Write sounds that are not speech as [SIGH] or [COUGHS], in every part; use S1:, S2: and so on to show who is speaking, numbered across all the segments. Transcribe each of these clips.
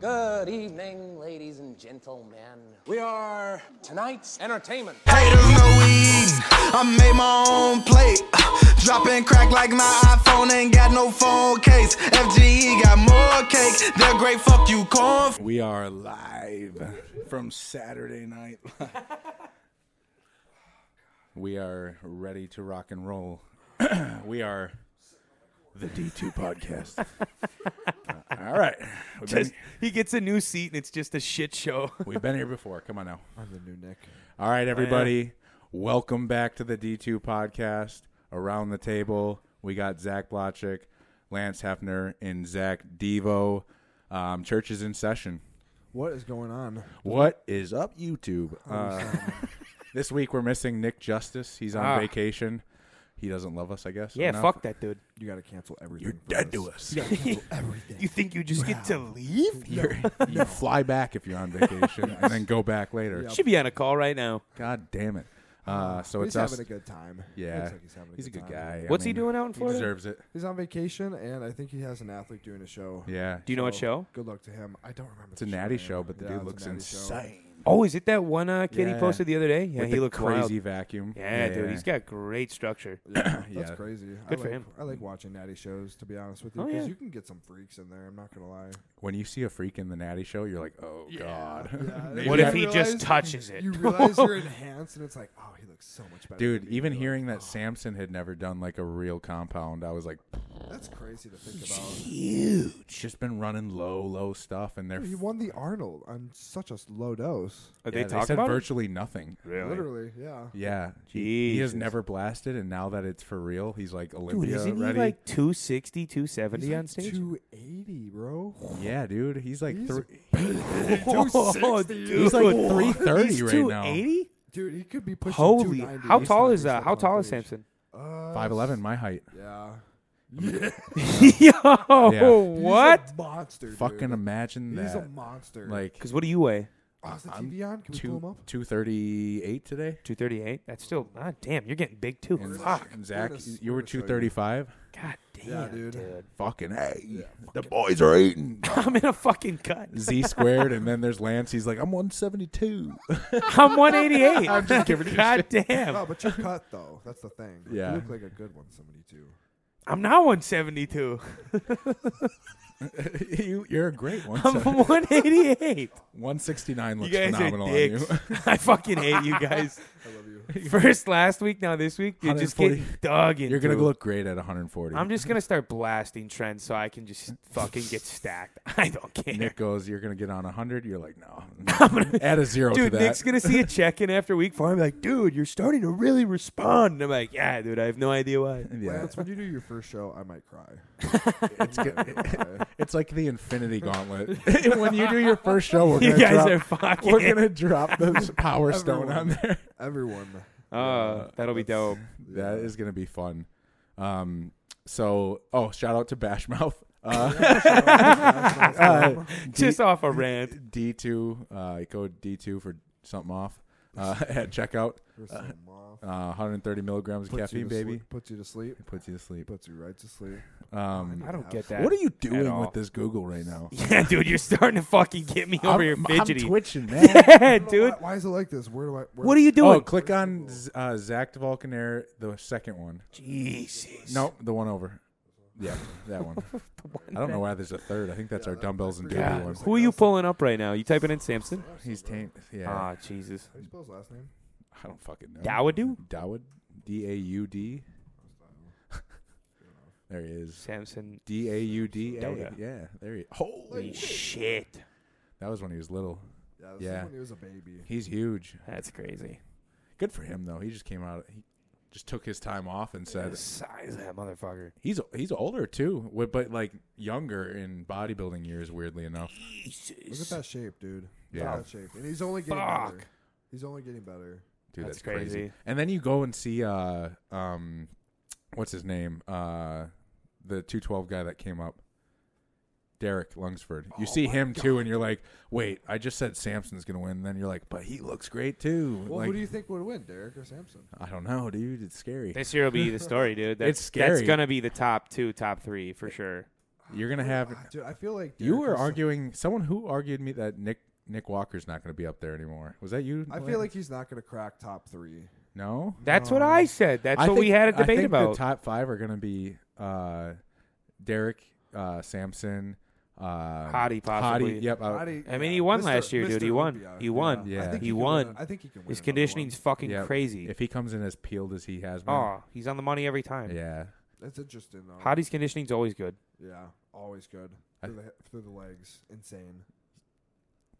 S1: Good evening, ladies and gentlemen. We are tonight's entertainment.
S2: Haters no weed. I made my own plate. Dropping crack like my iPhone ain't got no phone case. FGE got more cake. They're great. Fuck you, corn.
S3: We are live from Saturday Night Live. we are ready to rock and roll. [CLEARS THROAT] we are the D2 podcast. All right. We've been,
S4: Just- he gets a new seat and it's just a shit show.
S3: we've been here before. Come on now. I'm the new Nick. All
S5: Oh,
S3: right, everybody. Welcome back to the D2 podcast. Around the table, we got Zach Blotchick, Lance Hefner, and Zach Devo. Um, church is in session.
S5: What is going on?
S3: What is up, YouTube?
S5: Oh,
S3: Uh, [LAUGHS] this week we're missing Nick Justice. He's on
S4: Ah.
S3: vacation. He doesn't love us, I guess.
S4: [LAUGHS] Yeah,
S3: enough.
S4: fuck that dude.
S5: You got to cancel everything.
S3: You're
S5: for
S3: dead
S5: this.
S3: to us.
S4: [LAUGHS] You think you just get to leave? You
S3: [LAUGHS] You're- [LAUGHS] you fly back if you're on vacation, and then go back later.
S5: Yep.
S4: should be on a call right now.
S3: God damn it! Uh, so
S5: He's
S3: it's us.
S5: having a good time.
S3: yeah,
S5: Looks like he's having a good,
S3: good
S5: time.
S3: guy. I
S4: What's he
S3: mean,
S4: doing out in
S3: He
S4: Florida?
S3: deserves it.
S5: He's on vacation, and I think he has an athlete doing a show.
S3: Yeah,
S4: Do you know what
S5: So,
S4: show?
S5: Good luck to him. I don't remember.
S3: it's a natty show, but the dude looks
S5: insane. [CLEARS THROAT]
S3: insane.
S4: Oh, is it that one uh, kid
S3: Yeah.
S4: he posted the other day? Yeah,
S3: With
S4: he
S3: the
S4: looked
S3: crazy
S4: wild.
S3: vacuum.
S4: Yeah, dude, he's got great structure.
S5: That's
S3: Yeah.
S5: crazy. I
S4: Good
S5: like,
S4: for him.
S5: I like watching natty shows, to be honest with you,
S4: Oh,
S5: because
S4: yeah.
S5: you can get some freaks in there. I'm not gonna lie.
S3: When you see a freak in the natty show, you're like, oh [LAUGHS] god.
S5: Maybe
S4: What
S5: you
S4: if he
S5: realize-
S4: just touches it?
S5: You
S4: [LAUGHS]
S5: realize you're enhanced, and it's like, oh, he looks so much better.
S3: Dude,
S5: than me.
S3: even
S5: You're
S3: hearing
S5: like,
S3: that Samson had never done like a real compound, I was like,
S5: "Oh, that's crazy to think about.
S3: it's just been running low, low stuff, and they're
S5: He won the Arnold on such a low dose.
S4: Are
S3: yeah,
S4: they talking
S3: said
S4: about it?
S3: virtually nothing.
S5: Literally, yeah.
S3: Yeah, He- he has
S4: Jesus.
S3: never blasted, and now that it's for real, he's like
S4: Dude,
S3: Olympia
S4: isn't
S3: uh, ready.
S4: he like 260, 270
S5: He's like
S4: on stage? [LAUGHS]
S5: 280, bro.
S3: yeah, dude, he's like
S5: He's-
S3: three.
S4: Oh, dude.
S3: He's like 330
S4: He's
S3: right now.
S4: 280?
S5: Dude, he could be pushing
S4: Holy!
S5: 290.
S4: How
S5: He's
S4: tall
S5: not
S4: is
S5: gonna
S4: uh,
S5: step
S4: how
S5: on
S4: tall is
S5: stage.
S4: Samson?
S5: Uh,
S3: Five eleven, my height.
S5: Yeah.
S4: [LAUGHS] Yo,
S3: He's
S4: what?
S5: He's a monster. dude.
S3: Fucking imagine
S5: He's a
S3: that.
S5: monster.
S3: like
S4: Because what do you weigh?
S5: oh, is the
S3: I'm
S5: TV on? Can we pull him
S3: two
S5: up?
S3: two thirty eight today.
S4: 238. That's still, ah, damn, you're getting big too.
S3: And,
S4: Fuck.
S3: and Zach,
S5: What a-
S3: you were
S5: what a show
S3: two
S5: you
S3: thirty five.
S4: God damn,
S5: Yeah,
S4: dude.
S5: dude.
S3: Fucking hey, the boys are eating. [LAUGHS]
S4: I'm in a fucking cut.
S3: Z squared, and then there's Lance. He's like, I'm 172.
S4: I'm 188. I'm just giving [LAUGHS] God
S5: No,
S4: damn.
S5: but you're cut though. That's the thing. Like,
S3: Yeah.
S5: You look like a good one, somebody too.
S4: I'm now 172.
S3: [LAUGHS] you, you're a great one.
S4: I'm 188.
S3: 169
S4: You
S3: looks
S4: guys
S3: phenomenal
S4: are
S3: on you. [LAUGHS]
S4: dicks. [LAUGHS] I fucking hate you guys.
S5: I love you.
S4: [LAUGHS] First last week, now this week, you're just getting
S3: 140.
S4: dug into.
S3: You're gonna look great at 140.
S4: I'm just gonna start blasting trends so I can just fucking get stacked. [LAUGHS] I don't care.
S3: Nick goes, you're gonna get on 100. You're like,
S4: [LAUGHS]
S3: no, add a zero
S4: dude,
S3: to that.
S4: Nick's gonna see a check in after week four. I'm like, dude, you're starting to really respond. And I'm like, yeah, dude, I have no idea why.
S3: yeah,
S5: Lance, when you do your first show, I might cry.
S4: [LAUGHS]
S3: it's, [LAUGHS] good. it's like the Infinity
S4: [LAUGHS]
S3: Gauntlet. [LAUGHS] when you do your first show, we're gonna
S4: You guys
S3: drop,
S4: are fucking.
S3: we're
S4: [LAUGHS]
S3: gonna drop the Power Stone
S5: Everyone.
S3: on there.
S5: Everyone.
S4: Uh, that'll be dope.
S3: That is gonna be fun. Um, so, oh, shout out to Bashmouth. [LAUGHS] Uh, uh, [LAUGHS]
S4: Just off a rant.
S3: D two uh, code D two for something off uh, [LAUGHS] at checkout.
S5: You're so moth.
S3: Uh, 130 milligrams of
S5: Puts you
S3: caffeine,
S5: to
S3: baby.
S5: sleep- Puts you to sleep.
S3: It puts you to sleep.
S5: Puts you right to sleep.
S3: Um,
S4: I don't get that.
S3: what are you doing
S4: all.
S3: with this Google right now?
S4: [LAUGHS] Yeah, dude, you're starting to fucking get me over here
S3: I'm, I'm
S4: fidgety.
S3: twitching, man.
S4: [LAUGHS] yeah, dude.
S5: Why, why is it like this? Where do I? Where,
S4: What are you doing?
S3: Oh, click on Z- uh, Zach DeVolcanair, the second one.
S4: Jesus.
S3: Nope, the one over. Yeah, that one. I don't know why there's a third. I think that's our dumbbells and dumbbell
S4: God.
S3: one.
S4: Who are you pulling up right now? You typing in Samson?
S3: He's taint. Yeah,
S4: Ah, Jesus.
S5: How do you spell his last name?
S3: I don't fucking know.
S4: Dawadu?
S3: Dawud. D a u d. [LAUGHS] There he is.
S4: Samson.
S3: D a u d. A.
S4: Dota.
S3: Yeah, there he. Holy
S4: Holy shit.
S3: That was when he was little.
S5: Yeah, this
S3: Yeah.
S5: is when he was a baby.
S3: He's huge.
S4: That's crazy.
S3: Good for him though. He just came out. He just took his time off and said
S4: The size of that motherfucker.
S3: he's he's older too, wi- but like younger in bodybuilding years. Weirdly enough,
S5: Look at that shape, dude. Look
S3: Yeah.
S5: at that shape, and he's only getting
S4: Fuck.
S5: better. He's only getting better.
S3: dude, that's,
S4: That's
S3: crazy.
S4: crazy.
S3: And then you go and see uh um, what's his name uh the two twelve guy that came up. Derek Lungsford.
S5: Oh
S3: You see him too, and you're like, "Wait, I just said Samson's gonna win." And then you're like, "But he looks great too."
S5: Well,
S3: like,
S5: who do you think would win, Derek or Samson?
S3: I don't know, dude. It's scary.
S4: This year will be the story, dude. That's,
S3: [LAUGHS] It's scary.
S4: That's going to be the top two, top three for sure.
S3: You're gonna have.
S5: Ah, Dude, I feel like
S3: You
S5: Derek
S3: were
S5: is-
S3: arguing. Someone who argued me that Nick Nick Walker's not gonna be up there anymore. Was that you?
S5: I feel
S3: Lance?
S5: like he's not going to crack top three.
S3: no.
S4: That's what I said. That's what we had a
S3: Um, I
S4: debate
S3: think
S4: about.
S3: The top five are going to be uh, Derek, uh, Samson, uh,
S4: Hottie, possibly.
S3: Hottie, yep. uh,
S5: How do you-
S4: I mean,
S5: yeah,
S4: he won
S5: Mr.
S4: last year, dude. He
S5: Mr.
S4: won.
S5: e- Olympia,
S4: He won.
S3: Yeah.
S5: I think
S4: He
S5: can
S4: won.
S5: win- I think he can win.
S4: His
S5: another
S4: conditioning's fucking
S3: yep.
S4: crazy.
S3: If he comes in as peeled as he has been,
S4: oh, he's on the money every time.
S3: yeah.
S5: one. That's interesting though.
S4: Hottie's conditioning's always good.
S5: Yeah, always good
S3: I-
S5: through the, through the legs. Insane.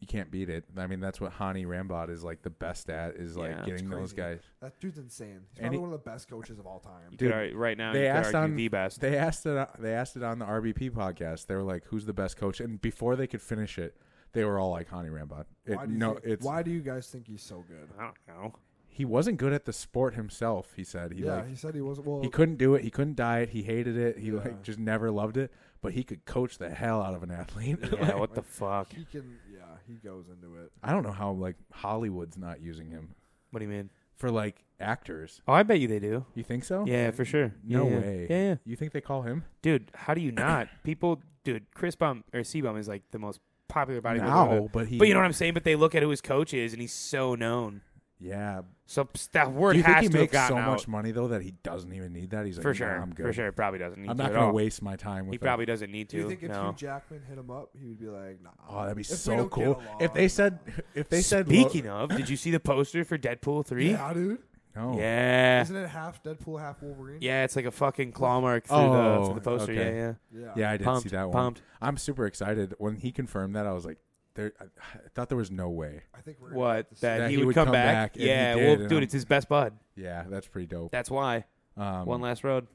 S3: You can't beat it. I mean, that's what Hani Rambod is like the best at is like
S4: Yeah, it's
S3: getting those
S5: crazy.
S3: guys.
S5: That dude's insane.
S3: And
S5: He's probably
S3: he-
S5: one of the best coaches of all time.
S4: You could
S3: Dude,
S4: ar- right now,
S3: they
S4: you could
S3: asked
S4: argue
S3: on
S4: the best.
S3: They asked it. They asked it on the RBP podcast. They were like, "Who's the best coach?" And before they could finish it, they were all like Hani Rambod. It,
S5: Why do you
S3: no,
S5: think,
S3: it's
S5: why do you guys think he's so good?
S4: I don't
S3: [LAUGHS]
S4: know.
S3: he wasn't good at the sport himself. He said he
S5: yeah,
S3: like
S5: he said he wasn't. Well,
S3: He couldn't do it. He couldn't diet. He hated it. He
S5: Yeah.
S3: like just never loved it. But he could coach the hell out of an athlete.
S4: Yeah,
S3: Like,
S4: what the fuck?
S5: he can. Yeah, he goes into it.
S3: [LAUGHS] I don't know how like Hollywood's not using him
S4: What do you mean?
S3: for like actors.
S4: Oh, I bet you they do.
S3: You think so?
S4: Yeah, for sure.
S3: No
S4: Yeah, yeah.
S3: way.
S4: Yeah, yeah.
S3: You think they call him
S4: Dude, how do you not? [COUGHS] People, dude, Chris Bum or Seabum is like the most popular bodybuilder.
S3: now? But he.
S4: But you know what I'm saying? But they look at who his coach is, and he's so known.
S3: Yeah.
S4: So ps- that word
S3: Do you
S4: has
S3: think he
S4: to have
S3: makes
S4: gotten
S3: so
S4: out.
S3: much money though that he doesn't even need that? He's like,
S4: for
S3: "Nah,
S4: sure.
S3: I'm good.
S4: For sure, probably doesn't need
S3: I'm
S4: to
S3: not
S4: at
S3: gonna
S4: all.
S3: waste my time with.
S4: He
S3: him.
S4: probably doesn't need to.
S5: Do you think if
S4: no.
S5: Hugh Jackman hit him up, he would be like, "Nah."
S3: Oh, that'd be
S5: If we
S3: so
S5: don't get
S3: cool. If they
S5: along.
S3: said, if they said, lo-
S4: Speaking of, did you see the poster for Deadpool three?
S5: yeah, dude,
S3: no,
S4: Yeah.
S5: isn't it half Deadpool, half Wolverine?
S4: Yeah, it's like a fucking claw mark through, the,
S3: Oh,
S4: through the poster.
S3: okay.
S4: Yeah, yeah.
S5: yeah,
S3: Yeah, I did
S4: Pumped,
S3: see that one.
S4: pumped.
S3: I'm super excited. When he confirmed that, I was like, there, I, I thought there was no way.
S5: I think we're gonna
S4: What
S5: have to see
S4: that,
S3: That
S4: he,
S3: he
S4: would,
S3: would
S4: come,
S3: come
S4: back?
S3: back, and he
S4: yeah,
S3: did,
S4: well,
S3: and
S4: dude,
S3: I'm-
S4: it's his best bud.
S3: Yeah, that's pretty dope.
S4: That's why.
S3: um,
S4: One last road.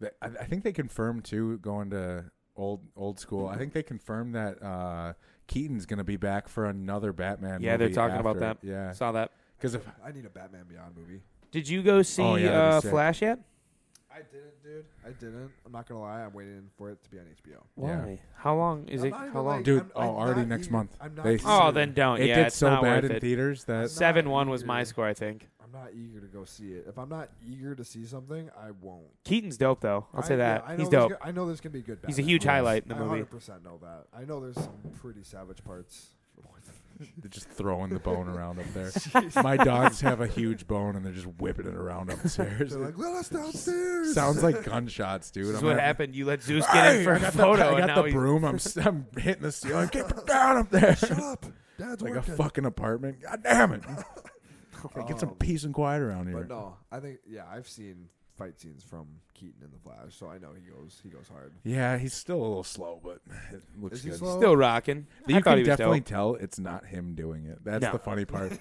S3: th- I, I think they confirmed too, going to old old school. I think they confirmed that uh, Keaton's going to be back for another Batman.
S4: Yeah, they're
S3: movie
S4: talking about
S3: after-
S4: that.
S3: Yeah,
S4: Saw that.
S3: because if
S5: I need a Batman Beyond movie.
S4: Did you go see
S3: Oh, yeah, that'd be
S4: uh,
S3: sick.
S4: Flash yet?
S5: I didn't, dude. I didn't. I'm not gonna lie. I'm waiting for it to be on HBO.
S3: Yeah.
S4: Why? How long is
S5: I'm
S4: it?
S5: not even,
S4: How long?
S5: like-
S3: dude,
S5: I'm-
S3: oh,
S5: I'm
S3: already
S5: not
S3: next
S5: even-
S3: month.
S5: I'm not
S3: they,
S5: even-
S4: oh, then don't.
S3: it
S4: yeah,
S3: did
S4: it's
S3: so
S4: not
S3: bad
S4: worth
S3: in
S4: it.
S3: theaters that
S5: not
S4: Seven one was
S5: eager.
S4: my score, I think.
S5: I'm not eager to go see it. If I'm not eager to see something, I won't.
S4: Keaton's dope though. I'll say
S5: I- yeah,
S4: that.
S5: I know
S4: He's
S5: there's
S4: dope.
S5: go- I know there's gonna be good.
S4: He's a
S5: Batman
S4: huge
S5: movies.
S4: highlight in the
S5: I
S4: movie.
S5: 100% know that. I know there's some pretty savage parts.
S3: they're just throwing the bone around up
S4: [LAUGHS]
S3: there. My dogs have a huge bone and they're just whipping it around upstairs.
S5: [LAUGHS] They're like, let
S3: [LAUGHS]
S5: us downstairs.
S3: Sounds like gunshots, dude.
S4: This is
S3: I'm
S4: what
S3: gonna-
S4: happened. You let Zeus get in
S3: [LAUGHS]
S4: for
S3: I
S4: a
S3: got
S4: photo,
S3: The, I
S4: and
S3: got
S4: now
S3: the
S4: he's
S3: broom. I'm, s- I'm hitting the ceiling. Keep it down up
S4: [LAUGHS]
S3: there. [LAUGHS]
S5: Shut up, Dad's
S3: like a
S5: working.
S3: fucking apartment. God damn
S5: [LAUGHS]
S3: it. Okay, get some peace and quiet around here.
S5: Oh. But no, I think yeah, I've seen fight scenes from Keaton in the Flash, so I know he goes he goes hard.
S3: Yeah, he's still a little slow, but it looks
S5: Is he
S3: good.
S5: slow?
S4: still rocking.
S3: You
S4: I thought
S3: can
S4: he was
S3: definitely
S4: dope.
S3: tell it's not him doing it. That's
S4: No.
S3: the funny
S5: [LAUGHS]
S3: part.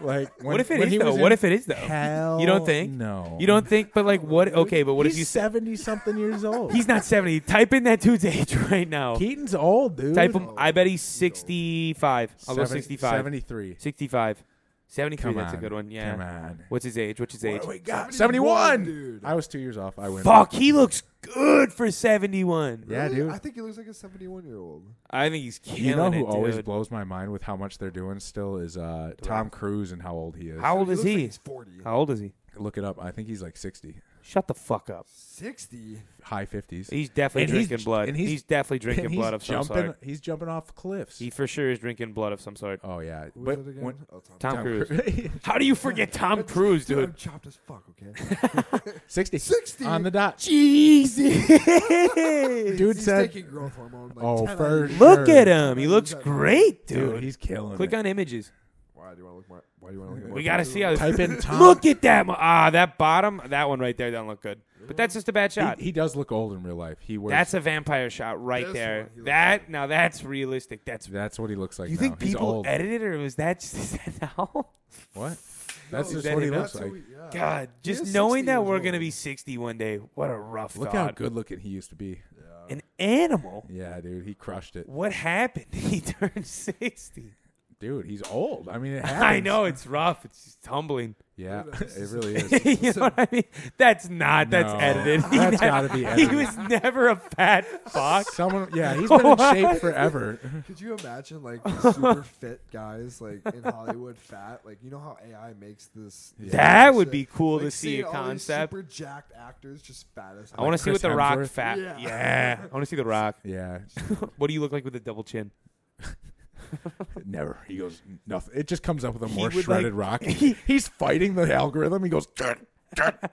S3: Like, when,
S4: What if it
S3: when
S4: is
S3: he
S4: though?
S3: was in-
S4: What if it is
S3: [LAUGHS]
S4: though?
S3: Hell,
S4: You don't think?
S3: No,
S4: You don't think? But like, what? Okay, but what
S3: he's
S4: if you? Said,
S3: seventy something
S4: [LAUGHS]
S3: years old?
S4: he's not seventy. Type in that dude's [LAUGHS] age right now.
S3: Keaton's old, dude. Oh,
S4: Type him. I bet he's sixty-five. I'll go
S3: Seven-
S4: sixty-five.
S3: 73.
S4: 65. 73,
S3: Come
S4: that's
S3: on.
S4: a good one. Yeah.
S3: Come on.
S4: What's his age? What's his age?
S3: What do we got? 71.
S5: 71, dude.
S3: I was two years off. I went.
S4: Fuck, he looks good for 71.
S3: Yeah,
S5: Really?
S3: dude.
S5: I think he looks like a 71 year old.
S4: I think he's killing
S3: You know who
S4: it,
S3: always
S4: dude.
S3: blows my mind with how much they're doing still is uh, Tom Cruise and how old he is.
S4: How old is
S5: looks like
S4: he?
S5: he's 40,
S4: How old is he?
S3: Look it up. I think he's like sixty,
S4: Shut the fuck up.
S5: 60.
S3: high fifties.
S4: He's definitely
S3: And he's-
S4: drinking blood.
S3: and
S4: he's,
S3: he's- [LAUGHS]
S4: definitely drinking blood of some
S3: jumping.
S4: sort.
S3: He's jumping off cliffs.
S4: He for sure is drinking blood of some sort.
S3: oh yeah,
S5: Who
S3: but
S5: is it again?
S3: when-
S5: oh, Tom,
S4: Tom, Cruise.
S3: Cruise.
S4: How do you
S3: [LAUGHS]
S4: forget Tom Cruise,
S5: Dude,
S4: dude?
S5: I'm chopped as fuck. Okay.
S3: 60.
S5: 60?
S3: on the dot.
S4: Jesus.
S3: Dude
S5: He's
S3: said,
S5: taking growth hormone. Like
S3: "Oh,
S5: 10 out
S3: for
S5: of
S4: [LAUGHS]
S5: you.
S4: Look
S3: sure.
S4: at him. He looks great,
S3: dude,
S4: dude.
S3: he's killing
S4: Click
S3: it.
S4: on images.
S5: Why do you want to look more? Why do you want to look?
S4: We
S5: more
S4: gotta
S5: pictures?
S4: see how.
S3: Type
S5: [LAUGHS]
S3: in Tom.
S4: Look at that! mo- Ah, that bottom, that one right there doesn't look good. But that's just a bad shot.
S3: He, he does look old in real life. He wears.
S4: that's a vampire shot right
S5: This
S4: there.
S5: one, he looks
S4: That now that's realistic.
S3: [LAUGHS]
S4: That's.
S3: that's what he looks like.
S4: you
S3: now.
S4: think
S3: he's
S4: people
S3: old.
S4: edited it, or was that just [LAUGHS] is that now? [LAUGHS]
S3: what? That's
S5: is
S3: just
S4: that
S3: what he
S4: him?
S3: looks
S5: That's
S3: like.
S5: who he- yeah.
S4: God,
S5: Ah, He
S4: just
S5: is
S4: knowing
S5: 60
S4: that
S5: years
S4: we're
S5: old.
S4: gonna be sixty one day. What a rough
S3: Look how
S4: thought.
S3: good looking he used to be.
S4: An animal.
S3: Yeah, dude, he crushed it.
S4: [LAUGHS] What happened? He turned sixty.
S3: dude, he's old. I mean, it happens.
S4: [LAUGHS] I know it's rough. It's humbling.
S3: Yeah, [LAUGHS] it really
S4: [LAUGHS]
S3: is.
S4: you know what I mean? That's not. That's
S3: No.
S4: edited. [LAUGHS]
S3: [LAUGHS]
S4: He
S3: That's
S4: ne-
S3: gotta be
S4: He
S3: edited.
S4: was never a fat fuck.
S3: Someone, yeah, he's been in shape forever. [LAUGHS]
S5: Could you imagine like
S4: [LAUGHS]
S5: super fit guys like in Hollywood fat? Like you know how AI makes this. this
S4: That
S5: shit?
S4: would be cool
S5: Like,
S4: to see
S5: seeing
S4: a
S5: all these
S4: concept.
S5: Super jacked actors, just fat as.
S4: I want to see
S3: Chris
S4: what the Rock
S3: Hemsworth?
S4: fat.
S5: Yeah.
S4: Yeah. I want to see the [LAUGHS] Rock.
S3: Yeah,
S4: What do you look like with a double [LAUGHS] chin?
S3: never. He goes nothing. It just comes up with a more
S4: would,
S3: shredded rock. he's fighting the algorithm. He goes, "Grr, grr."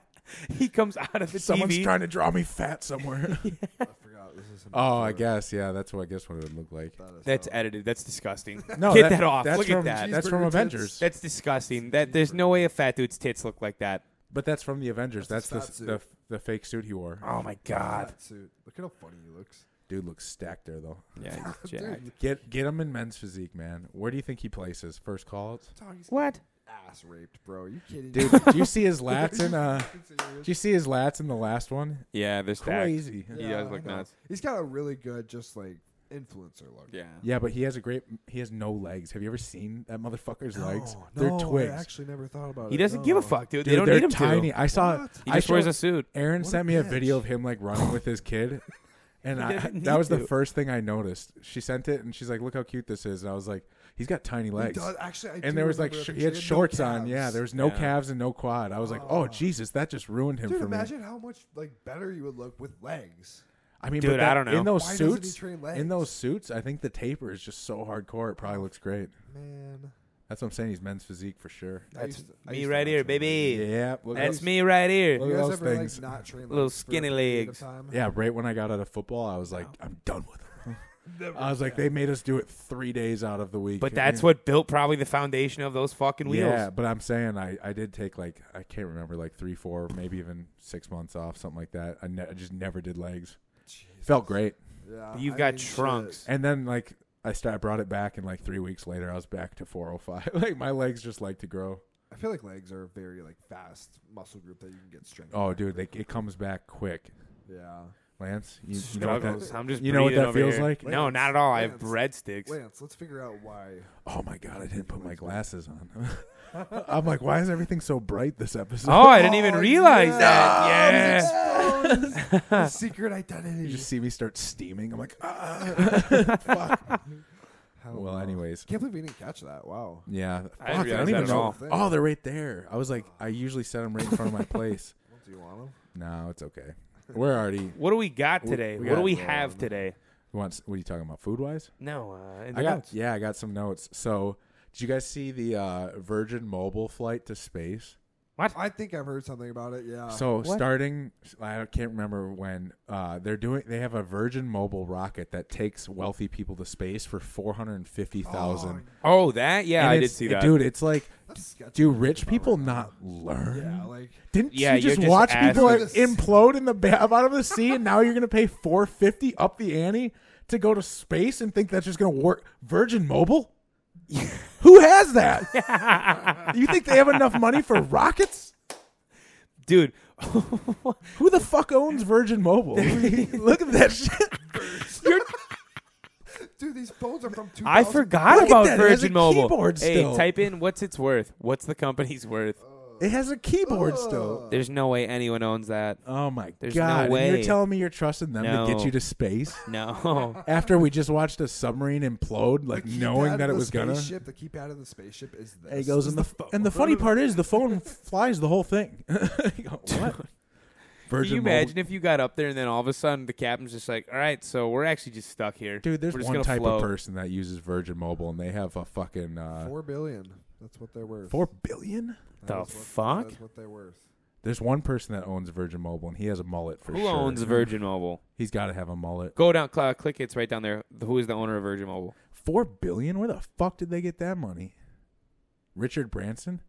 S4: He comes out of the
S3: someone's
S4: TV.
S3: trying to draw me fat
S4: [LAUGHS]
S3: somewhere.
S5: [LAUGHS]
S3: [LAUGHS]
S5: I forgot this is.
S3: oh, I guess. Yeah, that's what I guess what it would look like.
S4: that's edited. That's disgusting.
S3: [LAUGHS] No,
S4: get that, off.
S3: That's
S4: Look
S3: from,
S4: at that.
S3: That's from
S5: Cheeseburger tits.
S3: Avengers.
S4: That's disgusting. That there's no way a fat dude's tits look like that.
S3: But that's from the Avengers. That's,
S5: That's his
S3: the,
S5: fat
S3: the the fake suit he wore.
S4: Oh my god.
S5: Fat suit. Look at how funny he looks. [LAUGHS]
S3: Dude looks stacked there though.
S4: Yeah.
S3: [LAUGHS]
S4: he's jacked.
S3: Get get him in men's physique, man. Where do you think he places first call?
S5: Dog, he's
S4: What?
S5: ass raped, bro. you kidding
S3: Dude,
S4: [LAUGHS]
S5: me?
S3: do you see his lats in uh? Do you see his lats in the last one?
S4: Yeah. There's that.
S3: Crazy.
S4: He
S5: Yeah,
S4: does look
S5: I know.
S4: nuts.
S5: He's got a really good, just like influencer look.
S4: Yeah.
S3: Yeah, but he has a great. He has no legs. Have you ever seen that motherfucker's
S5: No,
S3: legs?
S5: no,
S3: They're twigs.
S5: I actually never thought about it.
S4: He doesn't
S5: no.
S4: give a fuck, dude.
S3: Dude,
S4: they don't
S3: they're
S4: need him
S3: tiny.
S4: to.
S3: I saw.
S5: What?
S4: He
S3: I
S4: just wears
S3: showed-
S4: a suit.
S3: Aaron
S5: What a
S3: sent me a
S5: bitch.
S3: video of him like running with his
S4: [LAUGHS]
S3: kid, and I,
S4: doesn't
S3: that
S4: need
S3: was the
S4: to.
S3: first thing I noticed. She sent it, and she's like, "Look how cute this is," and I was like, "He's got tiny legs."
S5: does- actually, I
S3: and
S5: do
S3: there was like
S5: remember
S3: sh-
S5: that
S3: he had
S5: picture. He had no
S3: shorts on. Yeah,
S5: calves.
S3: there was no
S4: Yeah.
S3: calves and no quad. I was like, "Oh Jesus, that just ruined him
S5: Dude,
S3: for me."
S5: imagine how much like better you would look with legs.
S3: I mean,
S4: Dude,
S3: but that-
S4: I don't know.
S3: In those
S5: Why doesn't he
S3: suits,
S5: train
S3: in
S5: legs?
S3: those suits, I think the taper is just so hardcore. It probably looks great.
S5: Man,
S3: That's what I'm saying. He's men's physique for sure.
S5: I used to- I
S4: Me
S5: used to
S4: right
S5: not
S4: here,
S5: train
S4: baby.
S3: Yeah, look at
S4: That's
S3: those-
S4: me right
S5: legs.
S4: here.
S3: Look
S5: You
S3: at
S5: guys
S3: those
S5: ever
S3: things.
S5: like not train legs
S4: Little
S5: for a
S4: skinny
S5: period
S4: legs.
S5: of time?
S3: Yeah, right when I got out of football, I was like, I'm done with them. [LAUGHS]
S5: [LAUGHS]
S3: I was like, they made us do it three days out of the week.
S4: But that's what built probably the foundation of those fucking wheels.
S3: Yeah, but I'm saying I, I did take like I can't remember like three, four, maybe even six months off, something like that. I, ne- I just never did legs. Felt great,
S5: Yeah,
S4: You've
S5: I
S4: got
S5: mean, shit.
S4: trunks.
S3: and then like I st- I brought it back, and like three weeks later, I was back to 405. [LAUGHS] like my legs just like to grow.
S5: I feel like legs are a very like fast muscle group that you can get strength.
S3: Oh,
S5: back
S3: dude,
S5: pretty
S3: like it comes back quick.
S5: quick. Yeah.
S3: Lance, you, you know what that-
S4: Struggles. I'm just
S3: you know what
S4: breathing
S3: that
S4: over
S3: feels
S4: here.
S3: like?
S4: No, not at all. I have
S5: Lance.
S4: breadsticks.
S5: Lance, let's figure out why.
S3: Oh my god, I didn't put my glasses on. [LAUGHS] I'm like, why is everything so bright this episode?
S4: Oh, I didn't even realize
S5: yeah.
S4: that. Yeah. [LAUGHS]
S5: His [LAUGHS] secret identity.
S3: [LAUGHS] You
S5: [LAUGHS]
S3: just see me start steaming. I'm like, ah.
S5: Hell
S3: well,
S5: no.
S3: anyways,
S5: Can't believe we didn't catch that. Wow.
S3: yeah.
S4: I didn't
S3: Fuck,
S4: realize that at all.
S3: Oh, they're right there. I was like, I usually set them right in front of my place. [LAUGHS]
S5: Do you want them?
S3: no, it's okay. We're already.
S4: What do we got today?
S3: we
S4: what do
S3: got-
S4: we have today?
S3: we want- What are you talking about? Food wise?
S4: No, uh, in the
S3: I got.
S4: notes.
S3: Yeah, I got some notes. So, did you guys see the uh, Virgin Mobile flight to space?
S5: I think I've heard something about it. Yeah.
S3: So
S4: Uh, What?
S3: starting, I don't- can't remember when uh, they're doing. They have a Virgin Mobile rocket that takes wealthy people to space for four hundred fifty thousand.
S4: Oh, that? Yeah, I did see that.
S3: dude. It's like,
S5: That's sketchy.
S3: do rich people not learn?
S5: Yeah, like
S3: Didn't
S4: Yeah,
S3: you just,
S4: you're just
S3: watch people like,
S4: asking-
S3: implode in the ba- bottom of the sea, and now you're gonna pay four fifty up the ante to go to space and think that's just gonna work? Virgin
S4: [LAUGHS]
S3: Mobile, who has that?
S4: [LAUGHS]
S3: you think they have enough money for rockets?
S4: Dude,
S3: Who the fuck owns Virgin
S5: [LAUGHS]
S3: Mobile? Look at that shit.
S5: dude, these phones are from 2000.
S4: I forgot
S3: Look at
S4: about
S3: that, it has
S4: Virgin
S3: a
S4: Mobile.
S3: keyboard
S4: hey,
S3: still.
S4: type in what's its worth. What's the company's worth?
S3: It has a keyboard
S5: Oh.
S3: still.
S4: There's no way anyone owns that.
S3: Oh my
S4: There's
S3: god!
S4: no
S3: And
S4: way.
S3: You're telling me you're trusting them to get
S4: No.
S3: you to space
S4: No. [LAUGHS]
S3: after we just watched a submarine implode,
S5: The [LAUGHS]
S3: like
S5: keypad
S3: knowing
S5: of
S3: that it
S5: the
S3: was gonna.
S5: Spaceship, the keypad of the spaceship is this.
S3: And he goes, and the, and the funny part is the
S5: [LAUGHS]
S3: phone flies the whole thing. [LAUGHS] You go,
S4: [LAUGHS]
S3: what?
S4: Can
S3: Virgin
S4: you
S3: Mobile-
S4: imagine if you got up there and then all of a sudden the captain's just like, all right, so we're actually just stuck here.
S3: Dude, there's
S4: we're just
S3: one
S4: gonna
S3: type
S4: float.
S3: of person that uses Virgin Mobile, and they have a fucking uh,
S5: four billion. That's what they're worth.
S3: four billion.
S4: The
S5: That's what-
S4: fuck?
S5: That's what they're worth.
S3: There's one person that owns Virgin Mobile, and he has a mullet for
S4: Who
S3: sure.
S4: owns Virgin Mobile?
S3: He's got to have a mullet.
S4: Go down, cl- click it's right down there. Who is the owner of Virgin Mobile?
S3: Four billion? Where the fuck did they get that money? Richard Branson?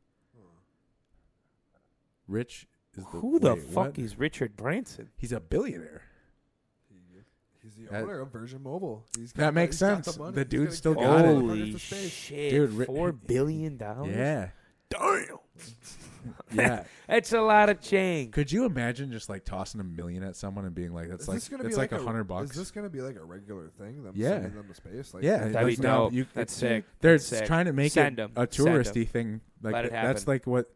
S3: Rich is the
S4: Who the
S3: wait,
S4: fuck
S3: what?
S4: is Richard Branson?
S3: He's a billionaire.
S5: He's the
S3: That-
S5: owner of Virgin Mobile. He's
S3: That
S5: got the-
S3: makes
S5: he's got
S3: sense.
S5: The, money.
S3: The
S5: He's
S3: dude
S5: gonna
S3: still
S5: get
S3: got it.
S5: the motherfuckers
S3: [LAUGHS]
S4: Holy
S5: to space.
S4: shit!
S3: Dude, Ri-
S4: four billion dollars.
S3: Yeah.
S4: Damn.
S3: Yeah.
S4: [LAUGHS] That's a lot of change.
S3: Could you imagine just like tossing a million at someone and being like, "That's
S5: Is
S3: like
S5: this
S3: it's
S5: gonna be
S3: like, a hundred bucks."
S5: Is this gonna be like a regular thing? Them
S3: Yeah.
S5: sending them to space. Like,
S3: yeah,
S4: That'd be
S3: that's not-
S4: dope. That's
S3: it's-
S4: sick.
S3: They're
S4: That's sick.
S3: trying to make
S4: Send
S3: it
S4: 'em.
S3: a
S4: Send 'em.
S3: touristy thing. Like
S4: Let it
S3: th- that's
S4: happen.
S3: like what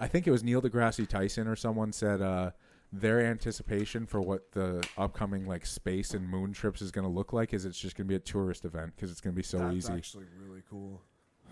S3: I think it was Neil deGrasse Tyson or someone said. uh their anticipation for what the upcoming like space and moon trips is going to look like is it's just going to be a tourist event because it's going to be so
S5: that's
S3: easy.
S5: actually really cool.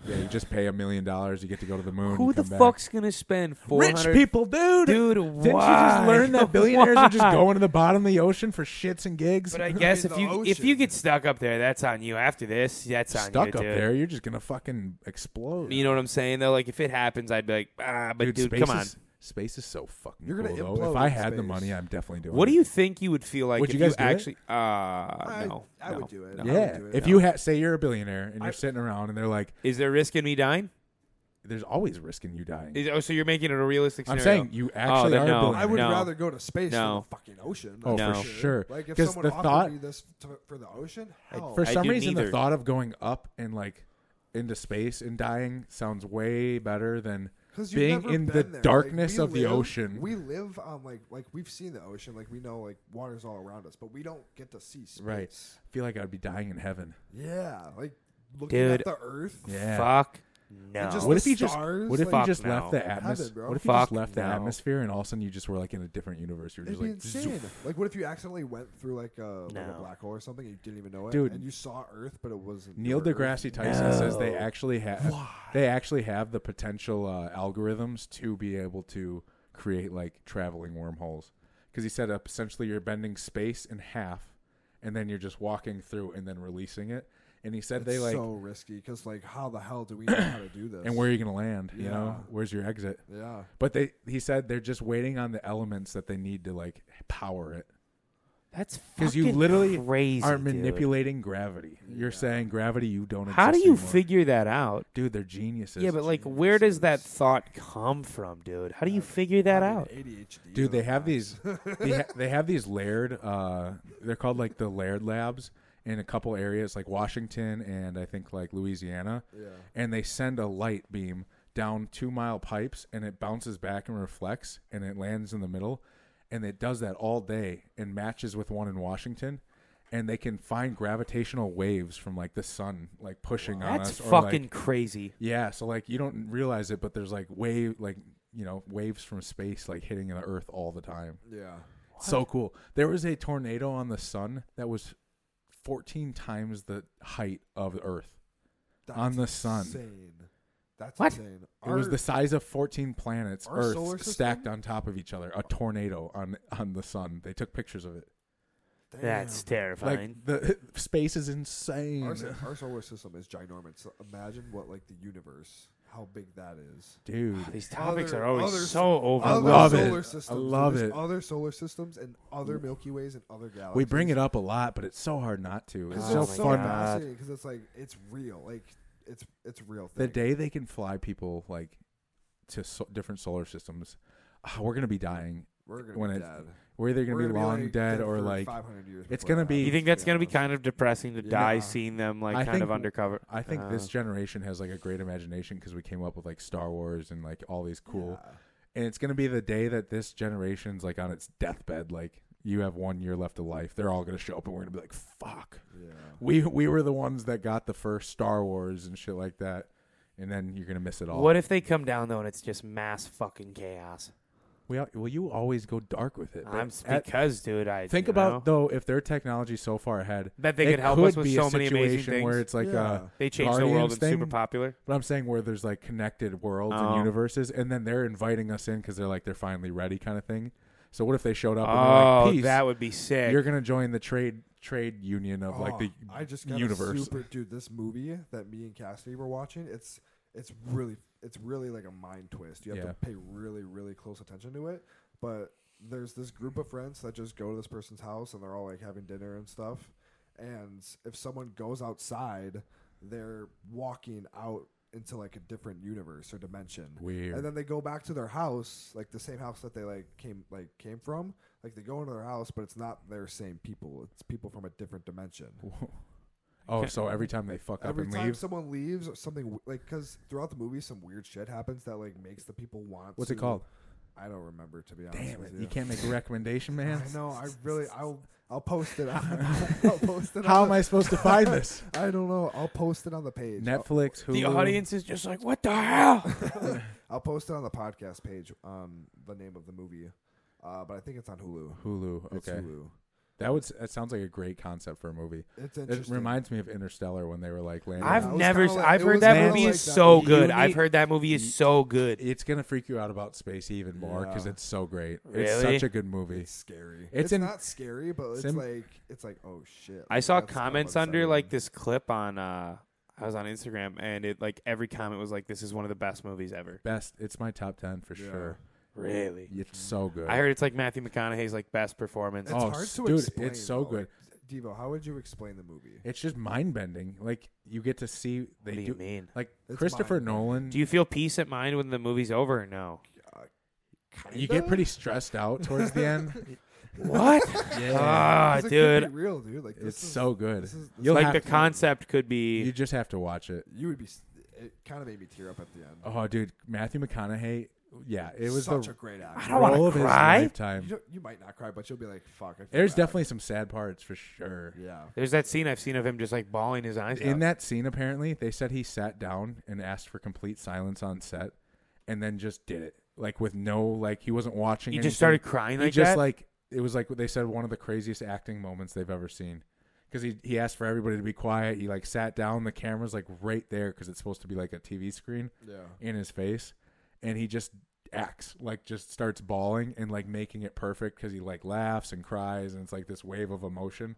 S3: yeah, you just pay a million dollars, you get to go to the moon.
S4: Who
S3: you
S4: the
S3: come back.
S4: fuck's gonna spend four
S3: Rich
S4: hundred?
S3: people, dude.
S4: Dude,
S3: Didn't you
S4: why?
S3: just learn
S4: [LAUGHS]
S3: that billionaires are just
S4: Why?
S3: going to the bottom of the ocean for shits and gigs?
S4: But I guess
S5: in
S4: if
S5: the
S4: you if you
S5: ocean.
S4: get stuck up there, that's on you. After this, that's on
S3: stuck
S4: you,
S3: up
S4: dude.
S3: there, you're just gonna fucking explode.
S4: You know what I'm saying? Though, like if it happens, I'd be like, ah, but dude,
S3: space
S4: come on.
S3: Is, space is so fucking
S5: You're gonna
S3: cool. Though. If
S5: implode
S3: I
S5: in
S3: had the
S5: space.
S3: money, I'm definitely doing.
S4: What
S3: it.
S4: do you think you would feel like
S3: Would
S4: if
S3: you
S4: you,
S3: guys do it?
S4: actually? Uh, no,
S5: I
S4: no,
S5: would do it.
S4: no.
S5: I would
S3: Yeah,
S5: do it.
S3: if you ha- say you're a billionaire and you're sitting around and they're like,
S4: Is there risk in me dying?
S3: "There's always risk in you dying."
S4: Is, oh, so you're making it a realistic
S3: I'm
S4: scenario?
S3: saying you actually
S4: then
S3: are a
S4: no.
S3: billionaire.
S5: I would
S4: No.
S5: rather go to space
S4: No.
S5: than the fucking ocean.
S3: Oh,
S4: No.
S3: for sure.
S5: Like if
S3: 'Cause
S5: someone
S3: the
S5: offered
S3: thought,
S5: me this t- for the ocean, hell,
S3: for
S4: I
S3: some
S4: do
S3: reason, the
S4: neither.
S3: thought of going up and like into space and dying sounds way better than
S5: 'Cause you've
S3: being
S5: never
S3: in the
S5: been there.
S3: darkness
S5: Like,
S3: of
S5: we
S3: the
S5: live-
S3: ocean.
S5: We live on like like we've seen the ocean, like we know like water's all around us, but we don't get to see space.
S3: right. I feel like I'd be dying in heaven.
S5: Yeah, like looking
S4: Dude.
S5: at the Earth.
S3: Yeah.
S4: Fuck no.
S5: just
S3: What
S5: the
S3: if you just
S5: stars,
S3: What if
S5: like-
S3: you just
S4: Fuck
S3: left
S4: no.
S3: the
S5: Heaven,
S3: atmosphere?
S5: bro.
S3: What if you just
S4: Fuck
S3: left the
S4: no.
S3: atmosphere and all of a sudden you just were like in a different universe? You're
S5: It'd
S3: just
S5: be
S3: like,
S5: insane. Like, what if you accidentally went through like a, like a
S4: No.
S5: black hole or something and you didn't even know it,
S3: Dude.
S5: and you saw Earth, but it wasn't
S3: Neil
S5: never
S3: deGrasse
S5: Earth.
S3: Tyson says they actually have they actually have the potential uh, algorithms to be able to create like traveling wormholes because he said uh, essentially you're bending space in half and then you're just walking through and then releasing it and he said
S5: It's
S3: they like
S5: so risky because like how the hell do we know how to
S3: [COUGHS]
S5: do this?
S3: and where are you gonna land you
S5: Yeah.
S3: know where's your exit
S5: Yeah.
S3: but they he said they're just waiting on the elements that they need to like power it
S4: That's
S3: because you
S4: fucking
S3: literally
S4: crazy,
S3: are
S4: dude.
S3: manipulating gravity you're saying gravity you don't
S4: How do
S3: exist
S4: you
S3: anymore.
S4: figure that out?
S3: dude they're geniuses
S4: Yeah, but like, where does that thought come from, dude? How do you figure that out?
S5: ADHD.
S3: Dude, they have these. They, [LAUGHS] ha- they have these layered. Uh, they're called like the layered labs in a couple areas, like Washington and I think like Louisiana. Yeah. And they send a light beam down two mile pipes, and it bounces back and reflects, and it lands in the middle, and it does that all day, and matches with one in Washington. And they can find gravitational waves from like the sun, like pushing on
S4: That's
S3: us. or, like-
S4: fucking crazy.
S3: yeah, so like you don't realize it, but there's like wave, like you know, waves from space like hitting the Earth all the time.
S5: Yeah.
S3: So cool. There was a tornado on the sun that was 14 times the height of Earth.
S5: That's
S3: On the sun.
S5: Insane. That's
S4: What?
S5: insane.
S3: It was the size of 14 planets,
S5: our solar
S3: Earth
S5: system?
S3: stacked on top of each other. A tornado on on the sun. They took pictures of it.
S4: That's terrifying.
S3: Like the [LAUGHS] space is insane,
S5: Our, so- our solar system is ginormous. So imagine what like the universe, how big that is.
S3: dude.
S4: These topics
S5: Other-
S4: are always
S5: other-
S4: so
S5: Other
S4: overloaded.
S3: love it.
S5: solar
S3: I
S5: Systems.
S3: love
S5: There's
S3: it.
S5: Other solar systems and other Milky Ways and other galaxies.
S3: We bring it up a lot, but it's so hard not to. It's
S5: Because
S3: so
S5: it's so
S3: fun.
S5: fascinating because it's like it's real. Like it's it's a real
S3: the
S5: thing.
S3: day they can fly people like to so- different solar systems, ah, we're gonna be dying.
S5: We're gonna
S3: when
S5: be
S3: it-
S5: dead.
S3: We're either gonna
S5: We're
S3: be
S5: gonna
S3: long
S5: like,
S3: dead or
S5: for
S3: like
S5: 500 years.
S3: it's
S5: before
S3: gonna
S5: that
S3: be-
S4: you think that's going to be
S5: honest.
S4: kind of depressing to die
S5: Yeah.
S4: seeing them like
S3: I
S4: kind
S3: think-
S4: of undercover?
S3: I think
S4: Uh,
S3: this generation has like a great imagination because we came up with like Star Wars and like all these cool. And it's gonna be the day that this generation's like on its deathbed. Like you have one year left of life. They're all gonna show up and we're gonna be like, "Fuck, we we were the ones that got the first Star Wars and shit like that." And then you're gonna miss it all.
S4: What if they come down though and it's just mass fucking chaos?
S3: We al- well, you always go dark with it.
S4: I'm
S3: That- at-
S4: because, dude. I
S3: Think
S4: you
S3: about
S4: know,
S3: though, if their technology so far ahead,
S4: That they
S3: it
S4: could help us
S3: could
S4: with
S3: be
S4: so
S3: a
S4: many amazing
S3: situation Where
S4: things.
S3: it's like
S5: Yeah.
S3: uh,
S4: they changed the world
S3: Guardians
S4: and
S3: thing,
S4: super popular.
S3: But I'm saying where there's like connected worlds
S4: Oh.
S3: and universes, and then they're inviting us in because they're like they're finally ready, kind of thing. So what if they showed up?
S4: Oh,
S3: and they're like, Peace,
S4: that would be sick.
S3: you're gonna join the trade trade union of like
S5: Oh,
S3: the
S5: I just got a
S3: universe.
S5: super dude. This movie that me and Cassidy were watching, it's it's really it's really like a mind twist. You have
S3: Yeah.
S5: to pay really really close attention to it. But there's this group of friends that just go to this person's house and they're all like having dinner and stuff. And if someone goes outside, they're walking out into like a different universe or dimension.
S3: Weird.
S5: And then they go back to their house, like the same house that they like came like came from. Like they go into their house, but it's not their same people. It's people from a different dimension.
S3: Oh, so every time they fuck
S5: Every
S3: up and
S5: time
S3: leave,
S5: someone leaves, or something w- like because throughout the movie, some weird shit happens that like makes the people want.
S3: What's
S5: to,
S3: it called?
S5: I don't remember to be honest.
S3: damn
S5: with
S3: it, you can't make a recommendation, man.
S5: [LAUGHS] I know. I
S3: [LAUGHS]
S5: really. I'll. I'll post it. On, [LAUGHS] I'll post it.
S3: How
S5: on
S3: am I supposed to find
S5: [LAUGHS]
S3: this?
S5: The, I don't know. I'll post it on the page. I'll,
S3: Netflix, Hulu.
S4: The audience is just like, what the
S3: [LAUGHS]
S4: hell?
S5: I'll post it on the podcast page. Um, the name of the movie, uh, but I think it's on Hulu.
S3: Hulu.
S5: It's
S3: Okay,
S5: Hulu.
S3: that would s- that sounds like a great concept for a movie.
S5: It's
S3: It
S5: interesting.
S3: reminds me of Interstellar when they were like landing.
S5: it
S4: I've
S5: was
S4: never.
S5: kinda
S4: s-
S5: like-
S4: I've
S5: it
S4: heard
S5: was
S4: that
S5: kinda
S4: movie
S5: like
S4: is
S5: that.
S4: so
S5: You
S4: good. I've
S3: need-
S4: heard that movie is so good.
S3: it's gonna freak you out about space even more because
S5: Yeah.
S3: it's so great. It's
S4: Really?
S3: such a good movie.
S5: It's scary.
S3: It's
S5: It's,
S3: in-
S5: not scary, but it's
S3: Sim-
S5: like it's like oh shit.
S4: I
S5: like,
S4: saw
S5: that's kinda
S4: comments
S5: what's
S4: under
S5: happening.
S4: like this clip on. uh I was on Instagram and it like every comment was like, "This is one of the best movies ever."
S3: Best. It's my top ten for sure.
S4: Really?
S5: Mm-hmm.
S3: It's so good.
S4: I heard it's like Matthew McConaughey's like best performance.
S5: It's
S3: Oh,
S5: hard to
S3: dude,
S5: explain.
S3: it's so
S5: though.
S3: good.
S5: Like, Devo, how would you explain the movie?
S3: it's just mind bending. Like you get to see they
S4: do you mean?
S3: like
S5: It's
S3: Christopher
S5: mind-bending.
S3: Nolan.
S4: Do you feel peace at mind when the movie's over? or No.
S5: Uh,
S3: you get pretty [LAUGHS] stressed out towards the end.
S4: What? Ah,
S5: 'Cause it could be
S4: Uh, dude.
S5: real, dude. Like [LAUGHS] this
S3: It's
S5: is,
S3: so good.
S5: this is- this
S3: You'll
S4: like
S3: have
S4: the
S3: to-
S4: concept could
S3: You
S4: be.
S3: just have to watch it.
S5: you would be. s- It kind of made me tear up at the end.
S3: Oh, dude, Matthew McConaughey. Yeah, it was
S5: such
S3: the
S5: a great
S4: I
S5: actor.
S4: don't want
S3: role
S4: to
S3: of his
S4: cry.
S5: You,
S3: lifetime.
S5: don't- you might not cry, but you'll be like, "Fuck." I feel
S3: There's
S5: bad.
S3: definitely some sad parts for sure.
S5: Yeah.
S4: There's that scene I've seen of him just like bawling his eyes
S3: In
S4: out.
S3: that scene, apparently, they said he sat down and asked for complete silence on set, and then just did it. Like with no, like he wasn't watching.
S4: He
S3: anything.
S4: just started crying
S3: He
S4: like
S3: just
S4: that?
S3: like it was like they said one of the craziest acting moments they've ever seen. Because he, he asked for everybody to be quiet. He like sat down. The camera's like right there because it's supposed to be like a TV screen
S5: Yeah.
S3: in his face, and he just acts like just starts bawling and like making it perfect because he like laughs and cries and it's like this wave of emotion,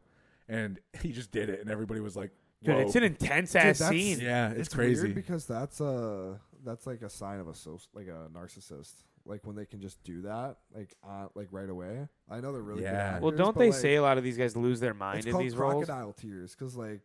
S3: and [LAUGHS] he just did it and everybody was like,
S4: Dude,
S3: Whoa.
S4: it's an intense
S5: Dude,
S4: ass
S5: that's-
S4: scene.
S3: yeah, it's,
S5: weird
S3: crazy.
S5: because that's a that's like a sign of a soci- like a narcissist. Like when they can just do that, like uh, like right away. I know they're really good
S3: Yeah.
S4: Well,
S5: actors,
S4: don't
S5: but,
S4: they
S5: like,
S4: say a lot of these guys lose their mind
S5: it's
S4: in
S5: called
S4: these roles?
S5: crocodile tears because like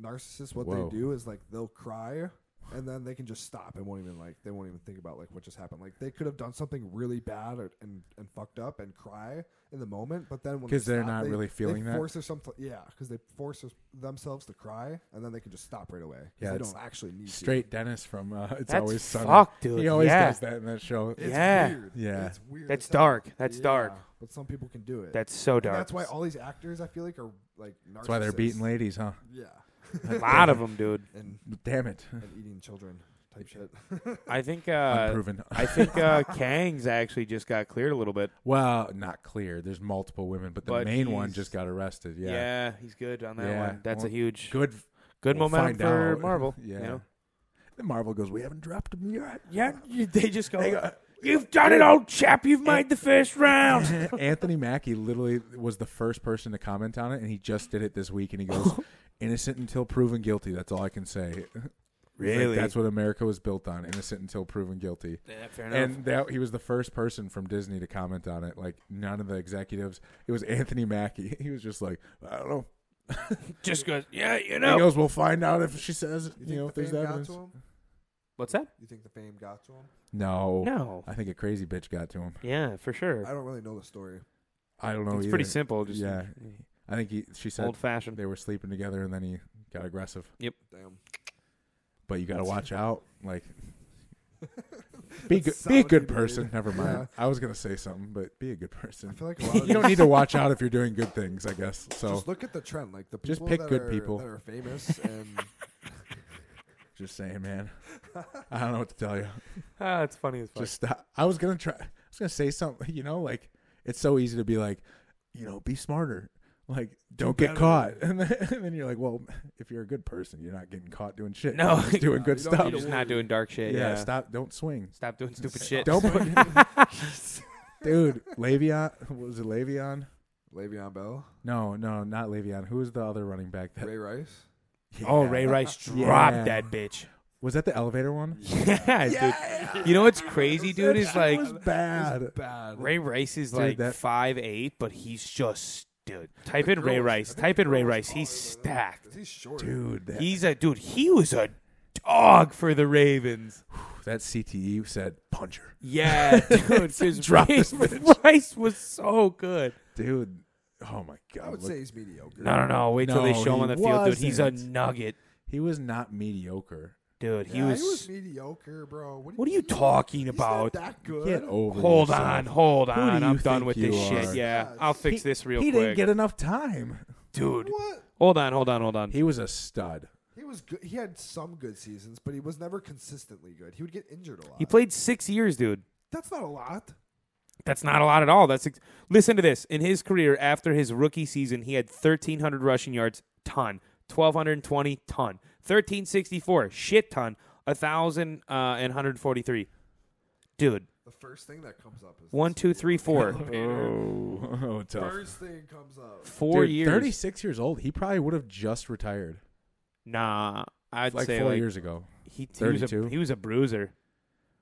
S5: narcissists, what
S3: Whoa.
S5: they do is like they'll cry and then they can just stop and won't even like they won't even think about like what just happened. Like they could have done something really bad or, and and fucked up and cry in the moment, but then when
S3: 'Cause they're
S5: stop,
S3: not
S5: they-
S3: really feeling
S5: they
S3: that?
S5: Force their some yeah, because they force their- themselves to cry and then they can just stop right away. 'cause
S3: Yeah,
S5: they
S3: it's
S5: don't actually need to.
S3: Straight Dennis from uh, It's
S4: That's
S3: Always Sunny.
S4: fucked, dude.
S3: He always
S4: Yeah.
S3: does that in that show.
S5: It's
S4: Yeah.
S5: weird.
S3: Yeah.
S5: it's weird.
S4: That's
S5: as hell.
S4: dark. That's dark.
S5: But some people can do it.
S4: That's so
S5: And
S4: dark.
S5: that's why all these actors I feel like are like narcissists.
S3: That's why they're beating ladies, huh?
S5: Yeah,
S4: a lot of them, dude.
S5: and
S3: Damn it.
S5: and eating children type shit. [LAUGHS]
S4: I think. Uh,
S3: Unproven.
S4: I think uh, Kang's actually just got cleared a little bit.
S3: well, not clear. There's multiple women, but the
S4: But
S3: main one
S4: he's-
S3: just got arrested.
S4: Yeah,
S3: Yeah.
S4: he's good on that
S3: Yeah.
S4: one. That's
S3: Well,
S4: a huge, good,
S3: Good. we'll
S4: momentum
S3: find
S4: for
S3: out.
S4: Marvel.
S3: yeah.
S4: you know?
S3: The Marvel goes, we haven't dropped him yet.
S4: Yeah, you- they just go.
S3: They go-
S4: You've done it, old chap. You've made the first
S3: [LAUGHS]
S4: round.
S3: [LAUGHS] Anthony Mackie literally was the first person to comment on it, and he just did it this week. And he
S4: [LAUGHS]
S3: goes, "Innocent until proven guilty." That's all I can say. [LAUGHS] He's like,
S4: Really?
S3: that's what America was built on: innocent until proven guilty.
S4: Yeah, fair enough.
S3: And that he was the first person from Disney to comment on it. Like none of the executives. It was Anthony Mackie. [LAUGHS] He was just like, "I don't know."
S4: just goes. Yeah, you
S3: He
S4: know.
S3: goes, "We'll find out if she says,
S5: You
S3: you,
S5: think
S3: know,
S5: the
S3: if there's
S5: fame
S3: evidence."
S5: got to him?
S4: What's that?
S5: You think the fame got to him?
S3: No,
S4: No.
S3: I think a crazy bitch got to him.
S4: Yeah, for sure.
S5: I don't really know the story.
S3: I don't know.
S4: it's
S3: either.
S4: pretty simple. Just
S3: yeah, I think he, she said
S4: old
S3: [LAUGHS]
S4: fashioned.
S3: they were sleeping together, and then he got aggressive.
S5: Damn.
S3: but you got to watch out.
S5: [LAUGHS]
S3: Like, be good, be a
S5: solid
S3: good
S5: dude.
S3: person. Never mind.
S5: Yeah.
S3: I was gonna say something, but be a good person.
S5: I feel like a lot of
S3: you don't
S5: these-
S3: need to
S5: [LAUGHS]
S3: watch out if you're doing good things. I guess so.
S5: Just look at the trend. Like the people
S3: Just pick
S5: that
S3: good
S5: are,
S3: people.
S5: that are famous and
S3: Just saying, man. I don't know what to tell you.
S4: Ah, it's funny as fuck.
S3: Just stop. I was gonna try. I was gonna say something. [LAUGHS] You know, like it's so easy to be like, you know, be smarter. Like, don't get caught. [LAUGHS] And then, and then you're like, well, if you're a good person, you're not getting caught doing shit.
S4: No.
S3: You're just doing good
S5: you don't
S3: stuff.
S5: need
S4: just
S5: to
S4: not doing dark shit.
S3: yeah,
S4: [LAUGHS] Yeah,
S3: stop. Don't swing.
S4: Stop doing stupid shit.
S3: Don't put, [LAUGHS] dude. Le'Veon was it Le'Veon?
S5: Le'Veon Bell,
S3: No, no, not Le'Veon. Who was the other running back? That
S5: Ray Rice.
S4: Oh, Ray Rice dropped
S3: Yeah.
S4: that bitch. [LAUGHS]
S3: was that the elevator one?
S4: Yeah, dude. You know what's crazy, dude? Is like
S3: was bad.
S5: Bad.
S4: Ray Rice is like
S3: that-
S4: five eight, but he's just dude. Type in Ray
S5: girls- I
S4: Rice.
S5: think
S4: Type
S5: the
S4: in Ray
S5: girls
S4: Rice.
S5: are
S4: He's
S5: taller than him, 'cause
S4: stacked.
S5: He's short.
S3: Dude, that,
S4: He's a dude. He was a dog for the Ravens.
S3: that CTE said puncher. [LAUGHS]
S4: Yeah, dude. 'cause
S3: Drop
S4: Ray
S3: this bitch.
S4: Rice was so good.
S3: Dude, Oh my god!
S5: I would
S3: look-
S5: say he's mediocre.
S4: No, no, no. Wait till they
S3: No,
S4: show him
S3: he
S4: on the field, dude. He's a
S3: wasn't.
S4: nugget,
S3: he was not mediocre.
S4: dude. He
S5: Yeah,
S4: was.
S5: mediocre, bro. What, do
S4: What are you talking
S5: he's
S4: about?
S5: not that good.
S3: Get over.
S4: Hold
S3: yourself.
S4: on, hold
S3: do
S4: on.
S3: you
S4: I'm done
S3: think
S4: with
S3: you
S4: this shit.
S3: are?
S4: Yeah, I'll fix
S3: He-
S4: this real
S3: He
S4: quick,
S3: didn't get enough time.
S4: dude.
S5: What?
S4: Hold on, hold on, hold on.
S3: He was a stud.
S5: He was good. He had some good seasons, but he was never consistently good. He would get injured a lot.
S4: He played six years, dude.
S5: That's not a lot.
S4: That's not a lot at all. That's ex- listen to this. In his career, after his rookie season, he had 1,300 rushing yards, ton, 1,220 ton, 1,364 shit ton, uh, 1,143. Dude,
S5: The first thing that comes up is
S4: one, two, three, four,
S3: [LAUGHS] Oh, [LAUGHS] oh tough.
S5: First thing comes up.
S4: four
S3: Dude,
S4: years.
S3: 36 years old. He probably would have just retired
S4: Nah, I'd
S3: like
S4: say
S3: four
S4: like
S3: years ago.
S4: he, he was a
S3: 32.
S4: he was a bruiser.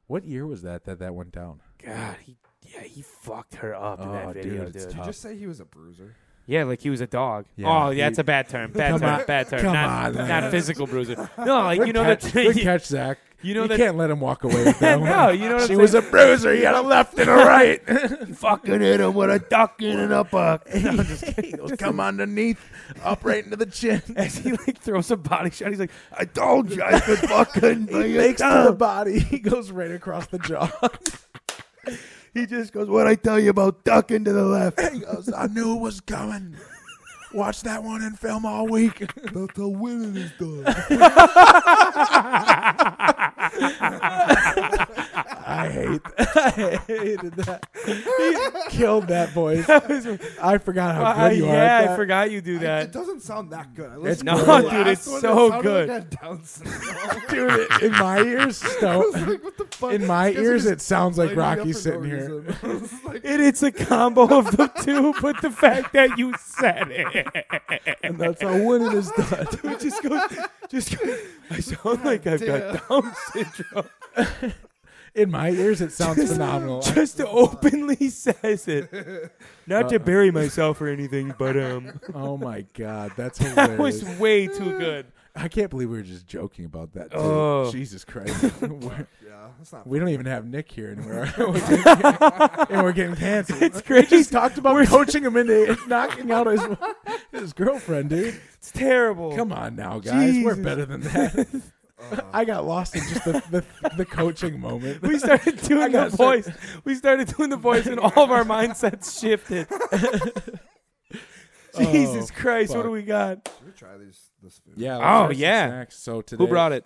S3: What year was that that that went down?
S4: God, he yeah he fucked her up in
S3: Oh,
S4: that video,
S3: dude,
S4: dude.
S3: it's
S5: Did
S3: tough.
S5: you just say he was a [LAUGHS] bruiser?
S4: Yeah, like he was a dog.
S3: Yeah,
S4: oh,
S3: he-
S4: that's a bad term. Bad
S3: Come
S4: term.
S3: on-
S4: bad term.
S3: come
S4: not,
S3: on, man.
S4: not physical bruiser.
S3: [LAUGHS]
S4: No, like you know
S3: catch,
S4: that. [LAUGHS]
S3: good [LAUGHS] catch, Zach.
S4: you know
S3: you
S4: that-
S3: can't let him walk away
S4: [LAUGHS]
S3: with that one.
S4: no, you know what
S3: she
S4: I'm
S3: was a
S4: saying?
S3: bruiser. You had a left and a right.
S4: [LAUGHS]
S3: [LAUGHS]
S4: fucking hit him with a duck in an upper. [LAUGHS]
S3: Come underneath, up right into the chin.
S4: As he like throws a body shot, he's like, "I told you I could
S3: [LAUGHS]
S4: fucking bring it
S3: Makes to the
S4: down."
S3: body. [LAUGHS] He goes right across the jaw.
S4: [LAUGHS] He just goes, "What I tell you about ducking to the left."
S3: [LAUGHS] he goes, I knew it was coming. Watch that one and film all week.
S5: That's how winning is [LAUGHS] done.
S3: I hate [LAUGHS] I hated that. He killed that voice. [LAUGHS] I forgot how good you are. at
S4: "Uh, yeah, I
S3: that.
S4: forgot you do
S5: it
S4: that.
S5: doesn't sound that good. I
S3: It's
S5: listened
S4: No,
S5: to the
S4: dude, it's
S5: last one, it
S4: so
S5: sounded
S4: good.
S5: Like I had Down syndrome.
S3: [LAUGHS]
S5: [LAUGHS]
S3: Dude, it- in my ears,
S5: It's
S3: Stone.
S5: like, what the fuck?
S3: In my
S5: These guys are
S3: ears,
S5: just
S3: it sounds like
S5: lighting me up
S3: Rocky
S5: for
S3: sitting
S5: no
S3: here.
S5: reason. [LAUGHS]
S3: [LAUGHS]
S5: It's like,
S4: It, it's a combo of the [LAUGHS] two, but the fact that you said it.
S3: And that's how winning is done.
S4: Dude, just go, just go. I sound like I've got Down syndrome.
S3: In my ears, it sounds phenomenal.
S4: [LAUGHS] Just openly [LAUGHS] says it. [LAUGHS] Not to bury myself or anything, [LAUGHS] but um,
S3: Oh my god, that's
S4: [LAUGHS] that was
S3: hilarious.
S4: way too good.
S3: I can't believe we were just joking about that. Too.
S4: Oh.
S3: Jesus Christ, [LAUGHS] We're-
S5: yeah, that's not.
S3: we don't even have Nick here anymore,
S4: [LAUGHS]
S3: We're [LAUGHS] getting- and we're getting canceled.
S4: It's crazy.
S3: We just talked about coaching him into [LAUGHS] knocking out his his girlfriend, dude.
S4: It's terrible.
S3: Come on now, guys, we're
S4: Jesus. Uh-huh.
S3: better than that. I got lost in just the the, the coaching moment.
S4: [LAUGHS] We started [LAUGHS]
S3: I
S4: doing the
S3: gotta start-
S4: voice. We started doing the voice, and all of our mindsets [LAUGHS] shifted. Jesus
S3: Oh,
S4: Christ, what
S3: fuck.
S4: do we got?
S5: Should we try these, this food?
S3: [LAUGHS] yeah.
S4: Oh,
S3: let's try some
S4: yeah.
S3: snacks. So today,
S4: Who brought it?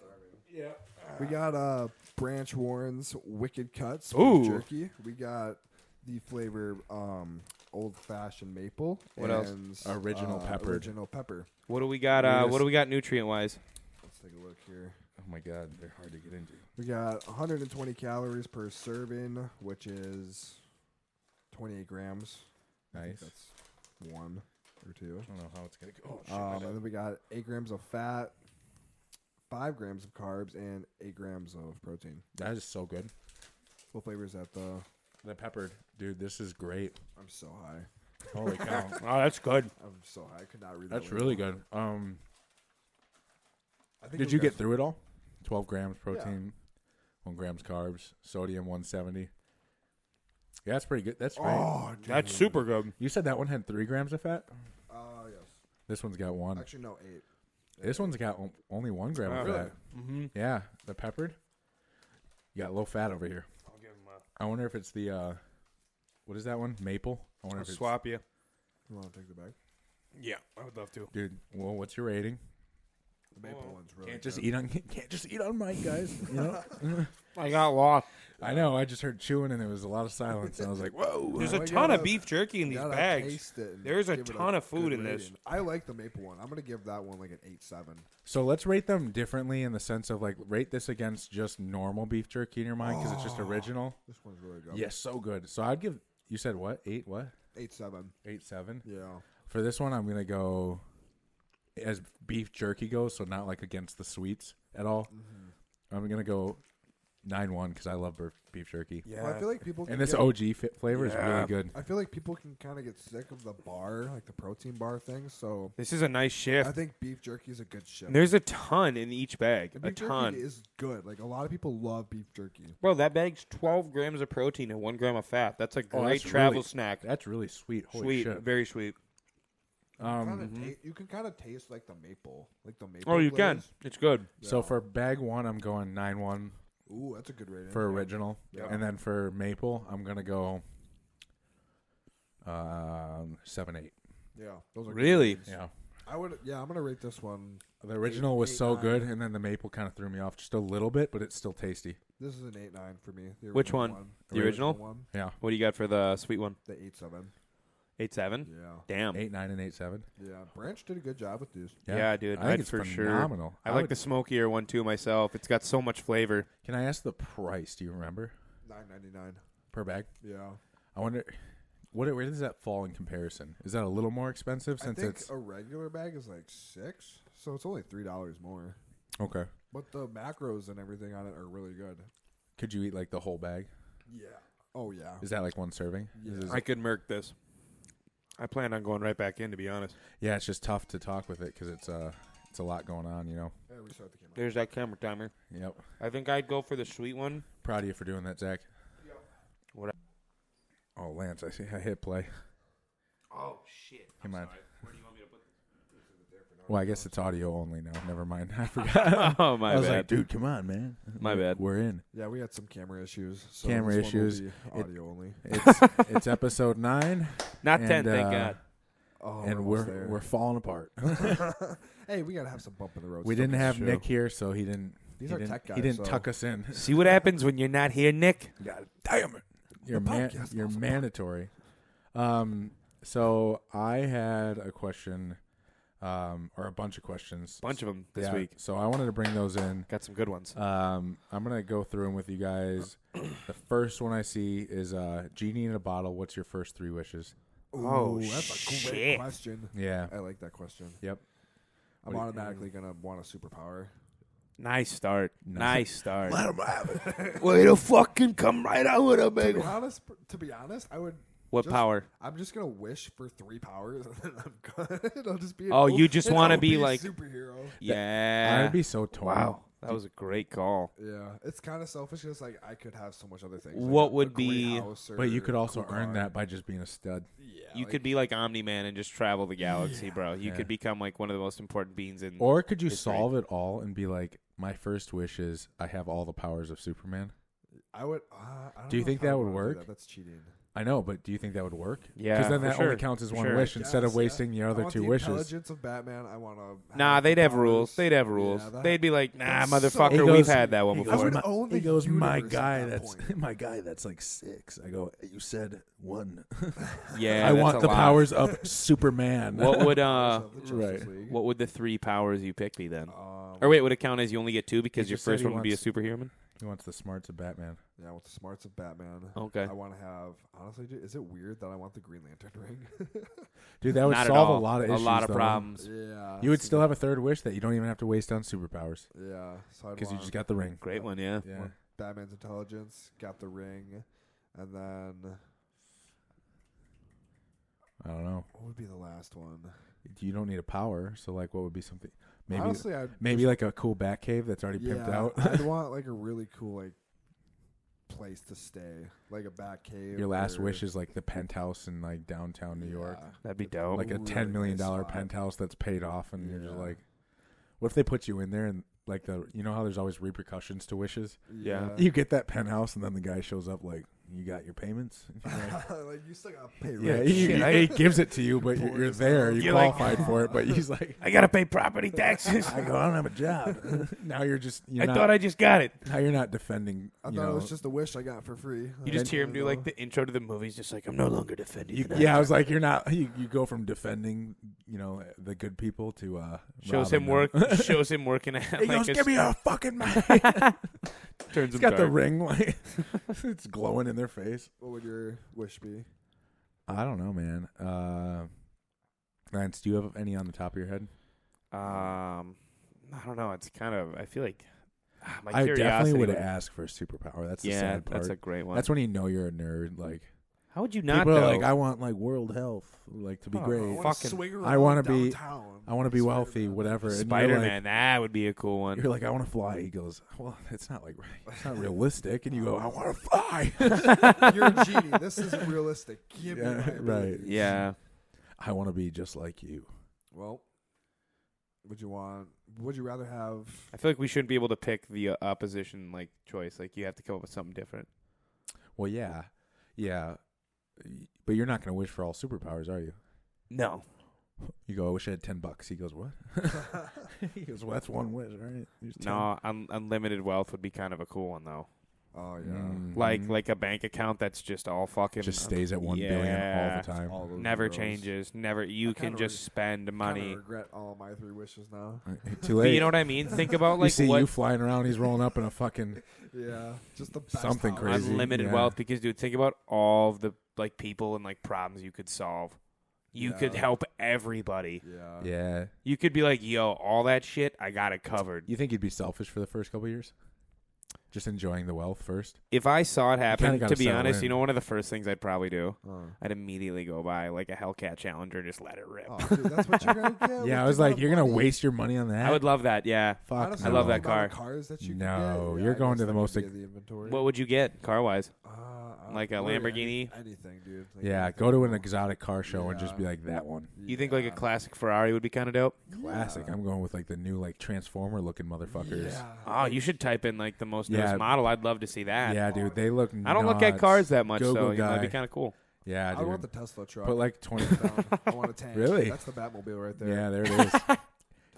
S5: We got uh, Branch Warren's Wicked Cuts
S4: Ooh.
S5: with jerky. We got the flavor um, Old Fashioned Maple.
S4: What else?
S5: and,
S3: Original
S5: uh,
S3: peppered.
S5: Original pepper.
S4: What do we got?
S3: We
S4: Uh,
S3: just-
S4: what do we got nutrient wise?
S5: Let's take a look here.
S3: Oh my god, they're hard to get into.
S5: We got 120 calories per serving, which is 28 grams. I think
S3: Nice.
S5: That's one or two.
S3: I don't know how it's gonna go. Oh,
S5: Um, and then we got 8 grams of fat, 5 grams of carbs, and 8 grams of protein.
S3: that is so good.
S5: What flavor is that, though?
S3: The peppered, dude. This is [LAUGHS] great.
S5: I'm so high.
S3: Holy cow,
S4: Oh, that's good.
S5: I'm so high. I could not read that
S3: that's
S5: label.
S3: really good. Um,
S5: I think
S3: did
S5: those
S3: you get
S5: guys-
S3: through it all? Twelve grams protein, one grams carbs, sodium one seventy. Yeah, that's pretty good. That's great.
S5: Oh, dude.
S4: That's super good.
S3: You said that one had three grams of fat.
S5: Uh, yes.
S3: This one's got one.
S5: Actually, no, eight.
S3: This one's got on- only one gram of
S5: Really? Mm-hmm.
S3: fat. Yeah, the peppered. You got low fat over here.
S4: I'll give him
S3: I wonder if it's the uh, what is that one? Maple. I wonder
S4: I'll
S3: if it's
S4: swap you.
S5: You want to take the back?
S4: Yeah, I would love to.
S3: dude. Well, what's your rating?
S5: The maple one's really
S3: Can't just eat on [LAUGHS] can't just eat on Mike, guys. You
S5: [LAUGHS]
S3: know.
S4: I got lost.
S3: I know. I just heard chewing and there was a lot of silence. And I was like, whoa.
S4: There's a
S5: we
S4: ton
S5: gotta-
S4: of beef jerky in
S5: You
S4: these
S5: gotta
S4: bags.
S5: taste it and
S4: There's a
S5: give it
S4: ton of food
S5: good
S4: in this.
S5: rating. I like the maple one. I'm gonna give that one like an eight seven.
S3: So let's rate them differently in the sense of like rate this against just normal beef jerky in your mind because it's just
S5: Oh.
S3: original.
S5: This one's really good.
S3: Yes, so good. So I'd give. You said what? Eight? What?
S5: eight seven.
S3: Eight seven.
S5: Yeah,
S3: For this one, I'm gonna go as beef jerky goes, so not like against the sweets at all.
S5: Mm-hmm.
S3: I'm gonna go nine one because I love bur- beef jerky.
S5: yeah. Well, I feel like people can
S3: And this
S5: get,
S3: OG fit flavor is really
S4: Yeah.
S3: good.
S5: I feel like people can kind of get sick of the bar, like the protein bar thing. So
S4: This is a nice
S5: I
S4: shift.
S5: think beef jerky is a good shit.
S4: There's a ton in each bag.
S5: And
S4: A
S5: beef
S4: ton.
S5: jerky is good. Like a lot of people love beef jerky.
S4: Bro, that bag's 12 grams of protein and 1 gram of fat. That's a great
S3: Oh, that's
S4: travel
S3: really-
S4: snack.
S3: That's really sweet. Holy
S4: sweet,
S3: shit.
S4: very sweet.
S5: Kinda ta- you can kind of taste like the maple, like the maple.
S4: Um, mhm. Oh, you can.
S5: glaze.
S4: It's good.
S3: So for bag one, I'm going nine one
S5: Ooh, that's a good rating.
S3: for original,
S5: Yeah.
S3: and then for maple, I'm gonna go um, seven eight.
S5: yeah, those are good
S4: Really?
S5: ratings.
S3: Yeah,
S5: I would. Yeah, I'm gonna rate this one.
S3: the original was
S5: eight,
S3: so
S5: nine.
S3: good, and then the maple kind of threw me off just a little bit, but it's still tasty.
S5: This is an eight nine for me. The
S4: Which
S5: original
S4: one? The original?
S5: one.
S3: Yeah,
S4: What do you got for the sweet one?
S5: The eight seven.
S4: Eight seven.
S5: Yeah,
S4: Damn.
S3: eight nine and eight seven.
S5: yeah. Branch did a good job with these.
S4: Yeah, dude.
S3: I think
S4: I'd
S3: it's
S4: for
S3: phenomenal.
S4: sure. I,
S3: I
S4: like
S3: would-
S4: the smokier one too myself. It's got so much flavor.
S3: Can I ask the price? Do you remember
S5: Nine ninety nine.
S3: per bag?
S5: Yeah,
S3: I wonder what where does that fall in comparison? Is that a little more expensive since
S5: I think
S3: it's
S5: a regular bag is like six, so it's only three dollars more.
S3: okay?
S5: But the macros and everything on it are really good.
S3: Could you eat like the whole bag?
S5: Yeah. Oh yeah.
S3: Is that like one serving? Is it-
S4: I could merc this. I plan on going right back in to be honest.
S3: yeah, it's just tough to talk with it because it's uh it's a lot going on, you know.
S5: Yeah, restart the camera.
S4: There's that camera timer.
S3: Yep.
S4: I think I'd go for the sweet one.
S3: Proud of you for doing that, Zach.
S4: What-
S3: Oh, Lance, I see. I hit play.
S4: Oh shit.
S3: Hey, man.
S4: Where do you want me to put
S3: Well, I guess it's audio only now. Never mind. [LAUGHS]
S5: [LAUGHS]
S3: I forgot.
S4: [LAUGHS] Oh my
S3: I was
S4: bad.
S3: like, dude, come on, man.
S4: My bad.
S3: We're
S5: [LAUGHS]
S3: in.
S5: Yeah, we had some camera issues. So
S3: Camera
S5: this one will
S3: issues.
S5: be
S3: It-
S5: audio only.
S3: It's it's episode nine,
S4: Not
S3: And,
S4: ten, thank
S3: uh,
S4: God.
S5: Oh,
S3: and
S5: almost
S3: we're
S5: there.
S3: we're falling apart.
S5: hey, we gotta have some bump in the road.
S3: we
S5: stuff
S3: didn't
S5: in the
S3: have
S5: show.
S3: Nick here, so he didn't.
S5: These
S3: he
S5: are
S3: didn't,
S5: tech
S3: He
S5: guys,
S3: didn't
S5: so-
S3: tuck us
S5: [LAUGHS]
S3: in.
S4: See what happens when you're not here, Nick?
S3: God damn it! You're man,
S5: podcast
S3: you're
S5: goes
S3: mandatory. Um, so I had a question, um, or a bunch of questions
S4: Bunch of them this
S3: Yeah,
S4: week.
S3: So I wanted to bring those in.
S4: Got some good ones.
S3: Um, I'm gonna go through them with you guys. the first one I see is uh, genie in a bottle. What's your first three wishes?
S4: Oh,
S5: Ooh, that's a
S4: shit.
S5: great question.
S3: Yeah.
S5: I like that question.
S3: Yep.
S5: I'm automatically gonna want a superpower.
S4: Nice start. Nice start. [LAUGHS]
S3: Way to fucking come right out with a
S5: To
S3: big. [LAUGHS]
S5: be honest, to be honest, I would.
S4: What
S5: just-
S4: power?
S5: I'm just gonna wish for three powers, [LAUGHS] and then I'm good. [LAUGHS] I'll just be. an
S4: Oh,
S5: O-
S4: you just
S5: [LAUGHS] an
S4: wanna
S5: OP
S4: be like-
S5: superhero.
S4: Yeah.
S3: I'd be so torn.
S4: Ah, wow. That was a great call.
S5: Yeah, it's kind of selfish. 'cause, like I could have so much other things.
S4: What
S5: like a- a
S4: would
S5: great
S4: be-
S5: house or
S3: But you could also
S5: cool
S3: earn
S5: car.
S3: that by just being a stud.
S5: Yeah,
S4: You
S5: like-
S4: could be like Omni Man and just travel the galaxy, bro. You
S3: Yeah.
S4: could become like one of the most important beings in.
S3: Or could you
S4: It's great.
S3: solve it all and be like, my first wish is I have all the powers of Superman?
S5: I would. Uh, I don't
S3: Do you
S5: know
S3: think
S5: if I
S3: that
S5: would
S3: would
S5: wanna do
S3: work?
S5: That. That's cheating.
S3: I know, but do you think that would work?
S4: Yeah,
S3: Because then
S4: for
S3: that
S4: sure.
S3: only counts as
S4: For
S3: one
S4: sure.
S3: wish instead of
S5: Yes, yeah.
S3: wasting your
S5: I
S3: other
S5: want
S3: two
S5: the
S3: wishes.
S5: Intelligence of Batman. I want to.
S4: nah, they'd have rules. They'd have rules. they'd be like, nah,
S5: That's so-
S4: motherfucker,
S5: He
S4: we've
S5: goes-
S4: had that one
S5: he
S4: before.
S5: goes, would own the
S3: my
S5: universe at
S3: guy.
S5: that
S3: That's [LAUGHS]
S5: point."
S3: my guy. That's like six. I go. You said one.
S4: [LAUGHS] yeah,
S3: I
S4: that's
S3: want
S4: a
S3: the
S4: lot.
S3: powers of
S4: [LAUGHS]
S3: Superman.
S4: What would uh?
S3: Right.
S4: What would the three powers you pick be then?
S5: Um,
S4: Or wait, would it count as you only get two because
S3: He
S4: your
S3: just said
S4: first
S3: he
S4: one would be a
S3: wants-
S4: superhuman?
S3: [LAUGHS] He wants the smarts of Batman.
S5: yeah, I want the smarts of Batman.
S4: Okay.
S5: I want to have. Honestly, dude, is it weird that I want the Green Lantern [LAUGHS] ring?
S3: Dude, that would
S4: Not at
S3: solve a
S4: all.
S3: lot of issues.
S4: a lot of
S3: though.
S4: problems.
S5: yeah.
S3: You would
S5: so
S3: still have a third wish that you don't even have to waste on superpowers
S5: that- Yeah. So I'd
S3: because you
S5: want
S3: just got the ring.
S4: Great one, yeah.
S3: Yeah.
S5: want Batman's intelligence, got the ring, and then
S3: I don't know.
S5: what would be the last one?
S3: You don't need a power, so like, what would be something? Maybe
S5: Honestly, I'd
S3: maybe like a cool bat cave that's already pimped
S5: yeah,
S3: out. [LAUGHS]
S5: I'd want like a really cool like place to stay, like a bat cave.
S3: Your last
S5: or-
S3: wish is like the penthouse in like downtown New York,
S5: Yeah.
S4: That'd be dope.
S3: like a
S5: Really
S3: ten million
S5: nice
S3: dollar
S5: spot.
S3: penthouse that's paid off, and you're just
S5: Yeah.
S3: like, what if they put you in there and like the you know how there's always repercussions to wishes.
S4: Yeah.
S3: You get that penthouse, and then the guy shows up like, you got your payments. [LAUGHS] You're
S5: [LAUGHS]
S3: like,
S5: like you still gotta pay rent.
S3: yeah, he,
S4: Shit, I-
S3: he gives it to you, but you're, you're there. You
S4: You're like-
S3: qualified for it, but he's [LAUGHS] like,
S4: I gotta pay property taxes.
S3: [LAUGHS] I go, I don't have a job. [LAUGHS] now you're just, you're
S4: I
S3: not,
S4: thought I just got it.
S3: now you're not defending.
S5: I thought
S3: you know,
S5: it was just a wish I got for free.
S4: You just hear him do like the intro to the movies, just like I'm no longer defending.
S3: You,
S4: You,
S3: yeah, I was like, you're not. You, you go from defending, you know, the good people to uh,
S4: shows
S3: robbing
S4: him
S3: them.
S4: work. [LAUGHS] shows him
S3: [LAUGHS]
S4: working at.
S3: He
S4: Like
S3: goes,
S4: a-
S3: give me a fucking
S4: [LAUGHS]
S3: mic. He's
S4: turns him
S3: got the
S4: dark.
S3: ring
S4: [LAUGHS]
S3: like [LAUGHS] it's glowing in their face.
S5: What would your wish be?
S3: I don't know, man. Uh, Lance, do you have any on the top of your head?
S4: Um, I don't know. It's kind of. I feel like ah, my
S3: I definitely
S4: curiosity
S3: would
S4: would-
S3: ask for a superpower. That's the
S4: yeah,
S3: sad part.
S4: that's a great one.
S3: That's when you know you're a nerd. Like
S4: How would you not
S3: people
S4: though?
S3: are like, I want like world health, like to be
S4: Oh,
S5: I
S3: great.
S5: wanna
S4: fucking-
S5: swing around
S3: I wanna be-
S5: downtown.
S3: I want to be
S5: Spider-Man.
S3: wealthy, whatever. And you're like-
S4: Spider Man. That would be a cool one.
S3: You're like, I want to fly. He goes, well, it's not like [LAUGHS] it's not
S5: [LAUGHS]
S3: realistic. And you go, I want to fly. [LAUGHS]
S5: You're a genie. This isn't realistic. Give me
S3: Yeah,
S5: my
S3: right.
S5: abilities.
S4: yeah,
S3: I want to be just like you.
S5: Well, would you want? Would you
S3: [LAUGHS]
S5: rather have?
S4: I feel like we shouldn't be able to pick the uh, opposition like choice. Like you have to come up with something different.
S3: Well, yeah, yeah, Y- but you're not going to wish for all superpowers, are you?
S4: No.
S3: You go, I wish I had ten bucks. He goes, what? [LAUGHS] he goes, well, that's one wish, right? There's 10.
S4: No, un- unlimited wealth would be kind of a cool one though.
S5: Oh yeah.
S3: Mhm.
S4: Like like a bank account that's just all fucking
S3: just stays at one billion
S4: Yeah.
S3: all
S5: All those
S4: never
S5: zeros.
S4: changes, never you
S5: I
S4: can
S5: kinda
S4: just
S5: re-
S4: spend
S5: Kinda
S4: money.
S5: regret all my three wishes now. [LAUGHS]
S4: [LAUGHS]
S3: the time. Too
S4: But
S3: late.
S4: you know what I mean? Think about
S3: [LAUGHS] You
S4: like
S3: see
S4: what
S3: you flying around. He's rolling up in a
S4: [LAUGHS]
S3: fucking.
S5: Yeah, just the best
S3: Something
S5: house.
S3: crazy.
S4: unlimited
S3: yeah.
S4: wealth because dude, think about all of the like people and like problems you could solve. You could
S5: Yeah.
S4: help everybody.
S5: Yeah.
S3: Yeah.
S4: You could be like, "Yo, all that shit, I got it covered."
S3: You think he'd be selfish for the first couple years? Just enjoying the wealth first.
S4: If I saw it happen,
S3: gotta
S4: to be
S3: settle
S4: honest,
S3: in.
S4: you know one of the first things I'd probably do,
S5: Uh.
S4: I'd immediately go buy like a Hellcat Challenger and just let it rip.
S5: Oh, dude, that's what
S3: [LAUGHS]
S5: you're gonna get. with
S3: yeah, I
S5: the
S3: was
S5: amount
S3: like,
S5: of
S3: you're gonna
S5: money.
S3: waste your money on that.
S4: I would love that. Yeah.
S3: Fuck.
S5: Honestly,
S4: I
S3: no.
S4: love
S5: the
S4: that
S5: amount of
S4: car.
S5: Cars that you can
S3: No,
S5: get, yeah,
S3: you're
S5: I
S3: going
S5: guess
S3: to the
S5: that
S3: most
S5: could be
S3: ex-
S5: in the inventory.
S4: What would you get car wise?
S5: Uh, uh,
S4: Like a
S5: really,
S4: Lamborghini?
S5: any- anything, dude. Like
S3: Yeah,
S5: anything
S3: go to an
S5: cool.
S3: exotic car show and just be like that one.
S4: You think like a classic Ferrari would be kind of dope?
S3: Classic. I'm going with like the new like transformer looking motherfuckers.
S5: Yeah.
S4: Oh, you should type in like the most
S3: Yeah.
S4: newest model. I'd love to see that.
S3: Yeah, dude, they look.
S4: I don't look at
S3: nuts.
S4: cars that much,
S3: Go-go
S4: so you know,
S3: guy.
S4: that'd be kind of cool.
S3: yeah,
S5: I
S3: dude.
S5: want the Tesla truck.
S3: Put like
S4: [LAUGHS]
S3: twenty. [LAUGHS]
S5: down. I want a tank.
S3: Really?
S5: That's the Batmobile right there. [LAUGHS]
S3: yeah, there it is.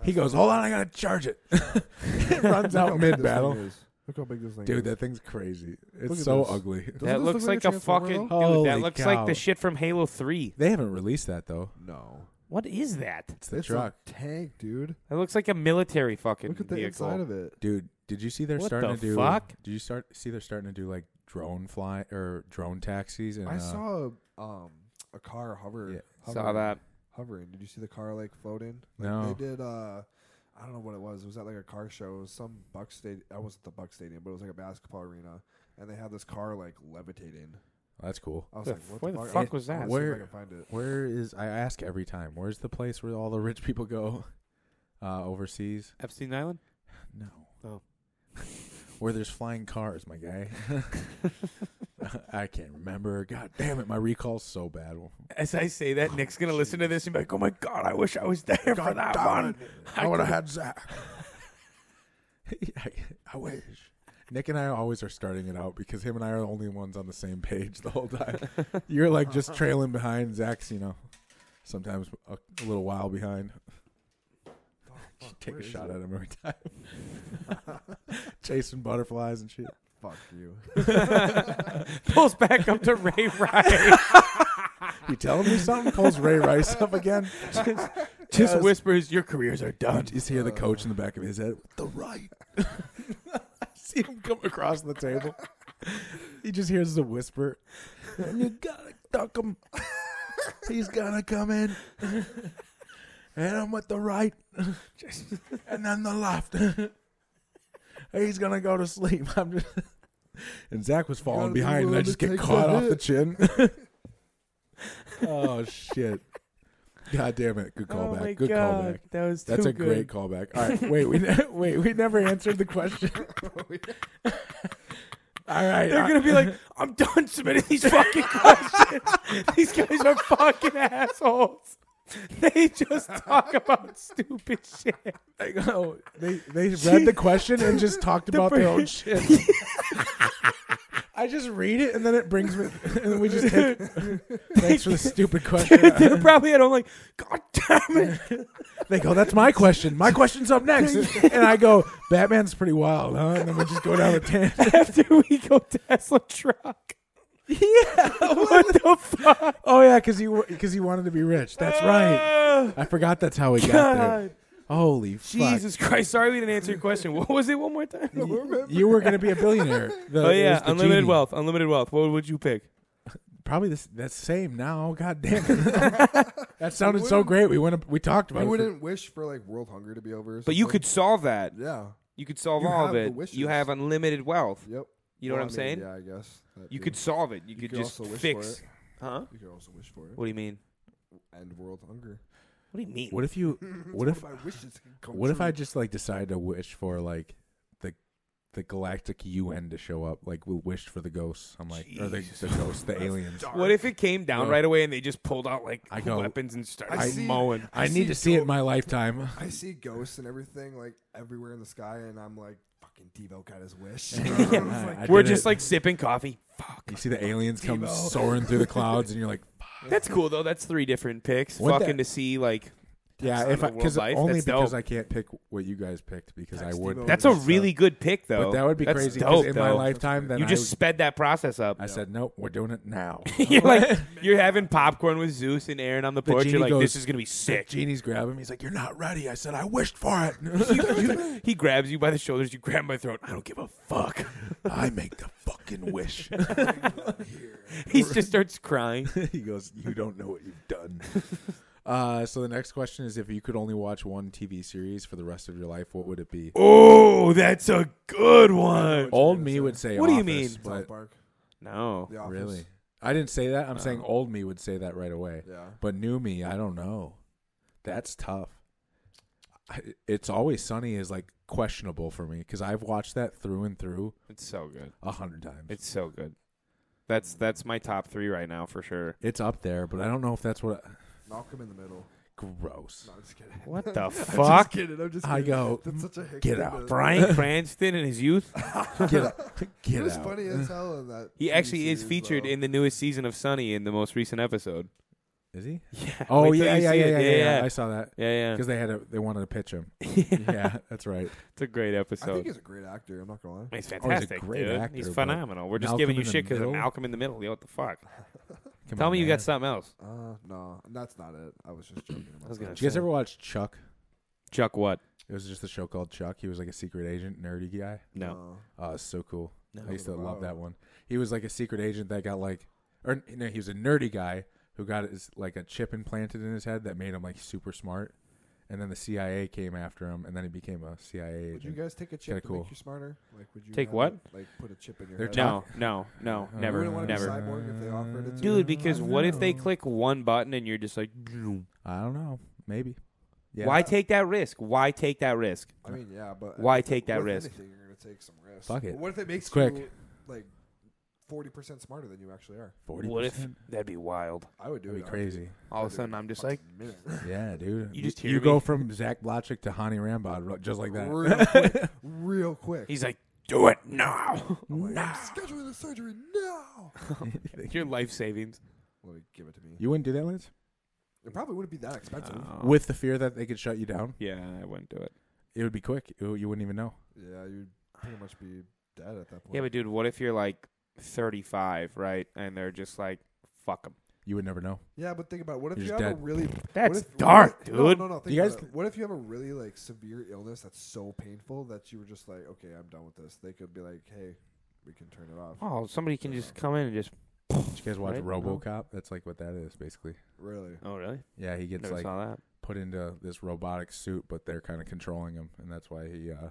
S3: he goes, hold on, I gotta charge it. [LAUGHS]
S4: [LAUGHS]
S3: Runs
S5: Look how
S3: out
S5: big this
S3: mid battle.
S5: thing is. Look how big this thing
S3: Dude,
S5: is.
S3: that thing's crazy. It's
S5: Look at
S3: so
S5: this.
S3: ugly. [LAUGHS]
S5: Doesn't
S4: That
S5: this
S4: looks
S5: look
S4: like a
S5: Transformer,
S4: fucking dude.
S5: though?
S3: Holy
S4: that looks like
S3: cow.
S4: the shit from Halo Three.
S3: They haven't released that though.
S5: No.
S4: What is that?
S3: It's the
S5: it's
S3: truck,
S5: a tank, dude.
S4: That looks like a military fucking
S5: Look at the
S4: vehicle.
S5: inside of it.
S3: dude. Did you see they're
S4: What
S3: starting
S4: the
S3: to do?
S4: fuck?
S3: Did you start see they're starting to do like drone fly or drone taxis? And
S5: I
S3: uh,
S5: saw a, um, a car hover.
S3: Yeah.
S5: hovering,
S4: Saw that.
S5: hovering. Did you see the car like floating? Like,
S3: No.
S5: They did. uh I don't know what it was. It was at like a car show. It was some Buck State. I wasn't the Buck Stadium, but it was like a basketball arena, and they had this car like levitating.
S3: that's cool.
S5: I was
S4: The
S5: like,
S4: f-
S5: what
S4: where
S5: the
S4: the
S5: fuck?
S4: fuck
S5: I
S4: was that?
S5: wanna see if
S3: Where-
S5: I can find it.
S3: Where is I ask every time? Where's the place where all the rich people go uh, overseas?
S4: Epstein Island.
S3: No.
S4: Oh.
S3: [LAUGHS] where there's flying cars, my guy. [LAUGHS] I can't remember. God damn it, my recall's so bad.
S4: As I say that, Nick's gonna listen to this and be like, "Oh my god, I wish I was there for that one."
S3: I would have had Zach. [LAUGHS] I, I wish. Nick and I always are starting it out because him and I are the only ones on the same page [LAUGHS] the whole time. You're like just trailing behind. Zach's, you know, sometimes a, a little while behind. [LAUGHS] Take a shot at him every time. [LAUGHS] Chasing butterflies and shit.
S5: Fuck
S4: [LAUGHS]
S5: you.
S4: Pulls back up
S3: [LAUGHS]
S4: to Ray Rice.
S3: You telling me something? Pulls Ray Rice up again.
S4: Just whispers, "Your careers are done."
S3: You just hear the coach in the back of his head, the [LAUGHS] right. See him come across the table. He just hears a whisper, and you gotta duck him. He's gonna come in. Hit him with the right, and then the left. He's gonna go to sleep. [LAUGHS] I'm just. And Zach was falling
S5: gotta be
S3: behind, and I
S5: willing to
S3: just get
S5: take
S3: caught
S5: that
S3: off the
S5: hit.
S3: chin. [LAUGHS] oh [LAUGHS] shit! God damn it! Good callback. Good callback.
S4: Oh That was
S3: That's a great callback. All right, wait, we ne- [LAUGHS] wait, we never answered the
S4: [LAUGHS]
S3: question. [LAUGHS] All right,
S4: They're gonna
S3: [LAUGHS]
S4: be like, "I'm done submitting these fucking questions. these guys are fucking assholes. They just talk about stupid shit."
S3: they go. They
S4: [LAUGHS]
S3: they read the question and just talked about their own shit. [LAUGHS] I just read it and then it brings me, [LAUGHS] and then we just
S4: [LAUGHS]
S3: take, thanks for the stupid question.
S4: They're probably at home like, "God damn it!"
S3: [LAUGHS] They go, that's my question. My question's up
S4: [LAUGHS]
S3: next, and I go, Batman's pretty wild, huh? And then we just go down
S4: [LAUGHS]
S3: a tangent. [LAUGHS]
S4: After we go Tesla truck.
S3: Yeah,
S4: What the fuck?
S3: Oh yeah, because he because he wanted to be rich. That's right.
S4: Ah,
S3: I forgot that's how we got there.
S4: God.
S3: Holy fuck.
S4: Jesus Christ. Sorry we didn't answer your question. What was it one more time?
S3: you were going to be a billionaire. The-
S4: Oh,
S3: it
S4: yeah.
S3: was the
S4: Unlimited
S3: genie.
S4: wealth. Unlimited wealth. What would you pick?
S3: Probably this. That's same now. God damn it. that sounded so great. We went. up- We talked about
S5: I
S3: it. for-
S5: wouldn't wish for like world hunger to be over. or
S4: But you
S5: something.
S4: could solve that.
S5: Yeah.
S4: You could solve
S5: You
S4: all
S5: have
S4: of
S5: the
S4: it.
S5: wishes.
S4: you have unlimited wealth.
S5: Yep.
S4: You know
S5: Well,
S4: what
S5: I
S4: I'm
S5: mean,
S4: saying?
S5: Yeah, I guess. that
S4: You
S5: too.
S4: could solve it. You could,
S5: could
S4: just
S5: also wish for
S4: fix.
S5: it.
S4: Huh?
S5: You could also wish for it.
S4: What do you mean?
S5: End world hunger.
S4: What do you mean?
S3: What if you? What if?
S5: My wishes can come
S3: What if
S5: true.
S3: I just like decide to wish for like the the Galactic UN to show up. Like we wished for the ghosts. I'm like, or the, the ghosts, the aliens.
S4: What if it came down
S3: Yeah.
S4: right away and they just pulled out like [LAUGHS]
S3: I go-
S4: weapons and started
S5: I see-
S4: mowing?
S3: I
S5: I
S3: need
S5: see
S3: to see it in
S5: go-
S3: my lifetime.
S5: I see ghosts and everything like everywhere in the sky, and I'm like, fucking Devo got his
S4: [LAUGHS]
S5: wish.
S3: I
S4: We're
S3: did
S4: just
S3: it.
S4: like sipping coffee. Fuck.
S3: you see the aliens come soaring through the clouds, and you're like, "Fuck."
S4: That's cool though. That's three different picks.
S3: Wouldn't
S4: Fucking
S3: that-
S4: to see like
S3: yeah,
S4: on
S3: if
S4: the
S3: I,
S4: world
S3: because
S4: life,
S3: only
S4: that's
S3: because
S4: dope.
S3: I can't pick what you guys picked because I
S5: Text
S3: would.
S5: Devo.
S4: that's a
S5: that's
S4: really good pick though.
S3: but that would be
S4: That's
S3: crazy. 'cause
S4: Dope
S3: in
S4: though.
S3: my lifetime, then
S4: you
S3: I
S4: just
S3: would-
S4: sped that process up.
S3: I said, nope, we're doing it
S4: [LAUGHS]
S3: now.
S4: you're like you're having popcorn with Zeus and Aaron on the porch.
S3: genie
S4: You're like,
S3: goes-
S4: this is gonna be sick.
S3: Genie's grab him. He's like, you're not ready. I said, I wished for [LAUGHS] it.
S4: [LAUGHS] He grabs you by the shoulders. You grab my throat. I don't give a fuck.
S3: I make the fucking wish.
S4: [LAUGHS]
S3: [LAUGHS]
S4: he just starts [LAUGHS] crying.
S3: he goes, you don't know what you've
S4: [LAUGHS]
S3: done. Uh, so the next question is, if you could only watch one TV series for the rest of your life, what would it be?
S4: Oh, that's a good one.
S3: Old me would say.
S4: eh? What do you
S3: Office,
S4: mean?
S5: South
S3: But
S5: Park,
S4: No.
S5: The Office.
S3: really, I didn't say that. I'm
S4: Oh.
S3: saying old me would say that right away.
S5: Yeah.
S3: But new me, I don't know. That's tough. I, it's always sunny is like questionable for me because I've watched that through and through
S4: It's so good.
S3: a hundred times. It's,
S4: It's so good. That's that's my top three right now for sure.
S3: up there, but I don't know if that's what.
S5: Malcolm in the Middle.
S3: gross.
S5: No, I'm just kidding.
S4: What [LAUGHS] the
S5: I'm [LAUGHS] just
S4: fuck?
S5: kidding. I'm just
S3: I
S5: kidding.
S3: go,
S5: That's such a hick
S3: "Get
S5: thing
S3: out,
S5: to-
S3: Brian."
S4: Brian Cranston in his youth.
S3: [LAUGHS] Get out.
S5: [LAUGHS] He
S3: Get
S5: was
S3: out.
S5: funny as hell in that.
S4: [LAUGHS] He uh,
S5: TV
S4: actually is
S5: series,
S4: featured
S5: though.
S4: in the newest season of Sunny in the most recent episode.
S3: Is he?
S4: Yeah.
S3: Oh
S4: [LAUGHS] Wait till
S3: yeah
S4: you
S3: yeah
S4: see
S3: yeah,
S4: it.
S3: yeah, yeah,
S4: yeah,
S3: I saw that
S4: yeah, yeah.
S3: because they had a, they wanted to pitch
S4: [LAUGHS]
S3: him. yeah, that's right.
S4: It's a great
S5: I think
S4: episode.
S5: he's a great actor. I'm not gonna lie.
S4: Oh, He's
S3: a
S4: fantastic,
S3: great
S4: dude.
S3: actor,
S4: he's
S3: but
S4: phenomenal. We're just
S3: Malcolm
S4: giving you
S3: in the
S4: shit because of
S3: Middle?
S4: Malcolm in the Middle. Yo, what the fuck?
S3: Come
S4: Tell
S3: on,
S4: me you
S3: man.
S4: got something else.
S5: Uh, no, that's not it. I was just joking. About
S4: I was gonna
S5: that.
S3: Did you guys ever watch Chuck?
S4: Chuck what?
S3: It was just a show called Chuck. He was like a secret agent, nerdy guy.
S4: No.
S3: Oh, it's so cool. I used to
S5: Wow.
S3: love that one. He was like a secret agent that got like, or no, he was a nerdy guy who got his like a chip implanted in his head that made him like super smart. And then the CIA came after him, and then he became a CIA
S5: Would you
S3: agent.
S5: guys take a chip
S3: Kinda
S5: to
S3: cool.
S5: make you smarter? Like, would you
S4: Take
S5: have
S4: what?
S5: it, like, put a chip in your
S3: They're
S5: head.
S4: No, no,
S3: Uh,
S4: no,
S5: You
S4: never,
S5: wouldn't want to
S4: never.
S5: be cyborg if they offered it to you?
S4: Dude, because
S5: I
S4: what if they
S5: know.
S4: click one button and you're just like, "Bloom."
S3: I don't know. Maybe. Yeah.
S4: why take that risk? Why take that risk?
S5: I mean, yeah, but
S4: Why take that
S5: with
S4: risk?
S5: Anything, you're gonna take some risk.
S3: Fuck it.
S5: But what if it makes
S3: quick.
S5: you like forty percent smarter than you actually are?
S3: 40%?
S4: What if that'd be wild?
S5: I would do
S3: That'd
S5: it.
S3: be
S5: I would do
S3: crazy.
S5: it
S4: All of a
S5: in
S4: sudden, I'm just
S5: fucking
S4: like,
S5: minute.
S3: Yeah, dude.
S4: You just
S3: you,
S4: hear
S3: go
S4: me.
S3: from Zach Blotchick to Hani Rambod ro- just [LAUGHS] like that.
S5: real quick, real quick.
S4: he's like, do it now,
S5: I'm
S4: now.
S5: scheduling the surgery now.
S4: Your life savings.
S5: Let me give it to me.
S3: [LAUGHS] You wouldn't do that, Lance?
S5: It probably wouldn't be that expensive.
S4: Oh.
S3: With the fear that they could shut you down,
S4: yeah, I wouldn't do it.
S3: it would be quick. It- you wouldn't even know.
S5: yeah, you'd pretty much be dead at that point.
S4: Yeah, but dude, what if you're like 35, right? And they're just like, fuck them.
S3: You would never know.
S5: yeah, but think about it. what if
S3: You're
S5: you
S3: just
S5: have
S3: dead.
S5: a really what
S4: That's
S5: if-
S4: dark,
S5: what if- no,
S4: dude.
S5: No, no, think
S3: You
S5: about
S3: guys-
S5: it. What if you have a really like severe illness that's so painful that you were just like, okay, I'm done with this. They could be like, hey, we can turn it off.
S4: Oh, somebody can just come in and just.
S3: Did you guys watch
S4: Right? No.
S3: RoboCop? That's like what that is, basically.
S5: Really?
S4: Oh, really?
S3: Yeah, he gets
S4: Never
S3: like
S4: saw that.
S3: put into this robotic suit, but they're kind of controlling him, and that's why he uh,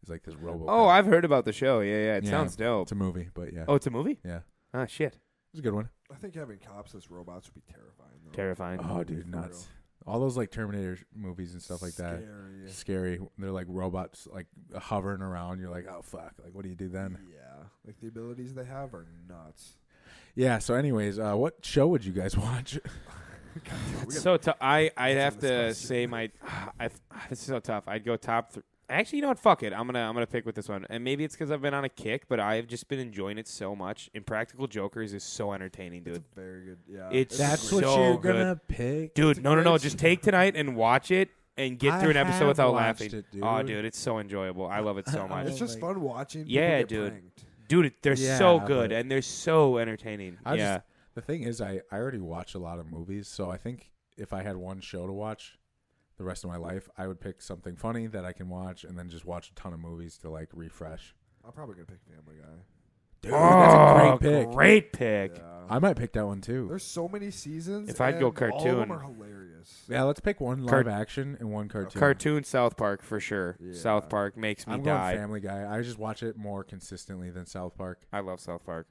S3: he's like this robot.
S4: Oh, I've heard about the show. Yeah, yeah. It
S3: Yeah.
S4: sounds dope.
S3: it's a movie, but yeah,
S4: Oh, it's a movie?
S3: yeah,
S4: Ah, shit.
S3: it's a good one.
S5: I think having cops as robots would be terrifying. Though.
S4: Terrifying.
S3: Oh, dude,
S5: For
S3: nuts! All those like Terminator sh- movies and stuff like that.
S5: Scary.
S3: Scary. They're like robots, like hovering around. You're like, oh fuck! Like, what do you do then?
S4: Mm.
S5: Yeah, like the abilities they have are nuts.
S3: Yeah. So, anyways, uh, what show would you guys [LAUGHS] watch?
S5: God damn, we got
S4: So t- I I'd have
S5: this
S4: to
S5: question.
S4: say my [SIGHS] I this is so tough. I'd go top three. Actually, you know what? Fuck it. I'm gonna I'm gonna pick with this one, and maybe it's because I've been on a kick, but I've just been enjoying it so much. Impractical Jokers is so entertaining,
S5: it's
S4: dude.
S5: a very good. Yeah,
S4: It's
S5: a
S3: That's
S5: great-
S3: what
S4: So
S3: you're
S4: good.
S3: gonna pick,
S4: Dude,
S5: a
S4: no, no,
S5: great
S4: no. Just take tonight and watch it, and get
S3: I
S4: through an episode
S3: have
S4: without
S3: watched
S4: laughing.
S3: it, dude.
S4: Oh, dude, it's so enjoyable. I love it so much,
S5: It's just fun watching. people
S4: Yeah,
S5: get
S4: dude.
S5: pranked.
S4: dude. it- They're so
S3: Yeah,
S4: good,
S3: but-
S4: and they're so entertaining.
S3: I
S4: yeah,
S3: just the thing is I, I already watch a lot of movies, so I think if I had one show to watch the rest of my life, I would pick something funny that I can watch and then just watch a ton of movies to like refresh.
S5: I'm probably gonna pick Family Guy.
S3: Dude, that's a great pick.
S4: Oh, great pick.
S5: Yeah.
S3: I might pick that one too.
S5: There's so many seasons.
S4: If I'd go
S5: and all of
S4: cartoon.
S5: them are hilarious.
S3: Yeah, let's pick one live
S4: Cart-
S3: action and one cartoon.
S4: Cartoon South Park for sure.
S5: Yeah.
S4: South Park makes me
S3: I'm going
S4: die.
S3: Family Guy. I just watch it more consistently than South Park
S4: I love South Park.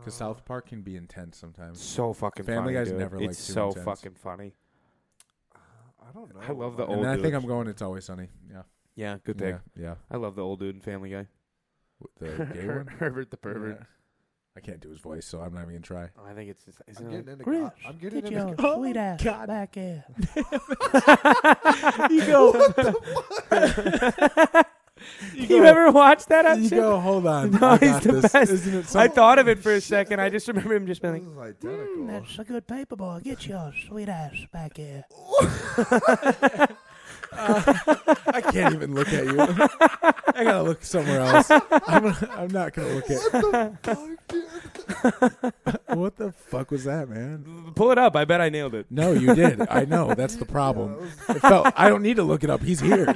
S3: because South Park can be intense sometimes.
S4: so fucking
S3: Family
S4: funny.
S3: Guy's
S4: dude.
S3: never, like,
S4: it's
S3: too
S4: so
S3: intense.
S4: fucking funny.
S5: I don't know.
S4: I love the
S5: about-
S4: old
S3: and then I
S4: dude.
S3: think I'm going. It's always sunny. Yeah,
S4: Yeah, good pick.
S3: Yeah, yeah.
S4: I love the old dude in Family Guy.
S3: With The
S4: [LAUGHS]
S3: gay
S4: Her-
S3: one?
S4: Herbert the pervert.
S3: Yeah. I can't do his voice, so I'm not even gonna try.
S4: Oh, I think it's just. Isn't
S5: I'm
S4: it
S5: getting
S4: like,
S5: into God. I'm getting into God.
S4: Oh,
S6: Sweet ass back air. you go.
S4: [LAUGHS] you ever watch that? I'm
S3: You
S4: [LAUGHS] sure?
S3: go. Hold on.
S4: No,
S3: I
S4: he's
S3: got
S4: the
S3: this.
S4: best.
S3: Isn't it
S4: I
S3: something?
S4: thought of it for a second. I just remember him just being
S5: This
S4: like, Mm,
S5: is identical.
S6: That's a good paper boy. Get your sweet ass back air.
S3: I can't even look at you. I gotta look somewhere else. I'm, I'm not gonna look at. What the fuck was that, man?
S4: pull it up. I bet I nailed it.
S3: No, you did. I know. That's the problem. It felt. I don't need to look it up. He's here.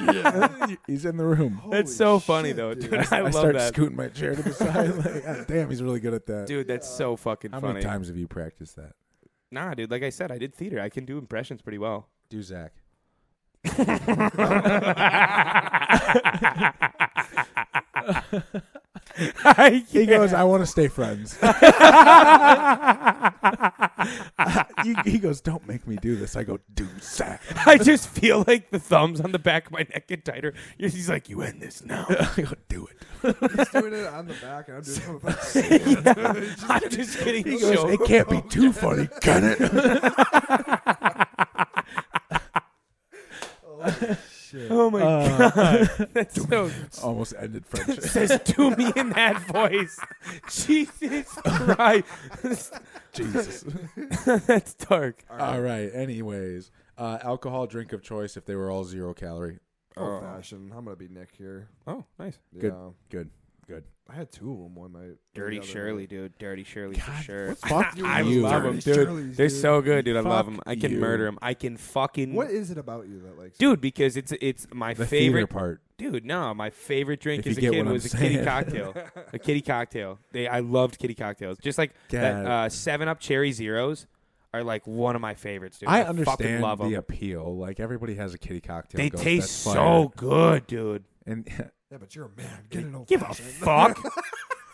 S3: He's in the room.
S4: That's so funny though, dude. [LAUGHS] I, love
S3: start
S4: that,
S3: scooting my chair to the
S4: [LAUGHS]
S3: side. Like, God damn, he's really good at that.
S4: dude. That's so fucking
S3: How
S4: funny.
S3: many times have you practiced that?
S4: Nah, dude. Like I said, I did theater. I can do impressions
S3: [LAUGHS]
S4: pretty well. [LAUGHS]
S3: Do Zach.
S4: I [LAUGHS]
S3: He
S4: can't.
S3: goes, I want to stay
S4: [LAUGHS]
S3: friends. he, he goes, don't make me do this. I go, do Zach. [LAUGHS]
S4: I just feel like the thumbs on the back of my neck get tighter. He's like, "You end this now." [LAUGHS]
S3: I go, do it.
S5: [LAUGHS] He's doing it on the back, and I'm doing it
S4: [LAUGHS]
S5: on the front.
S4: I'm just kidding.
S3: He goes, it can't be too
S4: [LAUGHS]
S3: funny, can it? [LAUGHS]
S4: [LAUGHS] oh my
S3: Uh,
S4: god, that's so
S3: [LAUGHS] Almost ended friendship.
S4: [LAUGHS] says to me in that voice. Jesus Christ,
S3: [LAUGHS]
S4: [LAUGHS]
S3: [LAUGHS] Jesus.
S4: that's dark.
S3: All right. Anyways, uh, alcohol drink of choice if they were all zero calorie.
S5: Old fashioned. I'm gonna be Nick here.
S4: Oh, nice.
S5: Yeah.
S3: Oh. Good. Good.
S5: I had two of them one night.
S4: Dirty
S5: The other
S4: Shirley,
S5: night.
S4: dude. Dirty Shirley for sure. [LAUGHS]
S3: Fuck
S4: I
S3: you.
S4: love them, dude.
S5: Dirty Shirleys,
S4: They're
S5: dude.
S4: so good, dude. I love
S3: Fuck
S4: them. I can
S3: you.
S4: murder them. I can fucking
S5: What is it about you that like?
S4: dude because it's it's my
S3: The theater
S4: favorite
S3: part.
S4: dude. No, my favorite drink
S3: If you
S4: as a
S3: get
S4: kid
S3: what I'm
S4: was a kitty
S3: saying. [LAUGHS]
S4: cocktail. a kitty cocktail. They I loved kitty cocktails. Just like that
S3: God.
S4: uh, Seven Up Cherry Zeros are like one of my favorites, dude.
S3: I
S4: fucking
S3: understand
S4: love
S3: the
S4: them.
S3: appeal. Like everybody has a kitty cocktail.
S4: They
S3: goes,
S4: taste
S3: "That's fire."
S4: so good, dude.
S3: And [LAUGHS]
S5: Yeah, but you're a man. Get an old
S4: Give a
S5: fashioned.
S4: fuck.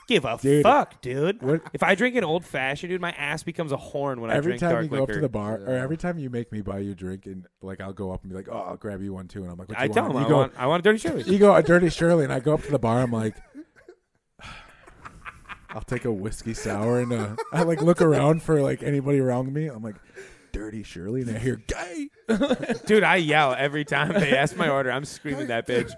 S4: Give a
S3: Dude.
S4: fuck, dude.
S3: What-
S4: If I drink an old fashioned, dude, my ass becomes a horn when
S3: every
S4: I drink
S3: time
S4: dark
S3: you go
S4: liquor.
S3: up to the bar, or every time you make me buy you a drink, and like I'll go up and be like, "Oh, I'll grab you one too," and I'm like, what
S4: I
S3: you
S4: tell
S3: want?
S4: them
S3: You
S4: I
S3: go,
S4: want I want a dirty Shirley.
S3: you go a dirty Shirley, and I go up to the bar. I'm like, [SIGHS] I'll take a whiskey sour, and uh, I like look around for like anybody around me. I'm like, dirty Shirley, and I hear gay.
S4: Dude, I yell every time they ask my order. I'm screaming that bitch.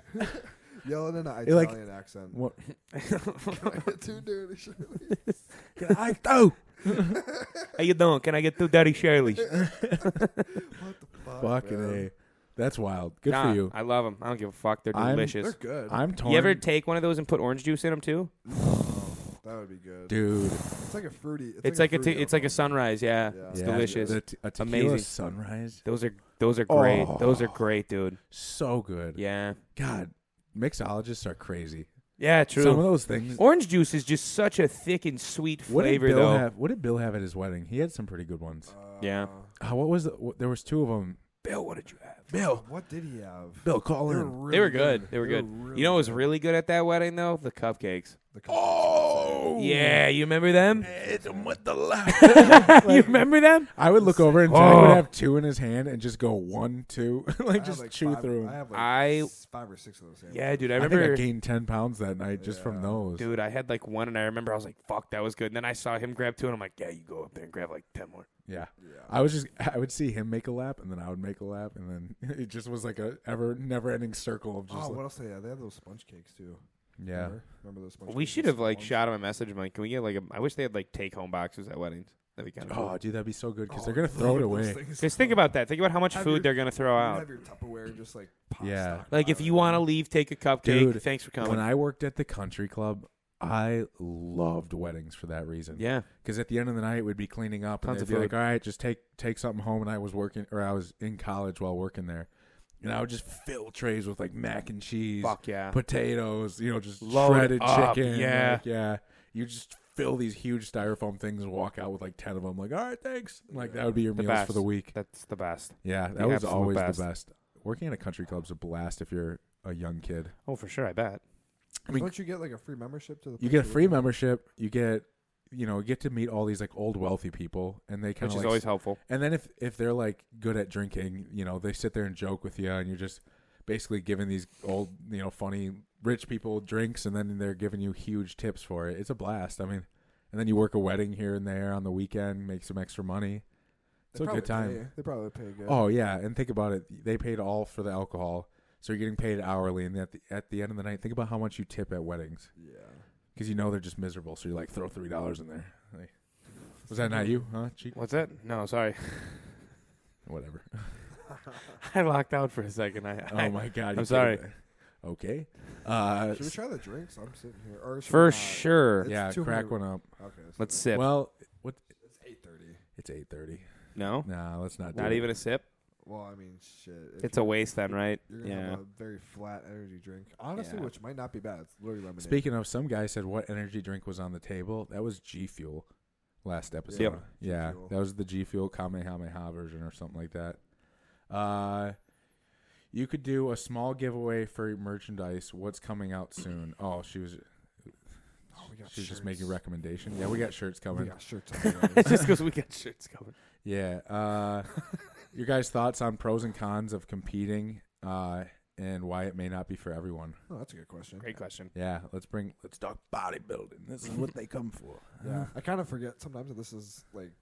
S5: Yelling in an
S3: You're like-
S5: Italian accent.
S3: What?
S5: [LAUGHS] Two dirty Shirley.
S4: [LAUGHS]
S3: Can I oh
S4: How you doing? Can I get two dirty Shirleys?
S3: fucking a, that's wild. Good
S4: Nah,
S3: for you.
S4: I love them. I don't give a fuck. They're
S3: I'm-
S5: They're
S4: delicious.
S5: good.
S3: I'm torn,
S4: you ever take one of those and put orange juice in them too?
S5: that would be good.
S3: dude.
S5: It's like a fruity. It's,
S4: It's like a
S5: fruity
S4: t- it's like a
S5: alcohol.
S4: sunrise. Yeah,
S5: Yeah.
S4: it's
S3: Yeah,
S4: delicious.
S3: the te- a tequila
S4: Amazing.
S3: sunrise,
S4: Those are those are great.
S3: Oh.
S4: Those are great, dude.
S3: so good.
S4: Yeah,
S3: God, mixologists are crazy.
S4: yeah, true.
S3: Some of those things.
S4: orange juice is just such a thick and sweet
S3: What did
S4: flavor,
S3: Bill
S4: though.
S3: have? What did Bill have at his wedding? He had some pretty good ones.
S4: yeah,
S3: Uh, what was the, what, there was two of them. Bill, what did you have? Bill,
S5: What did he have?
S3: Bill, call in.
S4: they were good. They were good. you know what was really good at that wedding though? The cupcakes.
S3: oh,
S4: Yeah, you remember them?
S3: hit him with the left.
S4: [LAUGHS] you remember them?
S3: [LAUGHS] I would look over and Tony would
S4: Oh.
S3: have two in his hand and just go one, two, [LAUGHS] like just chew through
S5: I
S3: them.
S5: have like
S4: I-
S5: s- five or six of those. sandwiches.
S4: Yeah, dude. I
S3: I,
S4: remember.
S3: think I gained ten pounds that night just from those.
S4: Dude, I had like one, and I remember I was like, "Fuck, that was good." And then I saw him grab two, and I'm like, "Yeah, you go up there and grab like ten more."
S3: Yeah. I was just I would see him make a lap and then I would make a lap and then [LAUGHS] it just was like a ever never ending circle of just
S5: Oh,
S3: like-
S5: what else they had? They had those sponge cakes too.
S3: yeah.
S5: Remember, Remember those sponge
S4: We
S5: cakes?
S4: should have like
S5: Ones?
S4: shot him a message, I'm like, "Can we get like a?" I wish they had like take home boxes at weddings. That'd be kind of cool.
S3: Oh, dude, that'd be so good because they're
S5: Oh, [LAUGHS]
S3: gonna
S5: I
S3: throw
S5: love
S3: it
S5: those
S3: away.
S5: things.
S4: Because think about that. Think about how much
S5: Have
S4: food
S5: your-
S4: they're gonna throw
S5: You
S4: out.
S5: Have your Tupperware and just like pop
S3: Yeah.
S5: stock
S4: Like if
S5: pile
S4: you
S5: it.
S4: want to leave, take a cupcake.
S3: Dude,
S4: Thanks for coming.
S3: When I worked at the country club, I loved weddings for that reason.
S4: yeah,
S3: Because at the end of the night, we'd be cleaning up and
S4: Tons
S3: they'd
S4: of
S3: be like,
S4: food.
S3: "All right, just take take something home." And I was working or I was in college while working there, and I would just fill trays with like mac and cheese,
S4: Fuck yeah.
S3: potatoes, you know, just
S4: Load
S3: shredded
S4: up,
S3: chicken.
S4: yeah.
S3: like, yeah. You just fill these huge styrofoam things and walk out with like ten of them. Like, all right, thanks. Like that would be your
S4: the
S3: meals
S4: best
S3: for the week.
S4: That's the best.
S3: yeah, that
S4: the
S3: was
S4: absolute
S3: always
S4: best.
S3: the best. Working at a country club's a blast if you're a young kid.
S4: Oh, for sure. I bet.
S3: I mean,
S5: Don't you get like a free membership to the?
S3: you get a
S5: place
S3: free
S5: to work?
S3: membership. You get, you know, you get to meet all these like old wealthy people, and they kind of
S4: Which is
S3: like,
S4: always helpful.
S3: And then if if they're like good at drinking, you know, they sit there and joke with you, and you're just basically giving these old, you know, funny rich people drinks, and then they're giving you huge tips for it. It's a blast. I mean, and then you work a wedding here and there on the weekend, make some extra money. It's
S5: They
S3: a good
S5: probably
S3: time.
S5: pay- They probably pay good.
S3: Oh yeah, and think about it. They paid all for the alcohol, so you're getting paid hourly, and at the at the end of the night, think about how much you tip at weddings
S5: yeah.
S3: because you know they're just miserable. So you're like, throw three dollars in there. Like, was that not you, huh? Cheap.
S4: What's that? No, sorry. [LAUGHS]
S3: Whatever.
S4: I locked out for a second. I,
S3: [LAUGHS]
S4: I
S3: Oh my god. you
S4: I'm sorry.
S3: could've- Okay. Uh,
S5: Should we try the drinks? I'm sitting here. Or should we
S4: For
S5: not?
S4: sure.
S5: It's
S3: yeah,
S5: too
S3: crack one
S5: hard.
S3: up.
S5: Okay. so
S4: Let's sip.
S3: Well, what?
S5: it's eight thirty.
S3: It's eight thirty.
S4: no,
S3: Nah, let's not. Do
S4: not
S3: it.
S4: even a sip.
S5: Well, I mean, shit. if
S4: It's
S5: you-
S4: a waste then, right?
S5: You're gonna
S4: Yeah. [LAUGHS]
S5: have a very flat energy drink, honestly,
S4: Yeah.
S5: which might not be bad. It's literally lemonade.
S3: Speaking of, some guy said what energy drink was on the table. That was G Fuel last episode.
S4: Yep.
S3: Yeah,
S5: Fuel.
S3: that was the G Fuel Kamehameha version or something like that. Uh, you could do a small giveaway for merchandise. What's coming out soon? Oh, she was.
S5: Oh, we got
S3: she was just
S5: shirts.
S3: making recommendation. Yeah, we got shirts
S5: we
S3: coming. [LAUGHS]
S5: got shirts on the
S4: Just because we got shirts coming.
S3: Yeah. [LAUGHS] Uh, your guys' thoughts on pros and cons of competing uh, and why it may not be for everyone?
S5: oh, That's a good question.
S4: Great question.
S3: Yeah, let's bring. Let's talk bodybuilding. This is what they come [LAUGHS] for.
S5: Yeah, I kind of forget sometimes that this is like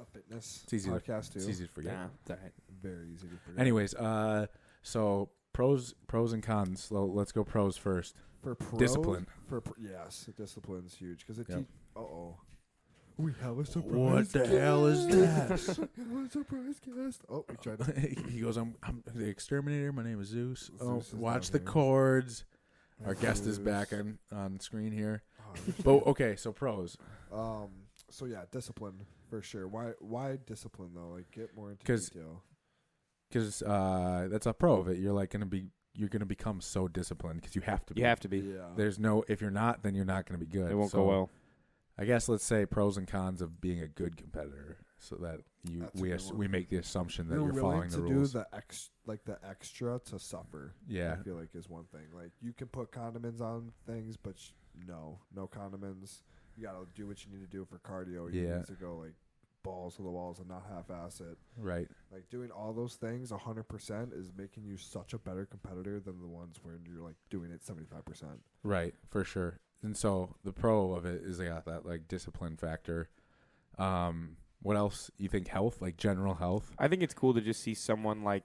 S5: a fitness
S3: It's easy to-
S5: podcast too.
S3: It's easy to forget.
S4: Nah, it's all right.
S5: Very easy to forget.
S3: Anyways, uh, so pros, pros and cons. So let's go pros first.
S5: for pros,
S3: discipline.
S5: For pr- yes, discipline's huge because it.
S3: Yep.
S5: Te- uh oh. We have a surprise.
S3: hell is that?
S5: [LAUGHS] We have a surprise guest. Oh, we tried. To-
S3: [LAUGHS] he goes, I'm, "I'm the exterminator. My name is Zeus. Oh,
S5: Zeus is
S3: watch
S5: down
S3: the
S5: here.
S3: cords." Our guest is
S5: Zeus.
S3: back on on screen here.
S5: Oh,
S3: But okay, so pros
S5: Um. So yeah, discipline for sure. Why? Why discipline though? Like, get more into
S3: 'Cause-
S5: detail.
S3: because uh, that's a pro of it. You're like gonna be you're gonna become so disciplined because you have to. Be.
S4: You have to be.
S5: Yeah.
S3: There's no if you're not, then you're not gonna be good.
S4: It won't
S3: So
S4: go well.
S3: I guess let's say pros and cons of being a good competitor, so that you
S5: That's a
S3: we
S5: good
S3: ass-
S5: one.
S3: we make the assumption that
S5: you're,
S3: you're,
S5: willing
S3: following
S5: to
S3: the rules.
S5: do the ex like the extra to suffer.
S3: yeah,
S5: I feel like is one thing. Like you can put condiments on things, but sh- no, no condiments. You gotta do what you need to do for cardio. You
S3: Yeah.
S5: need to go like balls to the walls and not half-ass it.
S3: right.
S5: Like doing all those things 100% is making you such a better competitor than the ones where you're like doing it 75%.
S3: Right, for sure. And so the pro of it is they got that like discipline factor. Um, what else you think? Health, like general health.
S4: I think it's cool to just see someone like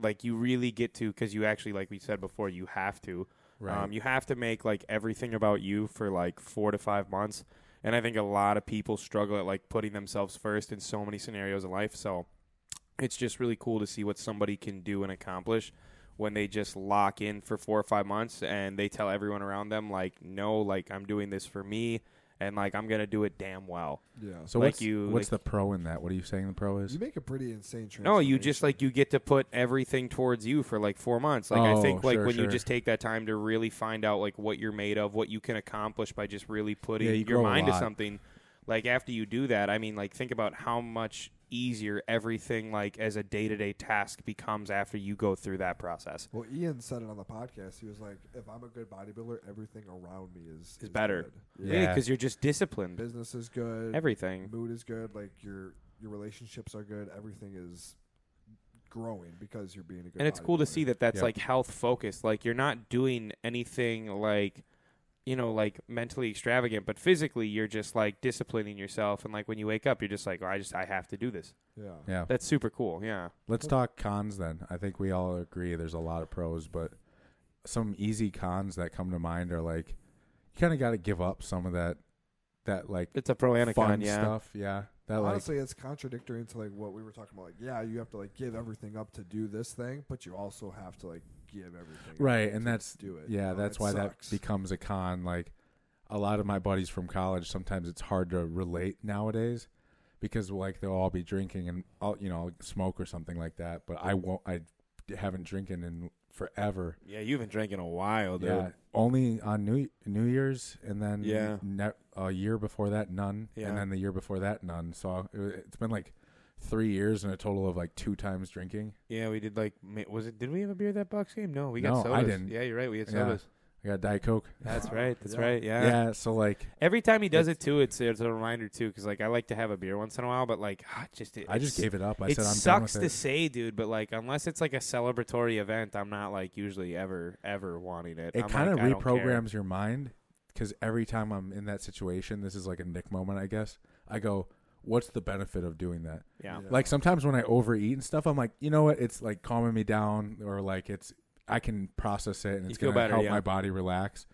S4: like you really get to because you actually like we said before you have to
S3: Right.
S4: um, you have to make like everything about you for like four to five months and i think a lot of people struggle at like putting themselves first in so many scenarios in life so it's just really cool to see what somebody can do and accomplish when they just lock in for four or five months and they tell everyone around them like no like i'm doing this for me and like i'm gonna do it damn well
S5: Yeah.
S3: So
S4: like
S3: what's,
S4: you-
S3: what's
S4: like-
S3: the pro in that? What are you saying the pro is?
S5: you make a pretty insane
S4: No, you just like you get to put everything towards you for like four months. Like I
S3: Oh,
S4: think like
S3: sure,
S4: when you
S3: sure.
S4: just take that time to really find out like what you're made of, what you can accomplish by just really putting
S3: Yeah, you
S4: your
S3: grow a
S4: mind to
S3: lot.
S4: something. Like after you do that, I mean, like think about how much easier everything like as a day to day task becomes after you go through that process.
S5: Well, Ian said it on the podcast. He was like, "If I'm a good bodybuilder, everything around me is
S4: It's better,
S5: good.
S4: yeah,
S3: Yeah.
S4: because you're just disciplined.
S5: Business is good.
S4: Everything.
S5: mood is good like your your relationships are good everything is growing because you're being a good
S4: and it's cool to
S5: bodybuilder.
S4: see that that's
S3: Yeah.
S4: like health focused like you're not doing anything like you know like mentally extravagant but physically you're just like disciplining yourself and like when you wake up you're just like oh, i just i have to do this
S5: yeah
S3: yeah.
S4: that's super cool yeah
S3: Let's talk cons then. I think we all agree there's a lot of pros, but some easy cons that come to mind are like you kind of got to give up some of that that like
S4: it's a pro and a
S3: fun
S4: con yeah
S3: stuff. Yeah, that like
S5: honestly it's contradictory to like what we were talking about like yeah you have to like give everything up to do this thing but you also have to like give everything up
S3: right
S5: to
S3: and that's
S5: do it
S3: yeah
S5: you know?
S3: that's
S5: It
S3: why
S5: sucks.
S3: that becomes a con like a lot of my buddies from college sometimes it's hard to relate nowadays because like they'll all be drinking and all you know smoke or something like that but i won't i haven't drinking in forever
S4: yeah you've been drinking a while dude
S3: yeah only on new new year's and then
S4: Yeah.
S3: ne- a year before that none
S4: Yeah.
S3: and then the year before that none so it, it's been like three years and a total of like two times drinking
S4: Yeah, we did like ma- was it did we have a beer at that box game no we got
S3: No,
S4: sodas
S3: I didn't.
S4: yeah you're right we had
S3: Yeah.
S4: sodas
S3: I I got Diet Coke.
S4: That's right. That's right. Yeah.
S3: Yeah, so like
S4: Every time he does it too, it's it's a reminder too, because like I like to have a beer once in a while, but like ah, just it,
S3: I just
S4: it's-
S3: gave it up. I
S4: it
S3: said I'm done
S4: sucks
S3: with
S4: to
S3: it.
S4: say, dude, but like unless it's like a celebratory event, I'm not like usually ever ever wanting it.
S3: It
S4: I'm
S3: kind of
S4: like, I don't care.
S3: reprograms your mind because every time I'm in that situation, this is like a Nick moment, I guess. I go, "What's the benefit of doing that?"
S4: Yeah. Yeah.
S3: Like sometimes when I overeat and stuff, I'm like, you know what? It's like calming me down, or like it's I can process it and it's
S4: feel
S3: gonna
S4: better,
S3: help
S4: yeah.
S3: my body relax.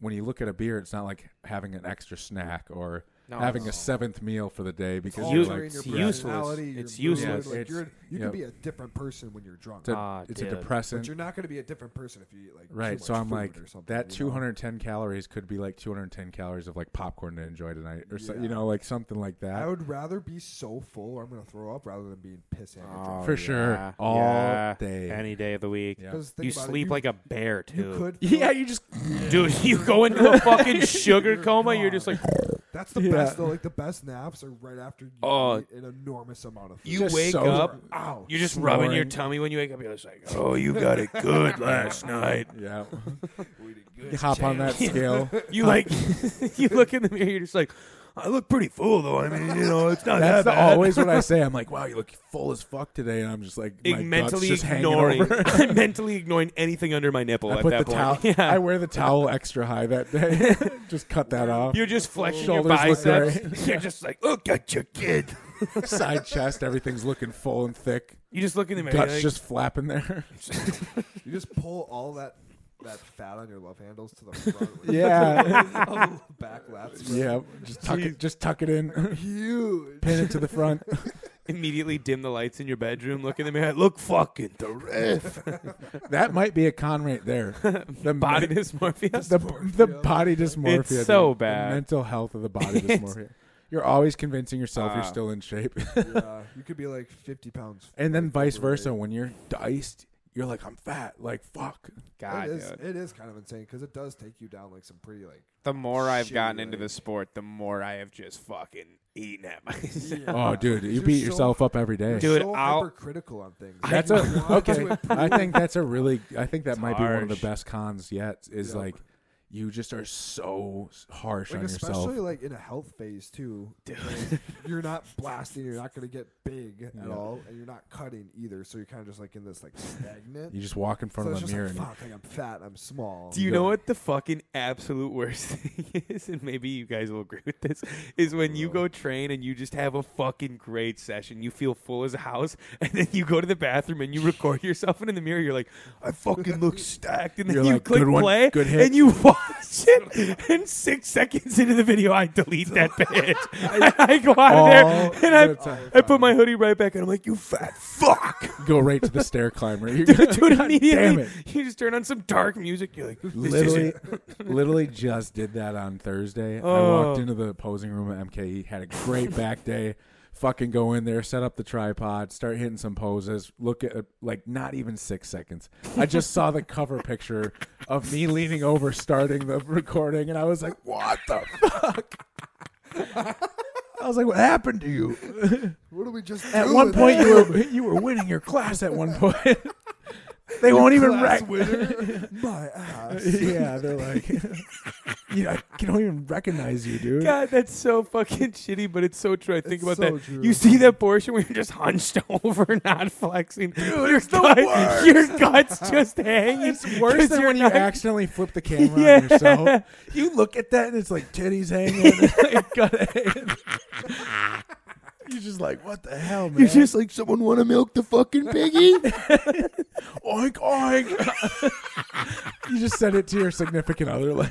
S3: When you look at a beer, it's not like having an extra snack or
S4: No,
S3: having a
S4: it's-
S3: seventh meal for the day because
S4: all
S3: you're
S4: you-
S3: like,
S4: it's
S3: yeah,
S4: useless. It's useless.
S5: Like
S3: It's-
S5: you're, you
S3: yep.
S5: can be a different person when you're drunk,
S3: It's a,
S4: Ah,
S3: it's a
S4: dude.
S5: but
S3: depressant.
S5: you're not going to be a different person if you eat like too
S3: Right,
S5: much
S3: so I'm
S5: food
S3: like
S5: or something,
S3: that
S5: you know?
S3: 210 calories could be like 210 calories of like popcorn to enjoy tonight, or so, you
S5: Yeah.
S3: know, like something like that.
S5: I would rather be so full I'm going to throw up rather than being piss hammered.
S4: Oh,
S3: For sure.
S4: yeah.
S3: All
S4: Yeah.
S3: day.
S4: any day of the week.
S3: Yeah.
S5: Because
S4: You sleep like a bear too,
S5: you could.
S3: [LAUGHS]
S5: feel-
S3: [LAUGHS] yeah, you
S5: [LAUGHS]
S3: just
S4: dude. You go into a [LAUGHS] fucking sugar coma. You're just like
S5: That's the
S3: Yeah.
S5: best though. Like the best naps are right after you
S4: Oh.
S5: eat an enormous amount of food.
S4: you
S3: Just
S4: wake
S3: so-
S4: up.
S5: Ow.
S4: You're just rubbing your
S3: Snoring.
S4: tummy when you wake up. You're just like, oh, you got it good last night.
S3: yeah. You hop on that
S5: [LAUGHS]
S3: scale.
S4: You like, [LAUGHS] you look in the mirror. You're just like, I look pretty full though. I mean, you know, it's not
S3: That's the,
S4: that bad.
S3: always what I say. I'm like, wow, you look full as fuck today, and I'm just like, [LAUGHS] my
S4: Ig-
S3: guts
S4: mentally
S3: just hanging
S4: ignoring,
S3: over.
S4: I'm [LAUGHS] mentally ignoring anything under my nipple
S3: I
S4: at
S3: put the
S4: that
S3: towel.
S4: point. [LAUGHS] Yeah.
S3: I wear the towel extra high that
S4: [LAUGHS]
S3: day. just cut that off.
S4: you're just flexing
S3: Shoulders
S4: your
S3: look
S4: biceps.
S3: great.
S4: [LAUGHS] You're just like, look at your kid.
S3: Side chest, everything's looking full and thick.
S4: You just look in the mirror.
S3: Guts
S4: you're like,
S3: just flapping
S4: [LAUGHS]
S3: there.
S5: You just pull all that that fat on your love handles
S3: [LAUGHS]
S5: to the front. with
S3: yeah,
S5: [LAUGHS] the back laps.
S3: [LAUGHS] yeah. Just tuck it. Just tuck it
S4: [LAUGHS]
S3: in. [LAUGHS]
S5: Huge.
S3: Pin it to the front.
S4: immediately dim the lights in your bedroom. Look in the mirror. I Look fucking terrific.
S3: That might be a con right there. The
S4: [LAUGHS] Body
S3: men-
S4: dysmorphia.
S3: the, the body dysmorphia.
S4: It's so
S3: dude. The
S4: bad.
S3: mental health of the body
S4: [LAUGHS] It's-
S3: dysmorphia. You're always convincing yourself you're
S4: Ah.
S3: still in shape, [LAUGHS]
S5: Yeah. You could be like 50 pounds.
S3: and then
S5: like,
S3: vice
S5: overweight.
S3: versa. When you're diced, you're like, I'm fat. Like fuck.
S4: [LAUGHS] God,
S5: it is,
S4: dude.
S5: it is kind of insane because it does take you down like some pretty like
S4: the more I've
S5: Shitty,
S4: gotten into
S5: like-
S4: the sport, the more I have just fucking eaten at [LAUGHS] myself.
S3: Oh, dude, you
S5: You're
S3: beat
S5: so-
S3: yourself up every day.
S4: Dude,
S5: so
S4: I'll-
S5: hypercritical on things. [LAUGHS]
S3: that's
S5: You
S3: a
S5: want
S3: [LAUGHS]
S5: to
S3: okay.
S5: improve.
S3: I think that's a really. I think that might be one of the
S4: harsh.
S3: best cons yet. Is
S5: Yep.
S3: like, you just are so s- harsh
S5: like
S3: on yourself.
S5: especially like in a health phase too. like, you're not blasting. You're not going to get big at all, and you're not cutting either. So you're kind of just like in this like stagnant.
S3: You just walk in
S5: so
S3: front of
S5: it's
S3: a
S5: just
S3: mirror
S5: like,
S3: and
S5: fuck, like, I'm fat. I'm small.
S4: Do you
S3: Yeah.
S4: know what the fucking absolute worst [LAUGHS] thing is? And maybe you guys will agree with this. Is when you go train and you just have a fucking great session. You feel full as a house, [LAUGHS] and then you go to the bathroom and you record yourself, and in the mirror you're like, "I fucking look stacked." And then
S3: You're
S4: you
S3: like,
S4: click
S3: "Good one,
S4: play,
S3: good hit."
S4: and you [LAUGHS] watch it. And six seconds into the video, I
S3: [LAUGHS]
S4: delete that bitch. [LAUGHS] I, go
S3: [LAUGHS]
S4: out
S5: [LAUGHS]
S3: All
S4: of there
S3: the
S4: and
S3: time.
S4: I, I put my hoodie right back, and I'm like, "You fat fuck."
S3: [LAUGHS]
S4: [LAUGHS]
S3: go right to the stair
S5: [LAUGHS]
S3: climber. [LAUGHS] You're
S4: Dude,
S3: damn
S4: immediately
S3: it.
S4: you just turn on some dark music. You're like, this
S3: literally,
S4: isn't-
S3: [LAUGHS] literally just did that on Thursday. I walked
S4: Oh.
S3: into the posing room at MKE, E, had a great back day. Fucking go in there, set up the tripod, start hitting some poses. Look at like not even six seconds. I just saw the cover picture of me leaning over, starting the recording, and I was like, "What the fuck." I was like, "What happened to you?"
S5: What do we just
S3: At
S5: do
S3: one
S5: with
S3: point,
S5: that?
S3: you were you were winning your class. At one
S5: [LAUGHS]
S3: point, they won't even
S5: Class
S3: rec- [LAUGHS]
S5: winner, my ass. [LAUGHS]
S3: yeah, they're like, [LAUGHS] you know, I don't even recognize you, dude.
S4: God, that's so fucking shitty, but it's so true. I think about
S5: It's so
S4: that.
S5: true.
S4: You see that portion where you're just hunched over, not flexing. your,
S3: it's the worst.
S4: your guts just hanging.
S3: [LAUGHS] It's worse
S4: 'cause
S3: than
S4: you're
S3: when you
S4: not-
S3: accidentally flip the camera on
S4: Yeah.
S3: yourself. You look at that and it's like titties hanging. like, gut hanging. You're just like, what the hell, man?
S4: You're just
S3: like, someone want to milk the fucking piggy? [LAUGHS] oink, oink. [LAUGHS] you just send it to your significant other, like, [LAUGHS]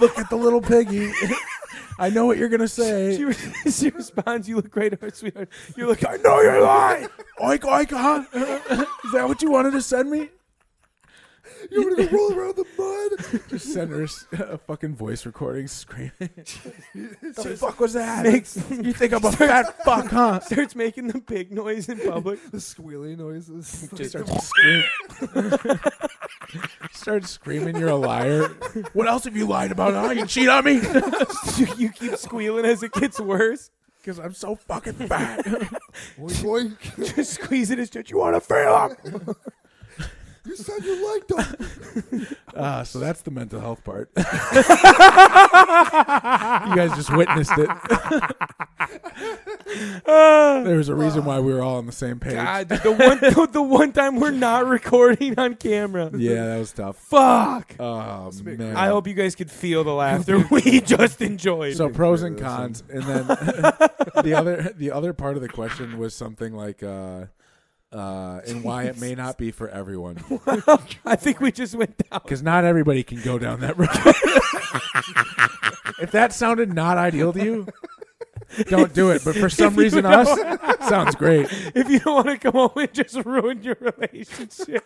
S3: look at the little piggy. [LAUGHS] I know what you're going to say.
S4: She, re- she responds, You look great, [LAUGHS] oh, sweetheart. You're like,
S3: [LAUGHS] I know you're lying. Oink, oink, huh? [LAUGHS] Is that what you wanted to send me?
S5: You want to go roll around the mud?
S3: Just send her s- a fucking voice recording
S4: [LAUGHS]
S3: screaming. the fuck was that? [LAUGHS]
S4: Makes-
S3: you think I'm a fat fuck, huh?
S4: starts making the pig noise in
S3: [LAUGHS]
S4: public.
S5: The squealy noises.
S4: Just-
S5: Like,
S3: Starts screaming. [LAUGHS] Start screaming you're a liar. What else have you lied about, huh? You cheat on me? [LAUGHS]
S4: you, [LAUGHS] you keep squealing as it gets worse.
S3: Because I'm so fucking fat.
S5: oink, oink.
S3: [LAUGHS]
S4: Just squeeze it as just,
S3: you want to fail up?
S5: You said you liked them.
S3: Uh, so that's the mental health part. [LAUGHS] you guys just witnessed it. [LAUGHS] there was a reason why we were all on the same page.
S4: God, the one [LAUGHS] the one time we're not recording on camera.
S3: Yeah, that was tough.
S4: Fuck.
S3: Oh man.
S4: I hope you guys could feel the laughter [LAUGHS] we just enjoyed.
S3: so pros and cons, and
S4: [LAUGHS]
S3: then the other the other part of the question was something like, uh, uh, and why it may not be for
S4: [LAUGHS]
S3: everyone,
S4: I think we just went
S3: [LAUGHS]
S4: down.
S3: because not everybody can go down that road. [LAUGHS] if that sounded not ideal to you, don't do it. But for some reason, us sounds great.
S4: If you don't want to come home and just ruin your relationship,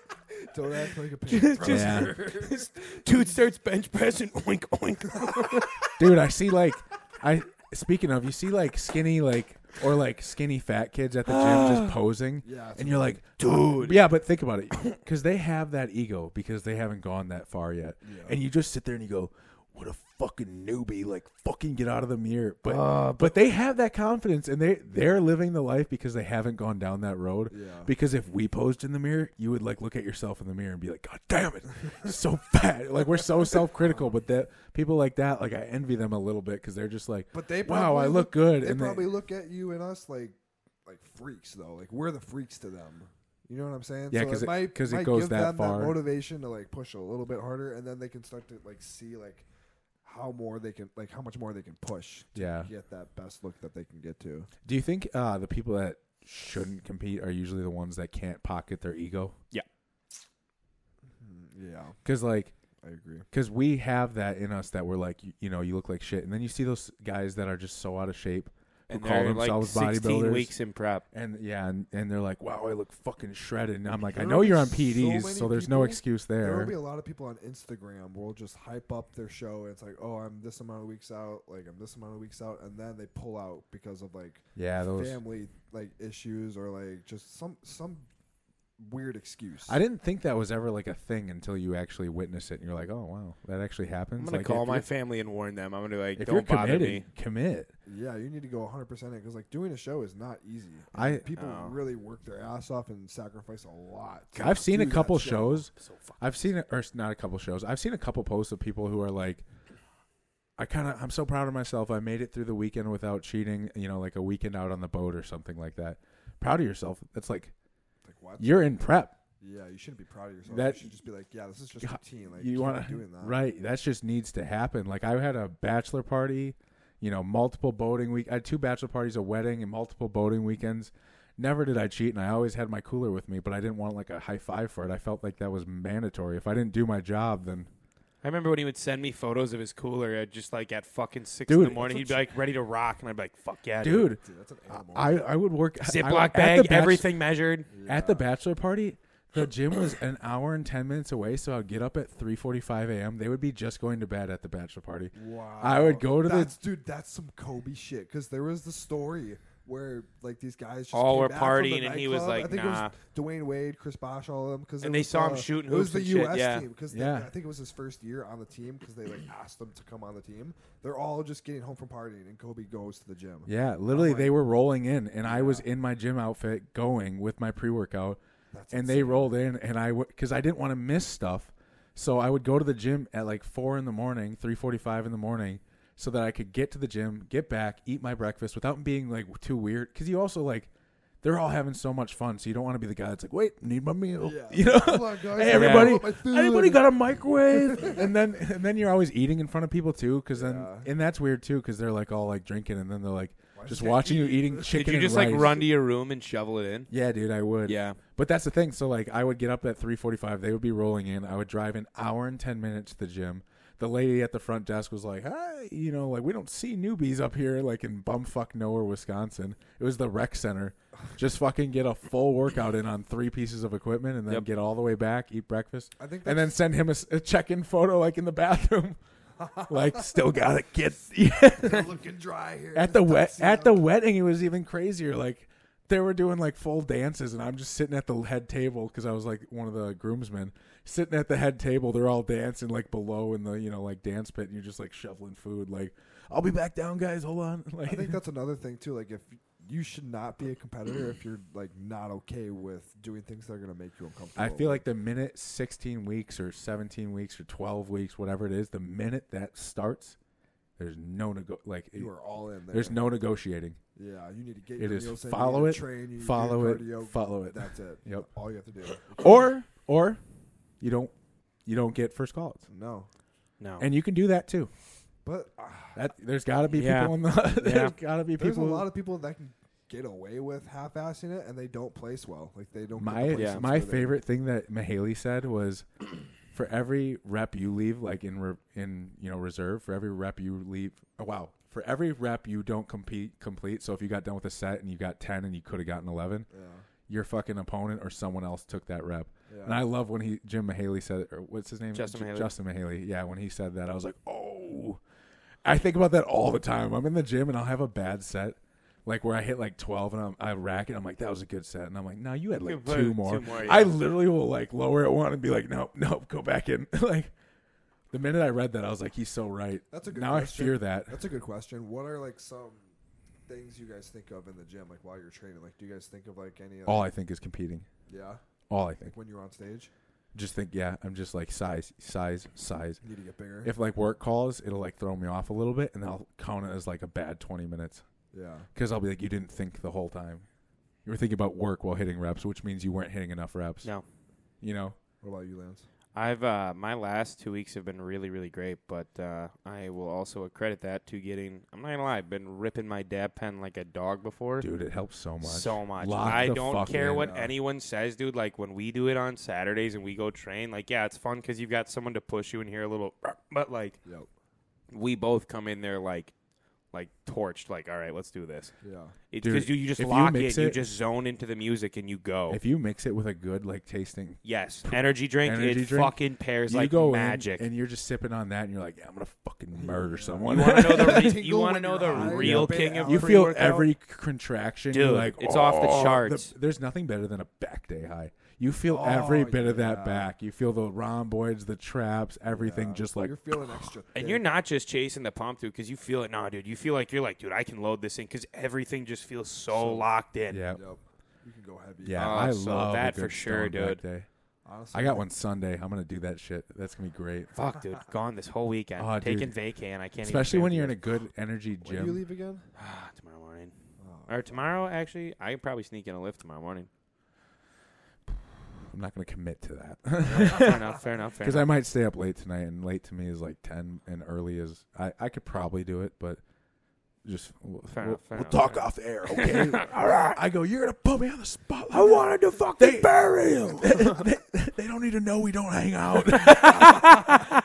S5: Don't act like
S3: [LAUGHS]
S5: a pig.
S4: just, just- dude starts bench pressing. Oink [LAUGHS] oink.
S3: dude i see like i speaking of you see like skinny like or like skinny fat kids at the gym
S5: [SIGHS]
S3: just posing
S5: Yeah, it's
S3: and you're like dude yeah but think
S5: [COUGHS]
S3: about it because they have that ego because they haven't gone that far yet and you just sit there and you go what a fucking newbie like fucking get out of the mirror but
S5: Uh,
S3: but they have that confidence and they they're living the life because they haven't gone down that road
S5: Yeah.
S3: because if we posed in the mirror you would like look at yourself in the mirror and be like god damn it so fat like we're so self-critical but that people like that like i envy them a little bit because they're just like
S5: But they
S3: wow
S5: probably
S3: i look good
S5: They
S3: and
S5: probably look at you and us like like freaks though. Like we're the freaks to them. You know what I'm saying?
S3: Yeah,
S5: so
S3: 'cause
S5: it
S3: it-
S5: might,
S3: 'cause it
S5: might
S3: goes
S5: give
S3: that
S5: them
S3: far.
S5: that motivation to like push a little bit harder, and then they can start to like see like how more they can like how much more they can push to
S3: Yeah.
S5: get that best look that they can get to.
S3: do you think uh the people that shouldn't compete are usually the ones that can't pocket their ego
S5: Yeah,
S3: because like
S5: I agree.
S3: because we have that in us that we're like you, you know you look like shit and then you see those guys that are just so out of shape who
S4: And
S3: call
S4: they're like
S3: themselves
S4: 16
S3: bodybuilders
S4: weeks in prep.
S3: and yeah and, and they're like wow i look fucking shredded and i'm like i know you're on
S5: There'll be so
S3: pds so,
S5: many
S3: there's no
S5: people-
S3: excuse
S5: There will
S3: there
S5: be a lot of people on Instagram will just hype up their show. And it's like, oh, I'm this amount of weeks out. Like I'm this amount of weeks out, and then they pull out because of like
S3: yeah those
S5: family like issues or like just some some weird excuse.
S3: I didn't think that was ever like a thing until you actually witness it, and you're like, "Oh wow, that actually happens."
S4: I'm gonna
S3: Like,
S4: call
S3: if
S4: my
S3: you're-
S4: family and warn them. I'm gonna be like,
S3: If
S4: don't
S3: you're
S4: bother
S3: committed,
S4: me.
S3: commit.
S5: yeah, you need to go 100 percent because like doing a show is not easy.
S3: I
S5: People really work their ass off and sacrifice a lot. to
S3: I've seen
S5: do
S3: a
S5: that
S3: couple
S5: show.
S3: shows. I've seen or s- not a couple shows. I've seen a couple posts of people who are like, "I kind of I'm so proud of myself. I made it through the weekend without cheating. You know, like a weekend out on the boat or something like that. Proud of yourself. That's like
S5: Like what?
S3: you're in prep.
S5: yeah, you shouldn't be proud of yourself.
S3: That-
S5: you should just be like, yeah, this is
S3: [LAUGHS]
S5: just
S3: God,
S5: routine. Like
S3: you
S5: keep
S3: want
S5: doing that,
S3: right that just needs to happen like i had a bachelor party you know multiple boating week i had two bachelor parties a wedding and multiple boating weekends never did i cheat and i always had my cooler with me but i didn't want like a high five for it i felt like that was mandatory if i didn't do my job then
S4: I remember when he would send me photos of his cooler at just like at fucking six in
S3: Dude,
S4: the morning. He'd be like ready to rock, and I'd be like, "Fuck yeah,
S3: dude
S5: Dude, that's an animal.
S3: i i would work I- I-
S4: Ziploc
S3: at the
S4: bag,
S3: bach-
S4: everything measured.
S3: at the bachelor party
S5: [COUGHS]
S3: the gym was an hour and 10 minutes away so i'd get up at 3.45 a.m they would be just going to bed at the bachelor party
S5: Wow.
S3: i would go to the
S5: that's, dude. That's some Kobe shit. Because there was the story where like these guys just
S4: All
S5: came
S4: Oh, were
S5: back from the
S4: partying and he was
S5: nightclub.
S4: like,
S5: I think
S4: "Nah."
S5: it was Dwayne Wade, Chris Bosh, all of them. Because
S4: And they saw him shooting
S5: It
S4: hoops
S5: was the
S4: and shit,
S5: U.S.
S4: yeah.
S5: team because
S3: Yeah.
S5: I think it was his first year on the team because they like asked him to come on the team. They're all just getting home from partying and Kobe goes to the gym.
S3: Yeah, literally, they were rolling in, and I was in my gym outfit going with my pre workout, and they rolled in, and I because I didn't want to miss stuff, so I would go to the gym at like four in the morning, three forty five in the morning, so that I could get to the gym, get back, eat my breakfast without being like too weird, because you also like. They're all having so much fun, so you don't want to be the guy that's like, "Wait, need my meal."
S5: Yeah.
S3: [LAUGHS] You know,
S5: Come on, guys,
S3: hey
S5: I
S3: everybody,
S5: want my food.
S3: anybody got a microwave? [LAUGHS] and then, and then you're always eating in front of people too, because then, and that's weird too, because they're like all like drinking, and then they're like just watching you eating chicken.
S4: Did you
S3: and
S4: just like
S3: rice.
S4: run to your room and shovel it in?
S3: Yeah, dude, I would.
S4: Yeah.
S3: but that's the thing. So like, I would get up at three forty-five. They would be rolling in. I would drive an hour and ten minutes to the gym. The lady at the front desk was like, "Hi, you know, like we don't see newbies up here, like in bumfuck nowhere, Wisconsin. It was the rec
S4: [SIGHS]
S3: center. Just fucking get a full workout in on three pieces of equipment, and then
S4: Yep.
S3: get all the way back, eat breakfast,
S5: I think
S3: and then
S5: that's-
S3: send him a, s- a check-in photo, like in the
S5: [LAUGHS]
S3: bathroom, like still got it, kid.
S5: looking dry here.
S3: at the wet at the wedding it was even crazier like they were doing like full dances and i'm just sitting at the head table because i was like one of the groomsmen sitting at the head table they're all dancing like below in the you know like dance pit and you're just like shoveling food like i'll be back down guys hold on [LAUGHS]
S5: I
S3: like
S5: think that's another thing too. Like if you should not be a competitor if you're like not okay with doing things that are gonna make you uncomfortable.
S3: I feel like the minute 16 weeks or 17 weeks or 12 weeks, whatever it is, the minute that starts, there's no nego- like it-
S5: you are all in there.
S3: there's no negotiating.
S5: Yeah, you need to get
S3: It
S5: your
S3: is
S5: meals in,
S3: follow
S5: you need
S3: it,
S5: to train, you need to do
S3: follow it,
S5: cardio,
S3: follow it.
S5: That's it.
S3: Yep.
S5: All you have to do. [LAUGHS]
S3: Or or you don't you don't get first calls,
S5: No,
S4: No.
S3: and you can do that too.
S5: but uh,
S3: That there's got to be
S4: Yeah.
S3: people in the [LAUGHS] there's
S4: Yeah.
S3: got to be
S5: there's
S3: people.
S5: a lot of people that can get away with half-assing it, and they don't place well. Like they don't. get
S3: my
S5: the placements
S4: Yeah.
S3: my
S5: where they-
S3: favorite thing that Mahaley said was [CLEARS THROAT] for every rep you leave like in re- in you know reserve for every rep you leave oh, wow for every rep you don't compete complete so if you got done with a set and you got 10 and you could have gotten 11 your fucking opponent or someone else took that rep and I love when he Jim Mahaley said it, or what's his name
S4: Justin
S3: J-
S4: Mahaley.
S3: Justin Mahaley yeah when he said that I was like oh I think about that all the time. I'm in the gym and I'll have a bad set, like where I hit like 12 and I'm, I rack it. I'm like, that was a good set, and I'm like, no, you had like
S4: put
S3: two
S4: two
S3: more.
S4: more,
S3: I
S4: yeah.
S3: literally will like lower it one and be like, nope, nope, go back in. [LAUGHS] like the minute I read that, I was like, he's so right.
S5: That's a good.
S3: now
S5: question.
S3: I fear that.
S5: That's a good question. What are like some things you guys think of in the gym, like while you're training? Like, do you guys think of like any? Like,
S3: All I think is competing.
S5: yeah,
S3: All I think.
S5: when you're on stage,
S3: Just think, yeah, I'm just like size, size, size.
S5: you need to get bigger.
S3: If like work calls, it'll like throw me off a little bit, and I'll count it as like a bad 20 minutes.
S5: yeah,
S3: Because I'll be like, you didn't think the whole time. You were thinking about work while hitting reps, which means you weren't hitting enough reps.
S4: No.
S3: You know?
S5: what about you, Lance?
S4: I've uh, my last two weeks have been really, really great, but uh, I will also accredit that to getting. I'm not gonna lie, I've been ripping my dab pen like a dog before.
S3: Dude, it helps so much.
S4: So much.
S3: Lock
S4: I
S3: the
S4: don't
S3: fuck
S4: care
S3: in. Uh.
S4: what anyone says, dude. Like when we do it on Saturdays and we go train, like yeah, it's fun because you've got someone to push you and hear a little. But like
S5: Yep.
S4: we both come in there like, like torched. Like all right, let's do this.
S5: Yeah.
S4: It's
S3: Dude,
S4: because you, you just
S3: if you
S4: lock
S3: mix
S4: it, you
S3: it-
S4: just zone into the music and you go.
S3: If you mix it with a good like tasting,
S4: yes, energy drink.
S3: Energy
S4: it
S3: drink,
S4: fucking pairs
S3: you
S4: like
S3: go in
S4: magic.
S3: and you're just sipping on that, and you're like, yeah, I'm gonna fucking murder someone.
S4: You want
S3: [LAUGHS]
S4: to know the re- you
S5: Tingle
S4: want to
S5: when
S4: know
S5: you're
S4: the
S5: high.
S4: real
S5: Yeah.
S4: king of
S3: you feel
S4: pre-workout?
S3: every c- contraction, you're
S4: Dude,
S3: like
S4: it's off the
S3: "Oh,"
S4: charts.
S3: there's nothing better than a back day high. You feel every
S5: Oh,
S3: bit of that
S5: yeah.
S3: back. You feel the rhomboids, the traps, everything.
S5: Yeah.
S3: Just like
S5: you're feeling extra.
S4: and
S5: thick.
S4: you're not just chasing the pump, dude, because you feel it. Nah, dude, you feel like you're like, dude, I can load this in because everything just feels so, locked in.
S3: yeah,
S5: Yep. You can go heavy.
S3: yeah.
S4: Oh,
S3: I
S4: so
S3: love a
S4: that
S3: good
S4: for sure,
S3: stone back
S4: dude.
S3: Day.
S5: Honestly,
S3: I got one Sunday. I'm gonna do that shit. That's gonna be great. [LAUGHS]
S4: Fuck, dude, gone this whole weekend,
S3: Oh, dude.
S4: taking vacay, and I can't.
S3: Especially
S4: even Ah,
S3: when you're in a good energy
S5: When do you
S3: gym.
S5: leave again?
S4: tomorrow morning,
S3: Oh.
S4: or tomorrow actually, I could probably sneak in a lift
S3: [LAUGHS]
S4: tomorrow morning.
S3: I'm not gonna commit to that. [LAUGHS]
S4: fair enough, fair enough, fair
S3: Because
S4: enough.
S3: I might stay up late tonight, and late to me is like ten, and early is I, I could probably do it, but just we'll,
S4: Fair
S3: we'll-
S4: enough, fair
S3: we'll
S4: enough,
S3: talk
S4: fair
S3: off the air,
S4: [LAUGHS]
S3: okay? All right. I go, you're gonna put me on the spot. I wanted to fucking [LAUGHS] bury him. they, they- they don't need to know we don't hang [LAUGHS] out.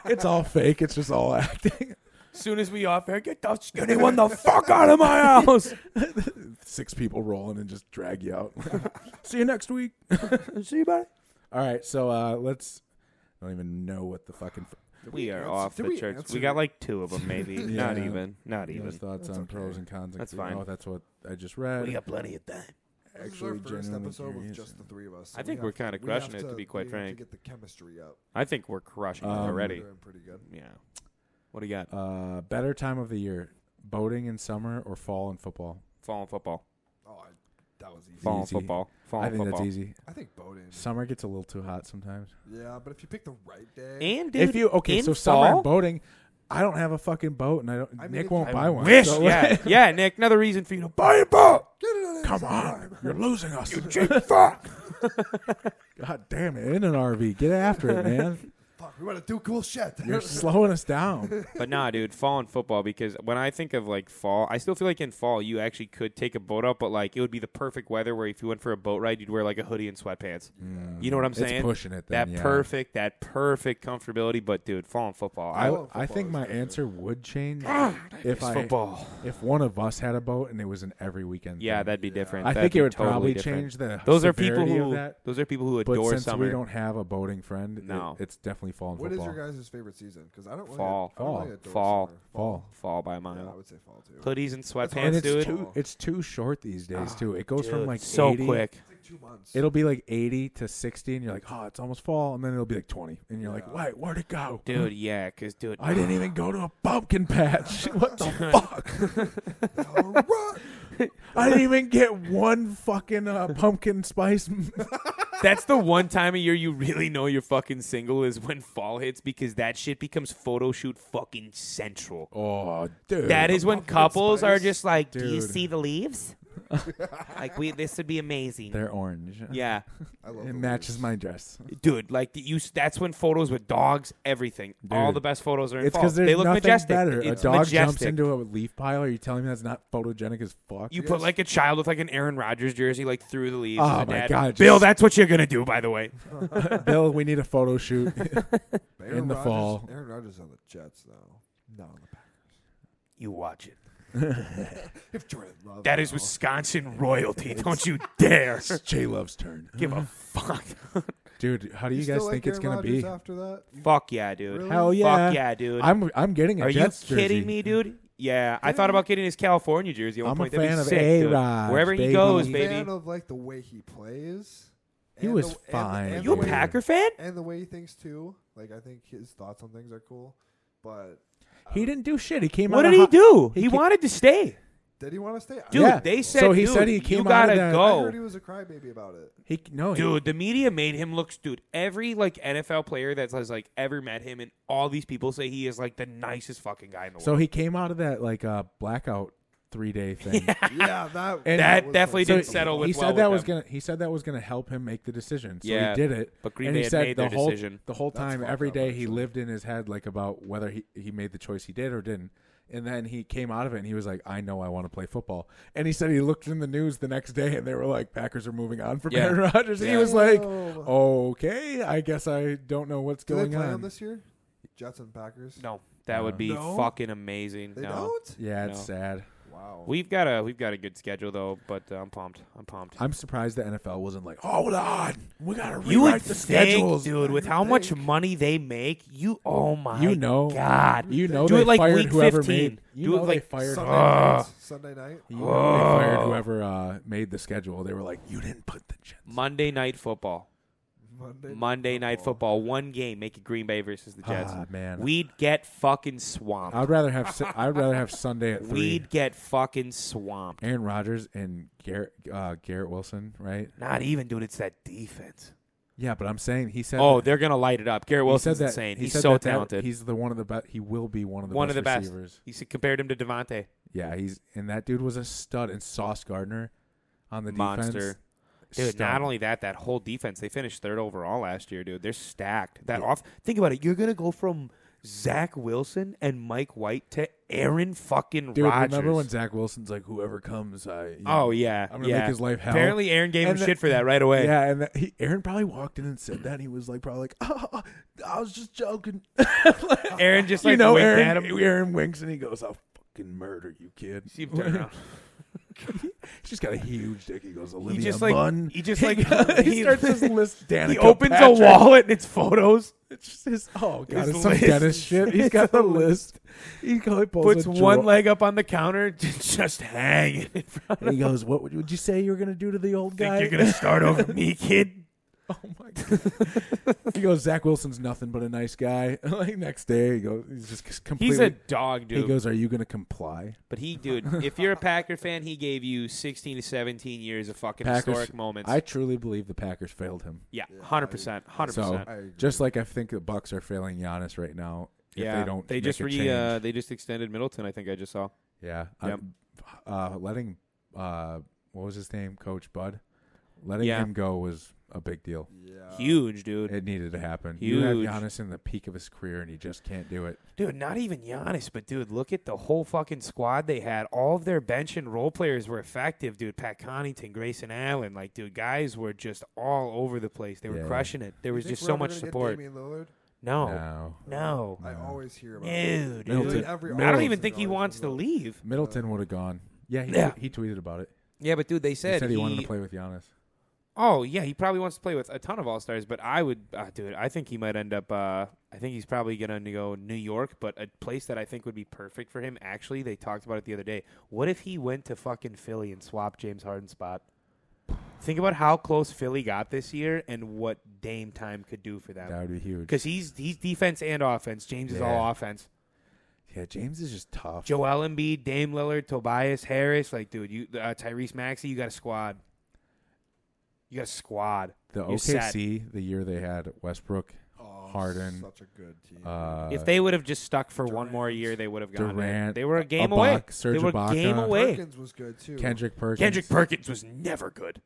S3: it's all fake. It's just all acting.
S4: As soon as we off air, get the skinny
S3: Anyone the fuck out of my house. [LAUGHS] Six people rolling and just drag you out. [LAUGHS] See you next week.
S6: See you, buddy.
S3: All right, so uh, let's. I don't even know what the fucking.
S4: We are
S5: answer-
S4: off
S5: did
S4: the
S5: we
S4: church.
S5: answer-
S4: We got like two of
S3: [LAUGHS]
S4: them, maybe. Not
S3: Yeah.
S4: even. Not even.
S3: thoughts on pros and cons.
S4: That's fine.
S3: Oh, that's what I just read.
S6: We got plenty of time.
S5: This is our first
S3: genuinely
S5: episode with
S3: curious.
S5: just the three of us. so
S4: I think
S5: we
S4: we're
S5: have-
S4: kinda
S5: we have
S4: crushing it, to be quite
S5: we have
S4: frank.
S5: To get the chemistry up.
S4: I think we're crushing it
S3: Um,
S4: already.
S5: We're doing pretty good.
S4: Yeah. What do you got?
S3: Uh, better time of the year: boating in summer or fall in football.
S4: Fall and football.
S5: Oh, I, that was easy.
S4: Fall and
S3: Easy.
S4: football. Fall
S3: I
S4: and
S3: think
S4: football.
S3: that's easy.
S5: I think boating.
S3: Summer gets a little too hot sometimes.
S5: Yeah, but if you pick the right day,
S4: And dude,
S3: if you okay,
S4: in
S3: so
S4: fall,
S3: summer and boating. I don't have a fucking boat, and I don't.
S5: I mean,
S3: Nick
S5: if-
S3: won't
S5: I
S3: buy one.
S4: Wish,
S3: so- [LAUGHS]
S4: yeah, [LAUGHS] yeah, Nick. Another reason for you to buy a boat.
S5: get it on
S3: Come
S5: Instagram.
S3: on, you're losing us. You cheap fuck. [LAUGHS] God damn it! In an RV, get after it, man.
S5: Fuck, we want to do cool shit. [LAUGHS]
S3: You're slowing us down.
S4: But nah, dude, fall and football because when I think of like fall, I still feel like in fall you actually could take a boat out, but like it would be the perfect weather where if you went for a boat ride, you'd wear like a hoodie and sweatpants. You know what I'm
S3: Mm. It's
S4: saying?
S3: pushing it
S4: that
S3: then, yeah.
S4: perfect, that perfect comfortability. But dude, fall and football. I,
S3: I,
S5: love
S3: I
S5: football
S3: think
S5: is
S3: my
S5: different.
S3: answer would change if I
S4: football.
S3: if one of us had a boat and it was an every weekend.
S4: yeah,
S3: thing.
S4: that'd be different.
S3: I
S4: That'd
S3: think
S4: be
S3: it would
S4: totally
S3: probably
S4: different.
S3: change the
S4: Those are people
S3: severity of
S4: who
S3: that.
S4: those are people who
S3: But
S4: adore
S3: since
S4: summer.
S3: we don't have a boating friend, it-
S4: No.
S3: it's definitely fall and
S5: What is
S3: football.
S5: your guys' favorite season? Because I don't really,
S4: Fall.
S5: I don't
S3: Fall.
S5: really adore
S4: Fall.
S5: summer.
S3: fall.
S4: fall by a
S5: Yeah, I
S4: mile.
S5: would say fall too.
S4: Hoodies and
S3: And
S4: sweatpants,
S3: it's
S4: dude.
S3: too it's too short these
S5: Ah,
S3: days too. It goes from
S4: Dude,
S3: like
S4: so
S3: 80 [GASPS]
S4: quick.
S5: It's like two months.
S3: It'll be like eighty to sixty, and you're like, oh, it's almost fall, and then it'll be like twenty, and you're like, wait, where'd it go,
S4: Dude, yeah, because, dude,
S3: [LAUGHS] I didn't even go to a pumpkin patch. what the fuck?
S5: All right.
S4: [LAUGHS]
S3: I didn't even get one fucking uh, pumpkin spice. [LAUGHS]
S4: That's the one time of year you really know you're fucking single is when fall hits because that shit becomes photo shoot fucking central.
S3: oh, dude.
S4: That is when couples are
S5: spice?
S4: just like, "Do you
S3: Dude.
S4: see the leaves? like we, this would be amazing."
S3: They're orange.
S4: yeah,
S5: I love
S3: It
S5: the
S3: matches
S5: leaves.
S3: my dress.
S4: dude. Like the, you, s- that's when photos with dogs, everything, all
S3: Dude.
S4: the best photos are in
S3: It's
S4: fall.
S3: because there's
S4: They look
S3: nothing
S4: majestic.
S3: better.
S4: It's
S3: a dog jumps
S4: majestic.
S3: into a leaf pile. Are you telling me that's not photogenic as fuck?
S4: You put like a child with like an Aaron Rodgers jersey like through the leaves.
S3: Oh
S4: as a
S3: my
S4: dad.
S3: God,
S4: Bill,
S3: just-
S4: that's what you're gonna do, by the way.
S3: [LAUGHS] Bill, we need a photo
S4: [LAUGHS]
S3: shoot.
S5: But Aaron
S3: in the
S5: Rodgers-
S3: fall.
S5: Aaron Rodgers on the Jets though. No, on the Packers.
S4: You watch it.
S5: If Jordan Love.
S4: That
S3: Oh.
S4: is
S5: now-
S4: Wisconsin royalty. Don't you
S3: [LAUGHS]
S4: dare
S3: J Love's turn.
S4: give a
S3: Mm-hmm.
S4: fuck. [LAUGHS]
S3: Dude, how do you,
S5: still
S3: guys
S5: like
S3: think it's
S5: Aaron
S3: gonna
S5: Rodgers
S3: be?
S5: after that? You
S4: fuck yeah, dude.
S5: Really?
S3: Hell yeah.
S4: Fuck yeah, dude.
S3: I'm I'm getting a
S4: Are you
S3: Jets
S4: kidding
S3: jersey.
S4: me, dude? Yeah, I thought about getting his California jersey. At one
S3: I'm a
S4: point. That'd be
S3: fan of
S4: sick, dude.
S3: A-Rod,
S4: Wherever
S3: baby.
S4: he goes,
S5: I'm a
S4: baby.
S5: fan of like the way he plays.
S3: He
S5: and
S3: was
S5: the- and-
S3: fine.
S5: and
S4: you a
S5: the way-
S4: Packer fan?
S5: And the way he thinks too. Like I think his thoughts on things are cool. But
S3: He didn't do shit. He came
S4: What
S3: out.
S4: did
S3: of
S4: he
S3: hot-
S4: do?
S3: He
S4: He,
S3: ca-
S4: wanted to stay,
S5: did he want to stay? I-
S4: dude.
S3: Yeah.
S4: They said,
S3: So he
S4: dude,
S3: said he
S4: you
S3: came out
S4: gotta
S3: of that-
S5: I heard he
S4: go,
S5: was a crybaby
S4: [LAUGHS]
S5: about it.
S3: He no. he-
S4: dude. The media made him look, dude. Every like NFL player that has like ever met him, and all these people say he is like the nicest fucking guy in the
S3: so
S4: world.
S3: he came out of that like uh, blackout three day
S4: [LAUGHS]
S3: thing.
S5: yeah, that
S3: And-
S4: That
S5: was
S4: definitely
S5: something.
S4: didn't settle with
S3: he
S4: well
S3: said that
S4: with
S3: was
S4: them.
S3: gonna he said that was gonna help him make the decision. So
S4: Yeah,
S3: he did it.
S4: but Green
S3: and
S4: Bay
S3: he
S4: had
S3: said
S4: made
S3: the
S4: their
S3: whole
S4: decision.
S3: the whole
S5: That's
S3: time
S5: fucked
S3: every
S5: up,
S3: day he
S5: actually.
S3: lived in his head like about whether he, he made the choice he did or didn't. And then he came out of it and he was like, I know I want to play football. And he said he looked in the news the next day and they were like, Packers are moving on from
S4: Yeah.
S3: Aaron Rodgers. And he
S4: Yeah.
S3: was like,
S5: Whoa.
S3: Okay, I guess I don't know what's
S5: Do they
S3: going
S5: play
S3: on.
S5: them this year? Jets and Packers.
S4: no, that
S3: Uh,
S4: would be
S5: No?
S4: fucking amazing.
S5: they
S4: no.
S5: don't.
S3: Yeah, it's
S4: No.
S3: sad.
S5: Wow.
S4: We've got a we've got a good schedule though, but uh, I'm pumped. I'm pumped.
S3: I'm surprised the NFL wasn't like, "Oh, Hold on, we gotta rewrite
S4: You would
S3: the
S4: think,
S3: schedules.
S4: dude, with how much money they make, you oh my
S3: You know,
S4: god,
S3: you know
S4: do
S3: they
S4: it like
S3: fired
S4: week
S3: whoever
S4: 15.
S3: made. You
S4: do
S3: know
S4: it
S3: they
S4: like
S3: fired.
S5: Sunday
S4: Ugh.
S5: night. Sunday night. Oh,
S3: You know they fired whoever uh, made the schedule. They were like, "You didn't put the Jets."
S4: Monday night football.
S5: Monday.
S4: Monday night football, one game, make it Green Bay versus the Jets.
S3: Ah, man.
S4: We'd get fucking swamped.
S3: I'd rather have. Su- I'd rather have Sunday at 3
S4: We'd get fucking swamped.
S3: Aaron Rodgers and Garrett uh, Garrett Wilson, right?
S4: Not even, dude. It's that defense.
S3: Yeah, but I'm saying he said.
S4: Oh, they're gonna light it up. Garrett
S3: he
S4: Wilson's
S3: said that,
S4: insane.
S3: he
S4: He's
S3: said
S4: so
S3: that that-
S4: talented.
S3: he's the one of the best. He will be one of the
S4: one
S3: best
S4: of the best.
S3: receivers.
S4: He s- compared him to Devontae.
S3: Yeah, he's and that dude was a stud. And Sauce Gardner on the defense,
S4: Monster. Dude,
S3: stud.
S4: not only that, that whole defense, they finished third overall last year, dude. They're stacked. That off think about it. You're gonna go from Zach Wilson and Mike White to Aaron fucking
S3: Dude,
S4: Rodgers.
S3: remember when Zach Wilson's like, "Whoever comes, I." you know,
S4: Oh yeah.
S3: I'm gonna
S4: yeah.
S3: make his life hell.
S4: Apparently Aaron gave
S3: And
S4: him
S3: the-
S4: shit for that right away.
S3: Yeah, and that, he, Aaron probably walked in and said that. And he was like, probably like, [LAUGHS] oh, I was just joking. [LAUGHS]
S4: Aaron just like
S3: you know,
S4: winked
S3: Aaron,
S4: at him.
S3: Aaron winks and he goes, I'll fucking murder you, kid.
S4: See him turn
S3: [LAUGHS]
S4: around.
S3: He's just got a huge dick. He goes, Olivia
S4: He just like
S3: Munn.
S4: [LAUGHS] he just like
S3: [LAUGHS] he, starts his list. Danica
S4: He opens
S3: Patrick.
S4: a wallet and it's photos.
S3: [LAUGHS] It's just his, oh god,
S4: His
S3: it's some
S4: list.
S3: Dennis
S4: [LAUGHS]
S3: shit. He's
S4: It's
S3: got the
S4: a
S3: list. He goes,
S4: Puts one leg up on the counter, [LAUGHS] just hanging [LAUGHS] in front of
S3: He goes, what would, would you say you were gonna do to the old guy?
S4: Think you're gonna
S3: [LAUGHS]
S4: start over me, kid?
S3: oh my god. he goes, Zach Wilson's nothing but a nice guy. [LAUGHS] like next day, he goes, he's just completely.
S4: He's a dog, dude.
S3: he goes, are you gonna comply?
S4: but he,
S3: [LAUGHS]
S4: dude, if you're a Packer fan, he gave you 16 to 17 years of fucking historic moments.
S3: I truly believe the Packers failed him.
S4: yeah, 100, percent 100.
S3: So
S4: percent
S5: I agree.
S3: Oh, just like I think the Bucks are failing Giannis right now. If
S4: Yeah,
S3: they don't. make
S4: just
S3: a
S4: re,
S3: change.
S4: uh, they just extended Middleton. I think I just saw.
S3: yeah. I'm- Uh, letting uh, what was his name, Coach Bud? Letting
S4: Yeah.
S3: him go was a big deal.
S5: Yeah.
S4: Huge, dude.
S3: It needed to happen. You have
S4: Huge.
S3: Giannis in the peak of his career, and he just can't do it.
S4: Dude, not even Giannis, but dude, look at the whole fucking squad they had. All of their bench and role players were effective, dude. Pat Connington, Grayson Allen, like, dude, guys were just all over the place. They were
S3: Yeah.
S4: crushing it. There
S5: You
S4: was
S5: think
S4: just
S5: we're
S4: so
S5: ever
S4: much
S5: gonna get
S4: support.
S5: Damian Lillard?
S4: No, no.
S3: No.
S5: I always hear about. it.
S4: Ew, Oh. dude.
S5: Like,
S3: Middleton.
S5: every
S4: I don't
S5: offseason
S4: even think he
S5: always
S4: wants to
S5: comes up.
S4: leave.
S3: Middleton would have gone. Yeah, he,
S4: Yeah.
S3: he tweeted about it.
S4: Yeah, but dude, they
S3: He
S4: said
S3: said he, wanted to play with Giannis.
S4: Oh yeah, he probably wants to play with a ton of all stars. But I would, uh, dude, I think he might end up. Uh, I think he's probably going to go New York, but a place that I think would be perfect for him. Actually, they talked about it the other day. What if he went to fucking Philly and swapped James Harden's spot? Think about how close Philly got this year and what Dame time could do for
S3: That
S4: them.
S3: would be huge.
S4: Because he's he's defense and offense. James is
S3: Yeah.
S4: all offense.
S3: Yeah, James is just tough.
S4: Joel Embiid, Dame Lillard, Tobias Harris, like dude, you uh, Tyrese Maxey, you got a squad. You got a squad.
S3: the
S4: You're set.
S3: OKC, the year they had Westbrook,
S5: Oh,
S3: Harden,
S5: Such a good team.
S3: uh,
S4: If they would have just stuck for one more year, they would have gotten
S3: Durant,
S4: it. They were a game
S3: Ibaka,
S4: away.
S3: Serge
S4: they were a game
S3: Ibaka.
S4: away.
S5: Perkins was good too.
S3: Kendrick Perkins.
S4: Kendrick Perkins was never good.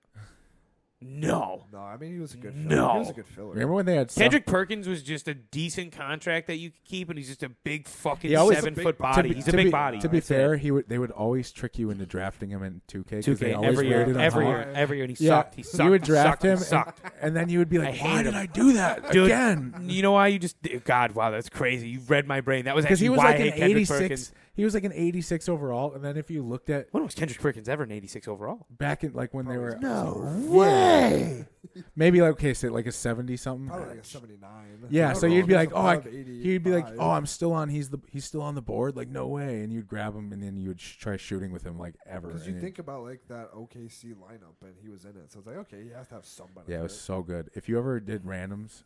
S4: No.
S5: No, I mean he was a good. Filler.
S4: No.
S5: he was a good filler.
S3: Remember when they had Steph-
S4: Kendrick Perkins was just a decent contract that you could keep, and he's just a big fucking
S3: He always-
S4: seven
S3: He's a
S4: foot
S5: big body.
S4: body.
S3: To be-
S4: he's a
S3: to
S4: big
S3: be,
S4: body.
S3: To be
S4: That's it.
S3: fair, he would they would always trick you into drafting him in 2K. 'cause
S4: 2K
S3: they always
S4: every year,
S3: waited on
S4: every
S3: how-
S4: year, every year, and he
S3: Yeah,
S4: sucked. He sucked.
S3: you would
S4: he
S3: draft
S4: sucked, he
S3: him,
S4: sucked.
S3: And, and then you would be like,
S4: I
S3: "Why
S4: hated
S3: did
S4: him."
S3: I do that
S4: Dude,
S3: again?"
S4: You know why you just God? Wow, that's crazy. You read my brain. That was
S3: Because
S4: actually
S3: he was
S4: why
S3: like
S4: I hate
S3: an
S4: Kendrick
S3: 86.
S4: Perkins.
S3: He was like an 86 overall, and then if you looked at
S4: When was Kendrick Perkins ever an 86 overall?
S3: back in like when they were
S4: Oh,
S6: No way.
S3: maybe like okay, say like a 70 something.
S5: Probably like a seventy-nine.
S3: Yeah, so you'd be like, oh, I,
S5: he'd
S3: you'd be like, oh, I'm still on. He's the he's still on the board. Like no way. And you'd grab him, and then you would sh- try shooting with him like ever.
S5: Because
S3: and
S5: you
S3: it-
S5: think about like that OKC lineup, and he was in it, so it's like, okay, you have to have somebody.
S3: yeah, it was so good. If you ever did randoms,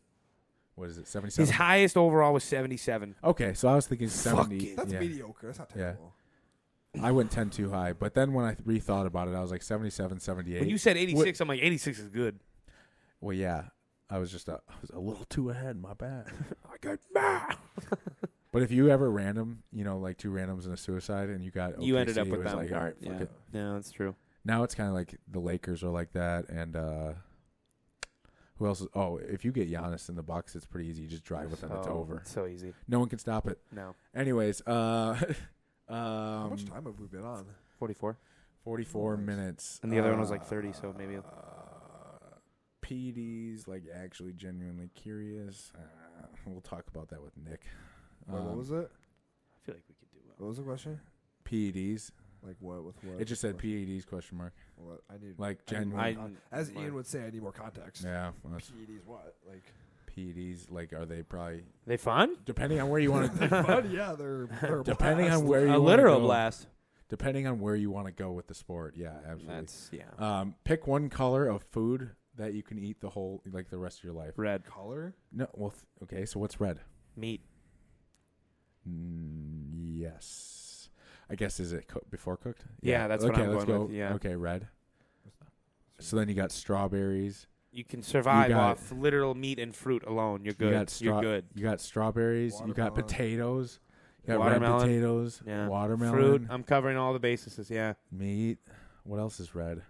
S3: what is it? 77.
S4: His highest overall was 77.
S3: Okay, so I was thinking 70.
S5: That's
S3: yeah.
S5: mediocre. That's not
S3: Yeah.
S5: terrible.
S3: I went 10 too high, but then when I th- rethought about it, I was like 77, 78.
S4: When you said 86, I'm like 86 is good.
S3: well, yeah, I was just a, I was a little too ahead. My bad. [LAUGHS]
S4: I got mad.
S3: but if you ever random, you know, like two randoms and a suicide, and you got OKC,
S4: You ended up
S3: it
S4: with
S3: was
S4: them.
S3: like, all right, fuck
S4: yeah.
S3: it.
S4: No, that's true.
S3: Now it's kind of like the Lakers are like that, and uh who else? Is, oh, if you get Giannis in the box, it's pretty easy. You just drive with them. It's
S4: So-
S3: over.
S4: Oh, So easy.
S3: No one can stop it.
S4: No.
S3: Anyways, uh, [LAUGHS] um,
S5: How much time have we been on?
S4: 44.
S3: 44 minutes.
S4: And the other one was
S3: Uh,
S4: like 30, so maybe.
S3: PD's like actually genuinely curious. Uh, we'll talk about that with Nick.
S5: Wait, what
S3: Um,
S5: was it?
S4: I feel like we could do well.
S5: What was the question?
S3: PEDs.
S5: Like what with what?
S3: E It just said
S5: What-
S3: PEDs question mark.
S5: what- I need
S3: Like
S5: I need
S3: genuine.
S5: more
S4: I-
S5: con- as
S4: mine.
S5: Ian would say, I need more context.
S3: Yeah, well, that's
S5: PEDs what? Like
S4: [LAUGHS]
S3: PEDs. Like, are they probably
S4: They fun?
S3: depending on where you want
S4: [LAUGHS]
S3: to
S5: fun? Yeah, they're, they're a
S3: [LAUGHS] depending
S5: blast.
S3: on where you
S4: A
S3: wanna
S4: literal
S3: go-
S4: blast.
S3: depending on where you want to go with the sport. Yeah, absolutely.
S4: That's, yeah.
S3: Um, pick one color of food that you can eat the whole like the rest of your life.
S4: Red.
S5: color.
S3: No, well, th- okay. So what's red?
S4: Meat.
S3: Mm, yes. I guess is it co- before cooked?
S4: Yeah, that's what
S3: okay,
S4: I'm
S3: let's
S4: going
S3: go.
S4: with, yeah.
S3: Okay, red. So then you got strawberries.
S4: You can survive
S3: You got-
S4: off literal meat and fruit alone. You're good.
S3: You
S4: You
S3: got stra-
S4: are good.
S3: You got strawberries. You got
S5: Watermelon.
S3: potatoes. You got red
S4: Watermelon.
S3: potatoes.
S4: Yeah.
S3: Watermelon.
S4: Fruit. I'm covering all the bases. Yeah.
S3: meat. What else is red?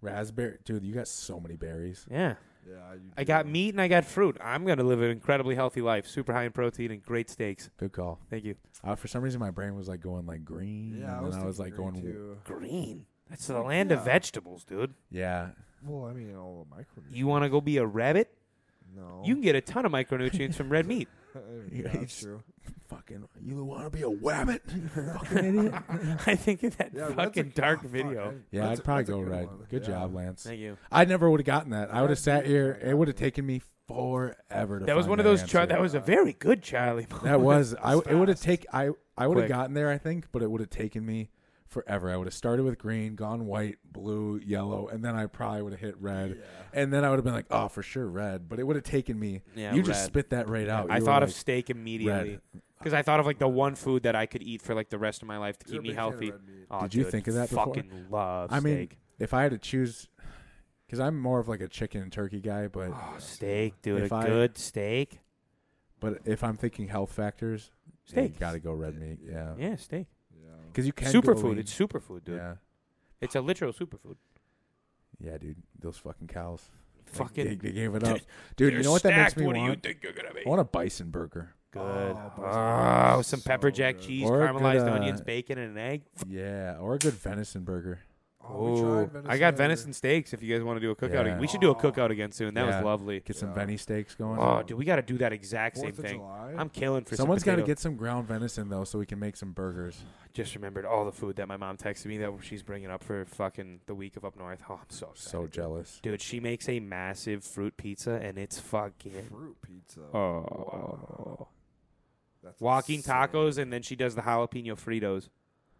S3: Raspberry. Dude, you got so many berries.
S4: Yeah.
S5: Yeah, you
S4: I
S5: do.
S4: got meat and I got fruit. I'm gonna live an incredibly healthy life. Super high in protein and great steaks.
S3: Good call.
S4: Thank you.
S3: Uh, for some reason, my brain was like going like green.
S5: Yeah,
S3: and
S5: I was,
S3: then I was like
S5: thinking
S3: going.
S5: green, too.
S4: Green. That's the land of
S5: yeah.
S4: vegetables, dude.
S3: Yeah.
S5: Well, I mean, all the micro.
S4: You want to go be a rabbit?
S5: no,
S4: You can get a ton of micronutrients from red meat.
S5: yeah,
S3: you
S5: that's
S3: just-
S5: true.
S3: Fucking. You want to be a [LAUGHS] wabbit? You fucking idiot.
S4: [LAUGHS] I think of that
S5: Yeah, red's
S4: fucking
S5: a-
S4: dark
S3: [LAUGHS]
S5: oh, [LAUGHS] fuck,
S4: video.
S5: I-
S3: Yeah,
S5: red's
S3: I'd
S5: a-
S3: probably
S5: red's a
S3: go red.
S5: one.
S3: Good
S5: Yeah.
S3: job, Lance.
S4: Thank you.
S3: I never would have gotten that. I would have
S5: Red
S3: sat
S5: meat
S3: here.
S5: kinda
S3: It
S5: got
S3: would have
S5: me.
S3: taken me forever to.
S4: That was
S3: find
S4: one of those.
S3: answer.
S4: Char- [LAUGHS] that was a very good Charlie.
S3: That was I. It would have
S5: fast.
S3: take I. I would have
S4: Quick.
S3: gotten there, I think, but it would have taken me forever. I would have started with green, gone white, blue, yellow, and then I probably would have hit
S4: [LAUGHS]
S3: red, and then I would have been like, oh, for sure red. But it would have taken me.
S4: [LAUGHS] Yeah,
S3: you just
S4: red.
S3: spit that right out.
S4: I
S3: You were
S4: thought of
S3: like,
S4: steak immediately because I thought of like the one food that I could eat for like the rest of my life to
S5: You're a
S4: keep me
S5: big fan of
S4: healthy.
S5: red meat.
S4: Aw,
S3: Did you
S4: dude,
S3: think of that before?
S4: Fucking love
S3: I mean,
S4: steak.
S3: if I had to choose, because I'm more of like a chicken and turkey guy,
S4: [SIGHS]
S3: but
S4: Oh, steak, dude.
S3: uh, If
S4: a
S3: I-
S4: good steak.
S3: but if I'm thinking health factors, you
S4: Steak.
S3: got to go red meat. Yeah,
S4: Yeah, steak.
S5: Yeah.
S3: because you can go lean.
S4: Superfood. It's superfood, dude.
S3: yeah,
S4: It's a literal superfood.
S3: yeah, dude. Those fucking cows.
S4: Fucking.
S3: They, they gave it up, dude. You know what that makes me
S4: what do you
S3: want?
S4: think you're gonna be?
S3: I want a bison burger.
S4: Good.
S5: Oh, bison
S4: Oh,
S5: burgers.
S4: some pepper
S5: So
S4: jack
S5: good.
S4: cheese,
S3: Or a good,
S4: caramelized
S3: uh,
S4: onions, bacon, and an egg.
S3: Yeah, or a good venison burger.
S5: Oh, we
S4: Oh,
S5: tried
S4: I got
S5: earlier.
S4: venison steaks. If you guys want to do a cookout,
S3: Yeah.
S4: we should do a cookout again soon. That
S3: Yeah.
S4: was lovely.
S3: Get some
S5: Yeah.
S3: veni steaks going.
S4: Oh, dude, we got to do that exact
S5: Fourth
S4: same
S5: of
S4: thing.
S5: July?
S4: I'm killing for
S3: Someone's
S4: got to
S3: get some ground venison though, so we can make some burgers.
S4: Just remembered all the food that my mom texted me that she's bringing up for fucking the week of up north. Oh, I'm so excited.
S3: So jealous.
S4: dude, she makes a massive fruit pizza and it's fucking
S5: fruit pizza.
S4: oh.
S5: That's
S4: Walking
S5: insane.
S4: tacos and then she does the jalapeno Fritos.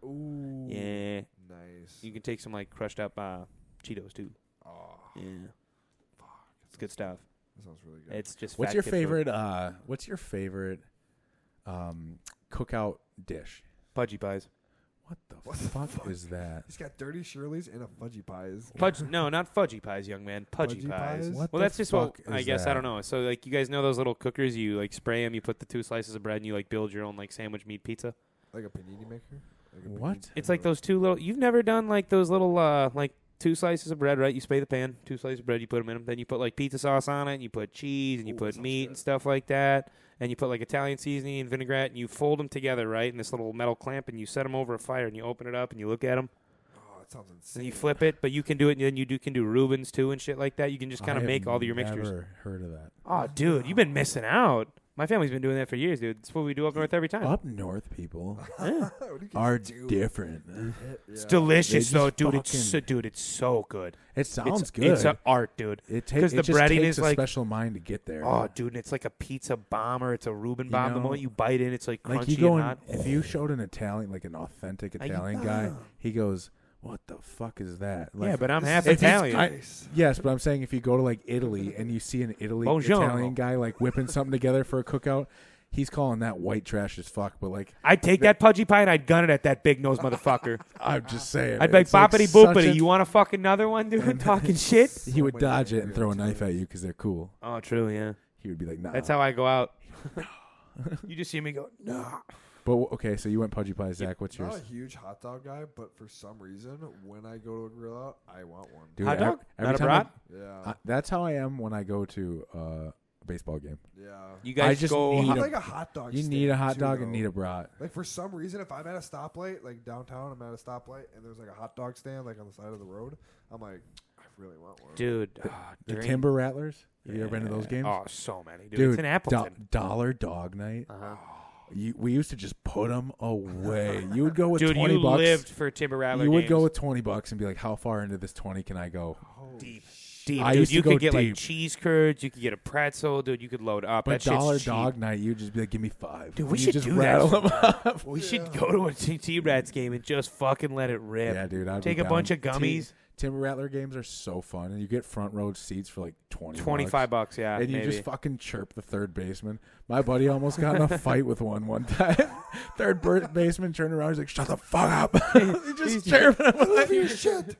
S5: Ooh,
S4: Yeah,
S5: nice.
S4: you can take some like crushed up uh, Cheetos too.
S5: Oh,
S4: Yeah, it's good stuff.
S5: that sounds really good.
S4: It's just
S3: What's
S4: fat
S3: your
S4: kid food.
S3: favorite? Uh, what's your favorite? Um, cookout dish.
S4: Fudgy pies.
S3: What the, fuck, is that?
S5: He's got dirty Shirley's and a fudgy pies.
S4: [LAUGHS] Fudge, no, not fudgy pies, young man. Pudgy
S5: Pudgy
S4: pies.
S5: pies?
S3: What
S4: Well,
S3: the
S4: that's just what
S3: fuck
S4: I
S3: is
S4: guess. I
S3: that?
S4: don't know. So, like, you guys know those little cookers? You like spray them. You put the two slices of bread, and you like build your own like sandwich meat pizza.
S5: [LAUGHS] Like a panini maker. Like a panini-
S3: What?
S4: It's like those two little. You've never done like those little uh like two slices of bread, right? You spray the pan, two slices of bread, you put them in 'em. Then you put like pizza sauce on it, and you put cheese, and you
S5: Ooh,
S4: put
S5: sounds
S4: meat
S5: good.
S4: and stuff like that, and you put like Italian seasoning and vinaigrette, and you fold them together, right? In this little metal clamp, and you set them over a fire, and you open it up, and you look at them,
S5: Oh, that sounds insane.
S4: and you flip it. But you can do it, and then you do can do Rubens too and shit like that. You can just kind
S3: I
S4: of
S3: have
S4: make all your mixtures.
S3: Never heard of that.
S4: Oh, dude, you've been missing out. My family's been doing that for years, dude. That's what we do up north every time.
S3: Up north people
S5: [LAUGHS] What do you guys
S3: are
S4: [LAUGHS]
S5: do?
S3: different.
S4: It's
S3: They
S4: delicious
S3: just
S4: though, dude. It's
S3: fucking-
S4: so, dude, it's so good.
S3: It sounds
S4: it's,
S3: good.
S4: It's a art, dude.
S3: it ta-
S4: because
S3: it
S4: the
S3: just
S4: breading
S3: takes
S4: is
S3: a
S4: like,
S3: special mind to get there.
S4: oh, dude, and it's like a pizza bomber. It's a Reuben bomb. the
S3: know,
S4: moment you bite in, it's like crunchy
S3: like you go
S4: and
S3: and
S4: hot.
S3: if you showed an Italian, like an authentic
S4: Are you-
S3: Italian guy, he goes, "What the fuck is that?" Like,
S4: yeah, but I'm half
S3: if he's-
S4: Italian.
S3: I- yes, but I'm saying if you go to like Italy and you see an Italy
S4: Buongiorno.
S3: Italian guy like whipping something together for a cookout, he's calling that white trash as fuck. But like,
S4: I'd take that pudgy pie and I'd gun it at that big nose motherfucker. [LAUGHS]
S3: I'm just saying,
S4: I'd be like,
S3: it's, like,
S4: boppity
S3: such
S4: boopity.
S3: a-
S4: You want to fuck another one, dude? [LAUGHS] Talking shit.
S3: he would
S5: many
S3: dodge it and
S5: angry
S3: throw a knife at you because they're cool.
S4: Oh, true. Yeah,
S3: He would be like, "Nah."
S4: that's how I go out. [LAUGHS] you just see me go, nah.
S3: But w- okay, so you went pudgy pie, Zach. What's
S5: I'm not
S3: yours?
S5: a huge hot dog guy, but for some reason, when I go to a grill out, I want one.
S3: Dude,
S4: Hot
S3: ev-
S4: dog? Not a
S3: time
S4: brat?
S5: Yeah,
S3: I- I- that's how I am when I go to uh, a baseball game.
S5: yeah.
S4: You
S3: I
S4: guys
S3: just
S4: go.
S3: need
S5: I
S3: a-
S5: like a hot dog.
S3: You need a
S5: stand,
S3: hot
S5: too,
S3: dog
S5: though.
S3: and need a brat.
S5: Like for some reason, if I'm at a stoplight, like downtown, I'm at a stoplight, and there's like a hot dog stand like on the side of the road. I'm like, I really want one.
S4: dude. ah,
S3: The
S4: during-
S3: Timber Rattlers. Have you ever been to those games?
S4: Oh, so many, dude.
S3: Dude,
S4: it's in
S3: do-
S4: Appleton. Uh-huh.
S3: dollar dog night. You, we used to just put them away. You would go with
S4: Dude,
S3: twenty
S4: you
S3: bucks.
S4: lived for Timber Rattler.
S3: you would go
S4: games. Oh,
S3: with twenty bucks and be like, "How far into this twenty can I go?"
S4: deep, deep.
S3: I
S4: dude,
S3: used to
S4: you
S3: go
S4: could get
S3: deep.
S4: like cheese curds. You could get a pretzel, dude. You could load up.
S3: But
S4: that shit's
S3: dollar
S4: cheap.
S3: dog night, you'd just be like, "Give me five.
S4: Dude, we
S3: And you
S4: should
S3: just
S4: do that
S3: rattle them
S4: sometime.
S3: up.
S4: We should go to a [LAUGHS] T Rats game and just fucking let it rip.
S3: yeah, dude. I'd be
S4: Take a
S3: down.
S4: bunch of
S3: Tim-
S4: gummies.
S3: Timber Rattler games are so fun, and you get front row seats for like twenty.
S4: Twenty five bucks, yeah.
S3: and you
S4: maybe.
S3: just fucking chirp the third baseman. My buddy almost got
S4: [LAUGHS]
S3: in a fight with one one time. [LAUGHS] third bir- baseman turned around. He's like, "Shut the
S4: [LAUGHS]
S3: fuck up!" he just chirping. [LAUGHS]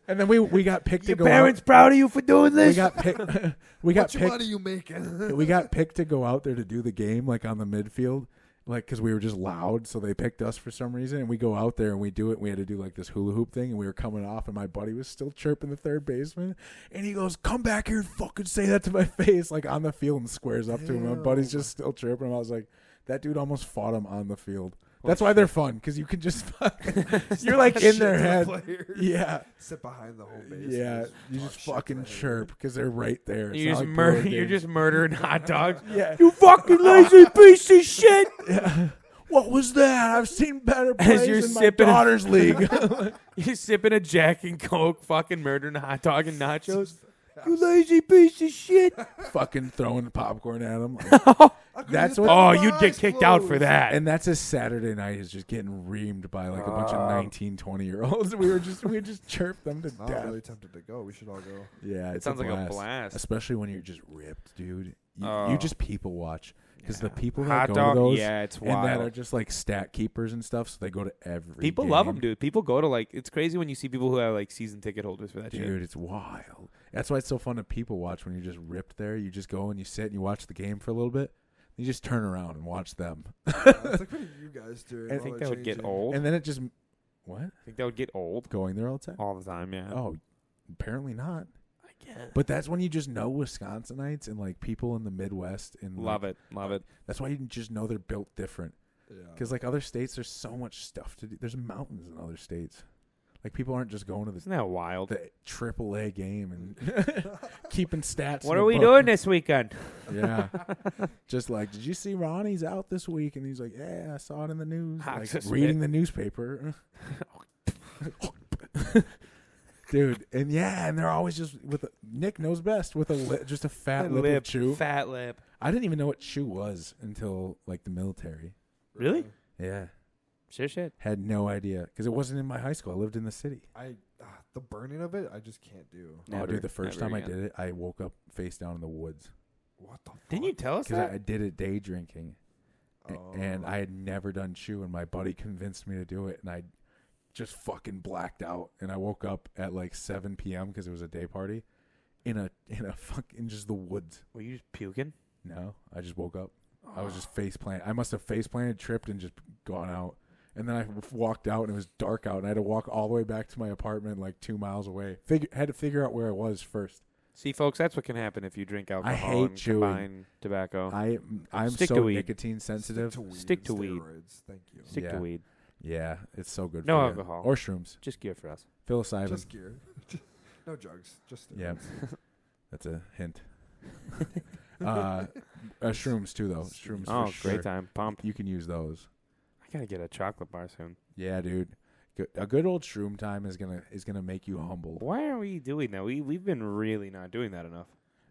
S3: And then we we got picked to
S4: Your
S3: go.
S4: parents proud of you for doing
S3: Out. We
S4: this.
S3: got picked. [LAUGHS] we got
S5: What you money
S3: picked.
S5: you making?
S3: We got picked to go out there to do the game, like on the midfield, like because we were just loud. So they picked us for some reason, and we go out there and we do it. And we had to do like this hula hoop thing, and we were coming off, and my buddy was still chirping the third baseman, and he goes, "Come back here and fucking say that to my [LAUGHS] face!" Like on the field, and squares up to him. My buddy's just still chirping him. I was like, "That dude almost fought him on the field." That's why they're fun because you can just fucking, [LAUGHS] you're like in
S5: shit
S3: their
S5: to the
S3: head,
S5: players.
S3: yeah.
S5: [LAUGHS] Sit behind the whole base.
S3: Yeah,
S5: and
S3: you
S5: talk
S3: just
S5: shit to
S3: fucking
S5: the head.
S3: chirp because they're right there.
S4: You're
S3: It's
S4: just
S3: not like
S4: murder.
S3: board
S4: [LAUGHS] You're
S3: games.
S4: just
S3: [LAUGHS]
S4: murdering hot dogs.
S3: yeah.
S4: You fucking lazy piece of shit.
S3: What was that? I've seen better plays
S4: As you're
S3: in my
S4: sipping-
S3: daughter's
S4: [LAUGHS]
S3: league.
S4: [LAUGHS]
S3: [LAUGHS]
S4: You're sipping a Jack and Coke, fucking murdering a hot dog and nachos. You lazy piece of shit.
S3: fucking throwing popcorn at
S4: [LAUGHS]
S3: him. Like, that's what.
S4: Oh,
S5: your
S4: you'd get
S5: eyes
S4: kicked out for
S5: closed.
S4: that.
S3: And that's a Saturday night is just getting reamed by like a bunch of 19, 20 year olds. [LAUGHS] We were just we just chirped them to
S5: I'm
S3: death.
S5: really tempted to go. We should all go.
S3: Yeah, it's
S4: sounds
S3: a
S4: like a
S3: blast.
S4: blast.
S3: especially when you're just ripped, dude. You, you
S4: Oh.
S3: just people watch because the people that
S4: Hot
S3: go
S4: dog,
S3: to those
S4: yeah, it's
S3: and that
S4: wild.
S3: are just like stat keepers and stuff, so they go to every.
S4: People
S3: game.
S4: love them, dude. People go to like it's crazy when you see people who have like season ticket holders for that shit.
S3: Dude, it's wild. That's why it's so fun to people watch when you're just ripped there. You just go and you sit and you watch the game for a little bit. You just turn around and watch them, [LAUGHS]
S5: It's like, what are you guys doing?
S4: I
S5: All
S4: think
S5: the
S4: that would get
S5: changing.
S4: old.
S3: and then it just what
S4: I think that would get old
S3: going there all the time.
S4: all the time. Yeah.
S3: Oh, apparently not.
S4: I guess.
S3: But that's when you just know Wisconsinites and like people in the Midwest and like,
S4: Love it. Love it.
S3: That's why you just know they're built different.
S5: Yeah.
S3: Because like other states, there's so much stuff to do. There's mountains in other states. Like people aren't just going to the
S4: Isn't that wild?
S3: the triple A game and
S4: [LAUGHS]
S5: [LAUGHS]
S3: keeping stats. in
S4: What
S3: a
S4: are we
S3: book.
S4: doing this weekend?
S3: Yeah, [LAUGHS] just like, did you see Ronnie's out this week? And he's like, yeah, I saw it in the news.
S4: Ah,
S3: Like
S4: just
S3: reading
S4: spit.
S3: the
S4: [LAUGHS]
S3: newspaper. Dude, and yeah, and they're always just with a, Nick knows best with a li- just a fat lip, of chew.
S4: Fat lip.
S3: I didn't even know what chew was until like the military.
S4: Really?
S3: Yeah,
S4: Sure shit.
S3: had no idea because it wasn't in my high school. I lived in the city.
S5: I ah, the burning of it, I just can't do.
S3: oh, dude, the first
S4: never
S3: time I
S4: again.
S3: did it, I woke up face down in the woods
S5: What the? Fuck?
S4: Didn't you tell us
S3: because I,
S4: that?
S3: I did it day drinking, A-
S5: Oh,
S3: And I had never done chew, and my buddy convinced me to do it, and I just fucking blacked out. And I woke up at like 7 p.m. because it was a day party in a in a fucking just the woods.
S4: Were you just puking?
S3: No, I just woke up. I was
S4: Ah.
S3: just face planted. I must have face planted, tripped, and just gone out. And then I w- walked out, and it was dark out, and I had to walk all the way back to my apartment, like two miles away. Figure had to figure out where I was first.
S4: See, folks, that's what can happen if you drink alcohol
S3: hate
S4: and
S3: chewing.
S4: combine tobacco.
S3: I I'm
S4: Oh. Stick
S3: so
S4: to weed.
S3: nicotine sensitive.
S5: to weed
S4: Stick
S5: and
S4: to weed.
S5: steroids. Thank you.
S4: Stick
S3: Yeah.
S4: to weed.
S3: Yeah, it's so good.
S4: No
S3: for you.
S4: alcohol.
S3: or shrooms.
S4: Just gear for us.
S3: Psilocybin.
S5: Just gear. [LAUGHS] no drugs. Just steroids.
S3: yeah, that's a hint. [LAUGHS]
S5: [LAUGHS]
S3: uh, uh, shrooms too, though. Shrooms.
S4: Oh,
S3: for sure.
S4: great time. Pumped.
S3: You can use those.
S4: I gotta get a chocolate bar soon.
S3: Yeah, dude. Good, a good old shroom time is gonna is gonna make you humble.
S4: Why are we doing that? We we've been really not doing that enough.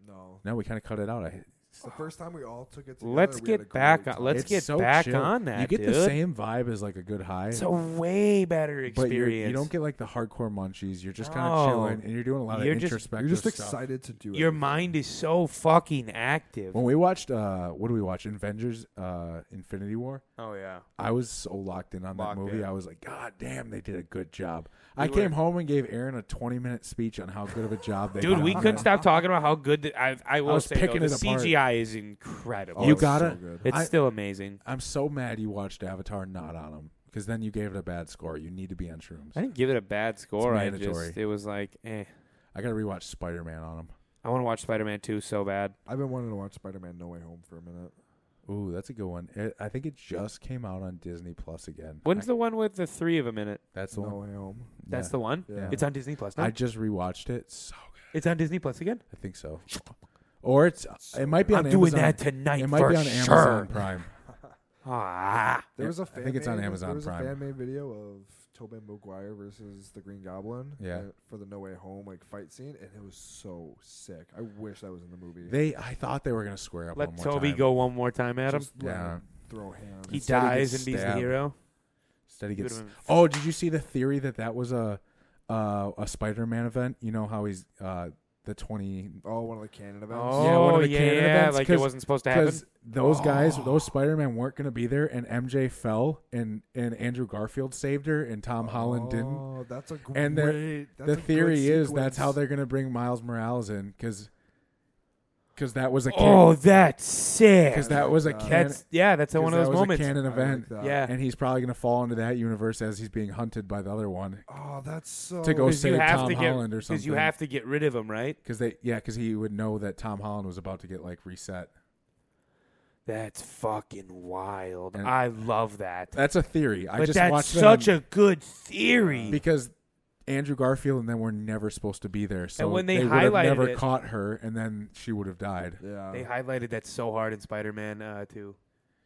S5: No.
S3: Now we kind of cut it out. I
S5: It's the first time we all took it together.
S4: Let's
S5: we had a
S4: get back
S5: great
S4: on. Let's
S3: It's
S4: get
S3: so
S4: back
S3: chill.
S4: on that.
S3: You get
S4: dude.
S3: the same vibe as like a good high,
S4: It's a way better
S3: but you're,
S4: experience.
S3: you don't get like the hardcore munchies. You're just kind of
S4: No.
S3: chilling, and you're doing a lot of
S4: You're just-
S3: introspective.
S5: You're just
S3: stuff.
S5: excited to do it.
S4: Your mind is so fucking active.
S3: When we watched, uh, what do we watch? Avengers, uh, Infinity War.
S4: Oh yeah.
S3: I was so locked in on that
S4: Locked
S3: movie.
S4: in.
S3: I was like, God damn, they did a good job. I came home and gave Aaron a 20 minute speech on how good of a job they did.
S4: Dude, we
S3: on
S4: couldn't
S3: it.
S4: stop talking about how good the, I I will
S3: was
S4: say though,
S3: picking
S4: the
S3: it apart.
S4: CGI is incredible.
S3: you
S5: Oh, it's got-
S3: gotta.
S5: so good.
S4: it's
S3: I-
S4: still amazing.
S3: I'm so mad you watched Avatar not on him because then you gave it a bad score. You need to be on shrooms.
S4: I didn't give it a bad score. I
S3: mandatory.
S4: just it was like eh.
S3: I gotta rewatch Spider Man on him.
S4: I want to watch Spider Man Two so bad.
S5: I've been wanting to watch Spider-Man: No Way Home for a minute.
S3: Ooh, that's a good one. It, I think it just came out on Disney Plus again.
S4: When's the one with the three of them in it?
S3: That's the
S5: No
S3: one.
S5: Way Home.
S4: That's
S3: Yeah.
S4: the one.
S5: Yeah.
S4: It's on Disney Plus. No?
S3: I just rewatched it. So good.
S4: it's on Disney Plus again.
S3: I think so. Or it's it might be
S4: I'm
S3: on
S4: doing
S3: Amazon.
S4: that tonight
S3: It might
S4: for
S3: be on
S4: sure.
S3: Amazon Prime.
S4: Ah,
S5: There
S3: Yeah,
S5: was a
S3: I
S5: fan
S3: think it's on
S5: made-
S3: Amazon
S5: There was
S3: Prime.
S5: a fan made video of Tobey Maguire versus the Green Goblin.
S3: Yeah.
S5: uh, For the No Way Home like fight scene, and it was so sick. I wish that was in the movie.
S3: They, I thought they were gonna square up.
S4: let
S3: one more
S4: Toby
S3: time.
S4: go one more time at him.
S5: Just let
S3: Yeah.
S5: him Throw hands.
S4: He
S3: Instead he
S4: dies
S3: gets
S4: and he's the
S3: stabbed.
S4: hero.
S3: Instead, he gets.
S4: Would've been-
S3: Oh, did you see the theory that that was a uh, a Spider-Man event? You know how he's uh, the twenty
S5: oh, one of the cannon events.
S3: Yeah, one
S4: Oh
S3: of
S4: yeah,
S3: the
S4: yeah,
S3: canon events,
S4: like it
S3: 'cause-
S4: wasn't supposed to happen.
S3: because those guys, those Spider-Man weren't going to be there, and MJ fell, and and Andrew Garfield saved her, and Tom Holland didn't.
S5: Oh, that's a great.
S3: And the
S5: that's
S3: the
S5: a good
S3: theory is that's
S5: sequence.
S3: how they're going to bring Miles Morales in because that was a
S4: Oh, that's sick.
S3: because that was a
S5: That's-
S3: canon,
S4: That's yeah, that's one of
S3: that
S4: those
S3: was
S4: moments.
S3: a canon
S5: I like
S3: event.
S5: that.
S4: Yeah.
S3: And he's probably going to fall into that universe as he's being hunted by the other one
S5: Oh, that's so.
S3: To go
S4: Because you
S3: save
S4: have
S3: Tom
S4: to
S3: Holland
S4: get
S3: or
S4: because you
S3: something.
S4: have to get rid of him, right?
S3: because they yeah because he would know that Tom Holland was about to get like reset.
S4: That's fucking wild.
S3: And-
S4: I love that.
S3: That's a theory. I
S4: but
S3: just
S4: that's
S3: watched that
S4: such
S3: on-
S4: a good theory.
S3: because Andrew Garfield and them were never supposed to be there. So
S4: And when they
S3: they would have
S4: highlighted
S3: never
S4: it-
S3: caught her, and then she would have died. [LAUGHS]
S5: Yeah.
S4: they highlighted that so hard in Spider-Man uh, 2.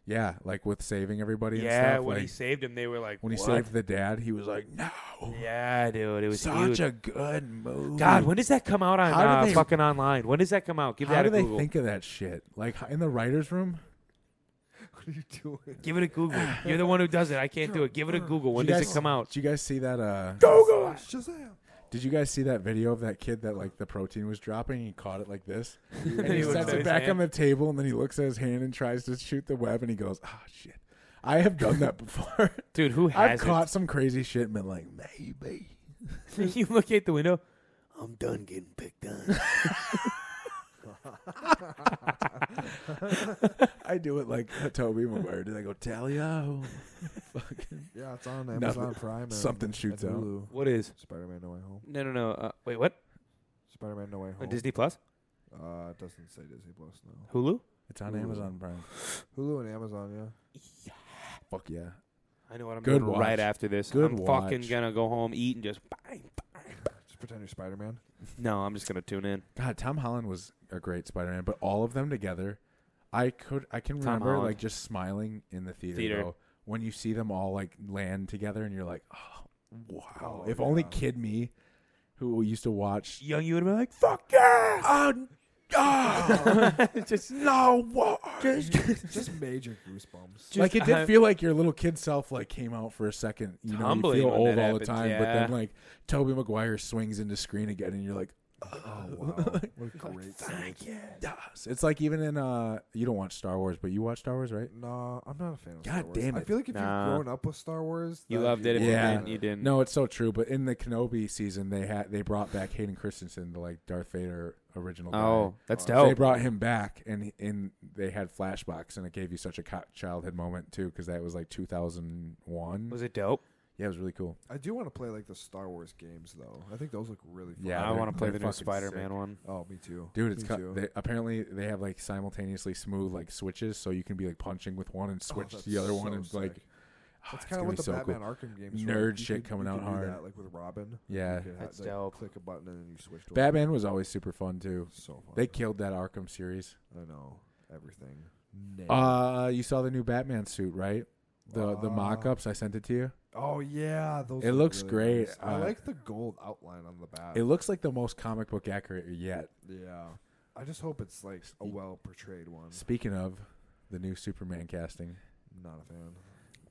S3: Yeah, like with saving everybody.
S4: Yeah,
S3: and stuff,
S4: when
S3: like,
S4: he saved him, they were like,
S3: when he
S4: "What?"
S3: saved the dad, he was like, "No,
S4: Yeah, dude, it was
S3: such
S4: huge.
S3: a good movie."
S4: God, when does that come out on
S3: How do
S4: uh,
S3: they-
S4: fucking online? When does that come out? Give
S3: how
S4: that
S3: do
S4: a
S3: they
S4: Google.
S3: think of that shit? Like in the writers' room.
S5: What are you doing?
S4: Give it a Google.
S3: [SIGHS]
S4: You're the one who does it. I can't do it. Give it a Google. When
S3: Did you
S4: does it
S3: guys-
S4: come out?
S3: Did you guys see that? Uh,
S5: Shazam.
S3: did you guys see that video of that kid that like the protein was dropping? And he caught it like this, and
S4: He
S3: he
S4: looks
S3: sets
S4: at
S3: it
S4: his
S3: back
S4: hand.
S3: on the table, and then he looks at his hand and tries to shoot the web, and he goes, "Ah, shit." I have done that [LAUGHS]
S4: [LAUGHS]
S3: before.
S4: Dude, who has
S3: I've
S4: it?
S3: caught some crazy shit and been like, maybe.
S4: [LAUGHS] you look out the window. I'm done getting picked on.
S3: I do it like Toby Maguire. Did I go tell you? Fucking
S5: Yeah, it's on Amazon Prime. And
S3: Something shoots
S5: and
S3: out.
S5: Hulu.
S4: what is?
S5: Spider-Man: No Way Home.
S4: No, no, no. Uh, wait, what?
S5: Spider-Man: No Way Home.
S4: On Disney Plus?
S5: Uh, it doesn't say Disney Plus now.
S4: Hulu?
S3: It's on
S5: Ooh.
S3: Amazon Prime.
S5: Hulu and Amazon, yeah.
S3: Fuck yeah.
S4: I know what I'm
S3: Good
S4: doing
S3: watch.
S4: right after this.
S3: Good
S4: I'm fucking
S3: watch.
S4: gonna go home, eat, and just. bang, bang.
S5: Just pretend you're Spider-Man.
S4: No, I'm just gonna tune in.
S3: God, Tom Holland was a great Spider Man, but all of them together, I could I can
S4: Tom
S3: remember
S4: Holland.
S3: like just smiling in the theater,
S4: Theater.
S3: though, when you see them all like land together and you're like, Oh wow.
S5: Oh,
S3: if only
S5: yeah.
S3: kid me who used to watch
S4: Young, you would have been like, Ah, "Fuck."
S3: Fuck yeah! Oh, oh, [LAUGHS] just no what
S5: [LAUGHS] Just major goosebumps.
S4: Just-
S3: like it did
S4: I-
S3: feel like your little kid self like came out for a second. You know, you
S4: Tumbling
S3: feel
S4: when
S3: old all
S4: that
S3: the
S4: happens,
S3: time, but then
S4: yeah.
S3: like Toby Maguire swings into screen again, and you're like,
S5: [LAUGHS] Oh wow, what a great song.
S3: Yes. It's like even in uh you don't watch Star Wars, but you watch Star Wars, right?
S5: No, I'm not a fan of Star
S3: God
S5: Wars.
S3: damn
S5: I
S3: it.
S5: feel like if
S4: Nah.
S5: you've grown up with Star Wars,
S4: You
S5: then
S4: loved it if you
S3: Yeah.
S4: didn't. You didn't.
S3: No, it's so true. But in the Kenobi season, they had they brought back Hayden Christensen, the like Darth Vader original. guy.
S4: Oh, that's
S3: They
S4: dope.
S3: brought him back, and and they had flashbacks, and it gave you such a co- childhood moment too, because that was like 2001.
S4: Was it dope?
S3: yeah, it was really cool.
S5: I do want to play like the Star Wars games though. I think those look really fun.
S3: Yeah,
S4: I
S3: they're-
S4: want to play
S3: they're
S4: the new
S3: fucking
S4: Spider-Man
S3: sick.
S4: one.
S5: Oh, me too,
S3: Dude, it's
S5: Me
S3: co-
S5: too. [LAUGHS] Oh,
S3: they, apparently they have like simultaneously smooth like switches, so you can be like punching with one and switch
S5: Oh, that's
S3: the other one,
S5: so
S3: and like
S5: sick.
S3: ah,
S5: That's
S3: it's
S5: kind
S3: gonna
S5: of what
S3: be
S5: the
S3: so
S5: Batman
S3: cool.
S5: Arkham games were
S3: Nerd
S5: like. You
S3: shit
S5: could-
S3: coming
S5: you
S3: out
S5: could do
S3: hard.
S5: that, like with Robin.
S3: Yeah.
S5: you could ha-
S4: That's
S5: like,
S4: dope.
S5: Click a button and then you switch. To a-
S3: Batman was always super fun too.
S5: So fun.
S3: They killed that Arkham series.
S5: I know everything.
S3: Uh, you saw the new Batman suit, right? The the
S5: Uh,
S3: mock-ups I sent it to you.
S5: Oh yeah, those.
S3: It
S5: look
S3: looks
S5: really
S3: great.
S5: nice. I
S3: Uh,
S5: like the gold outline on the back.
S3: It looks like the most comic book accurate yet.
S4: Mm-hmm.
S5: yeah, I just hope it's like a well portrayed one.
S3: Speaking of the new Superman casting,
S5: Not a fan.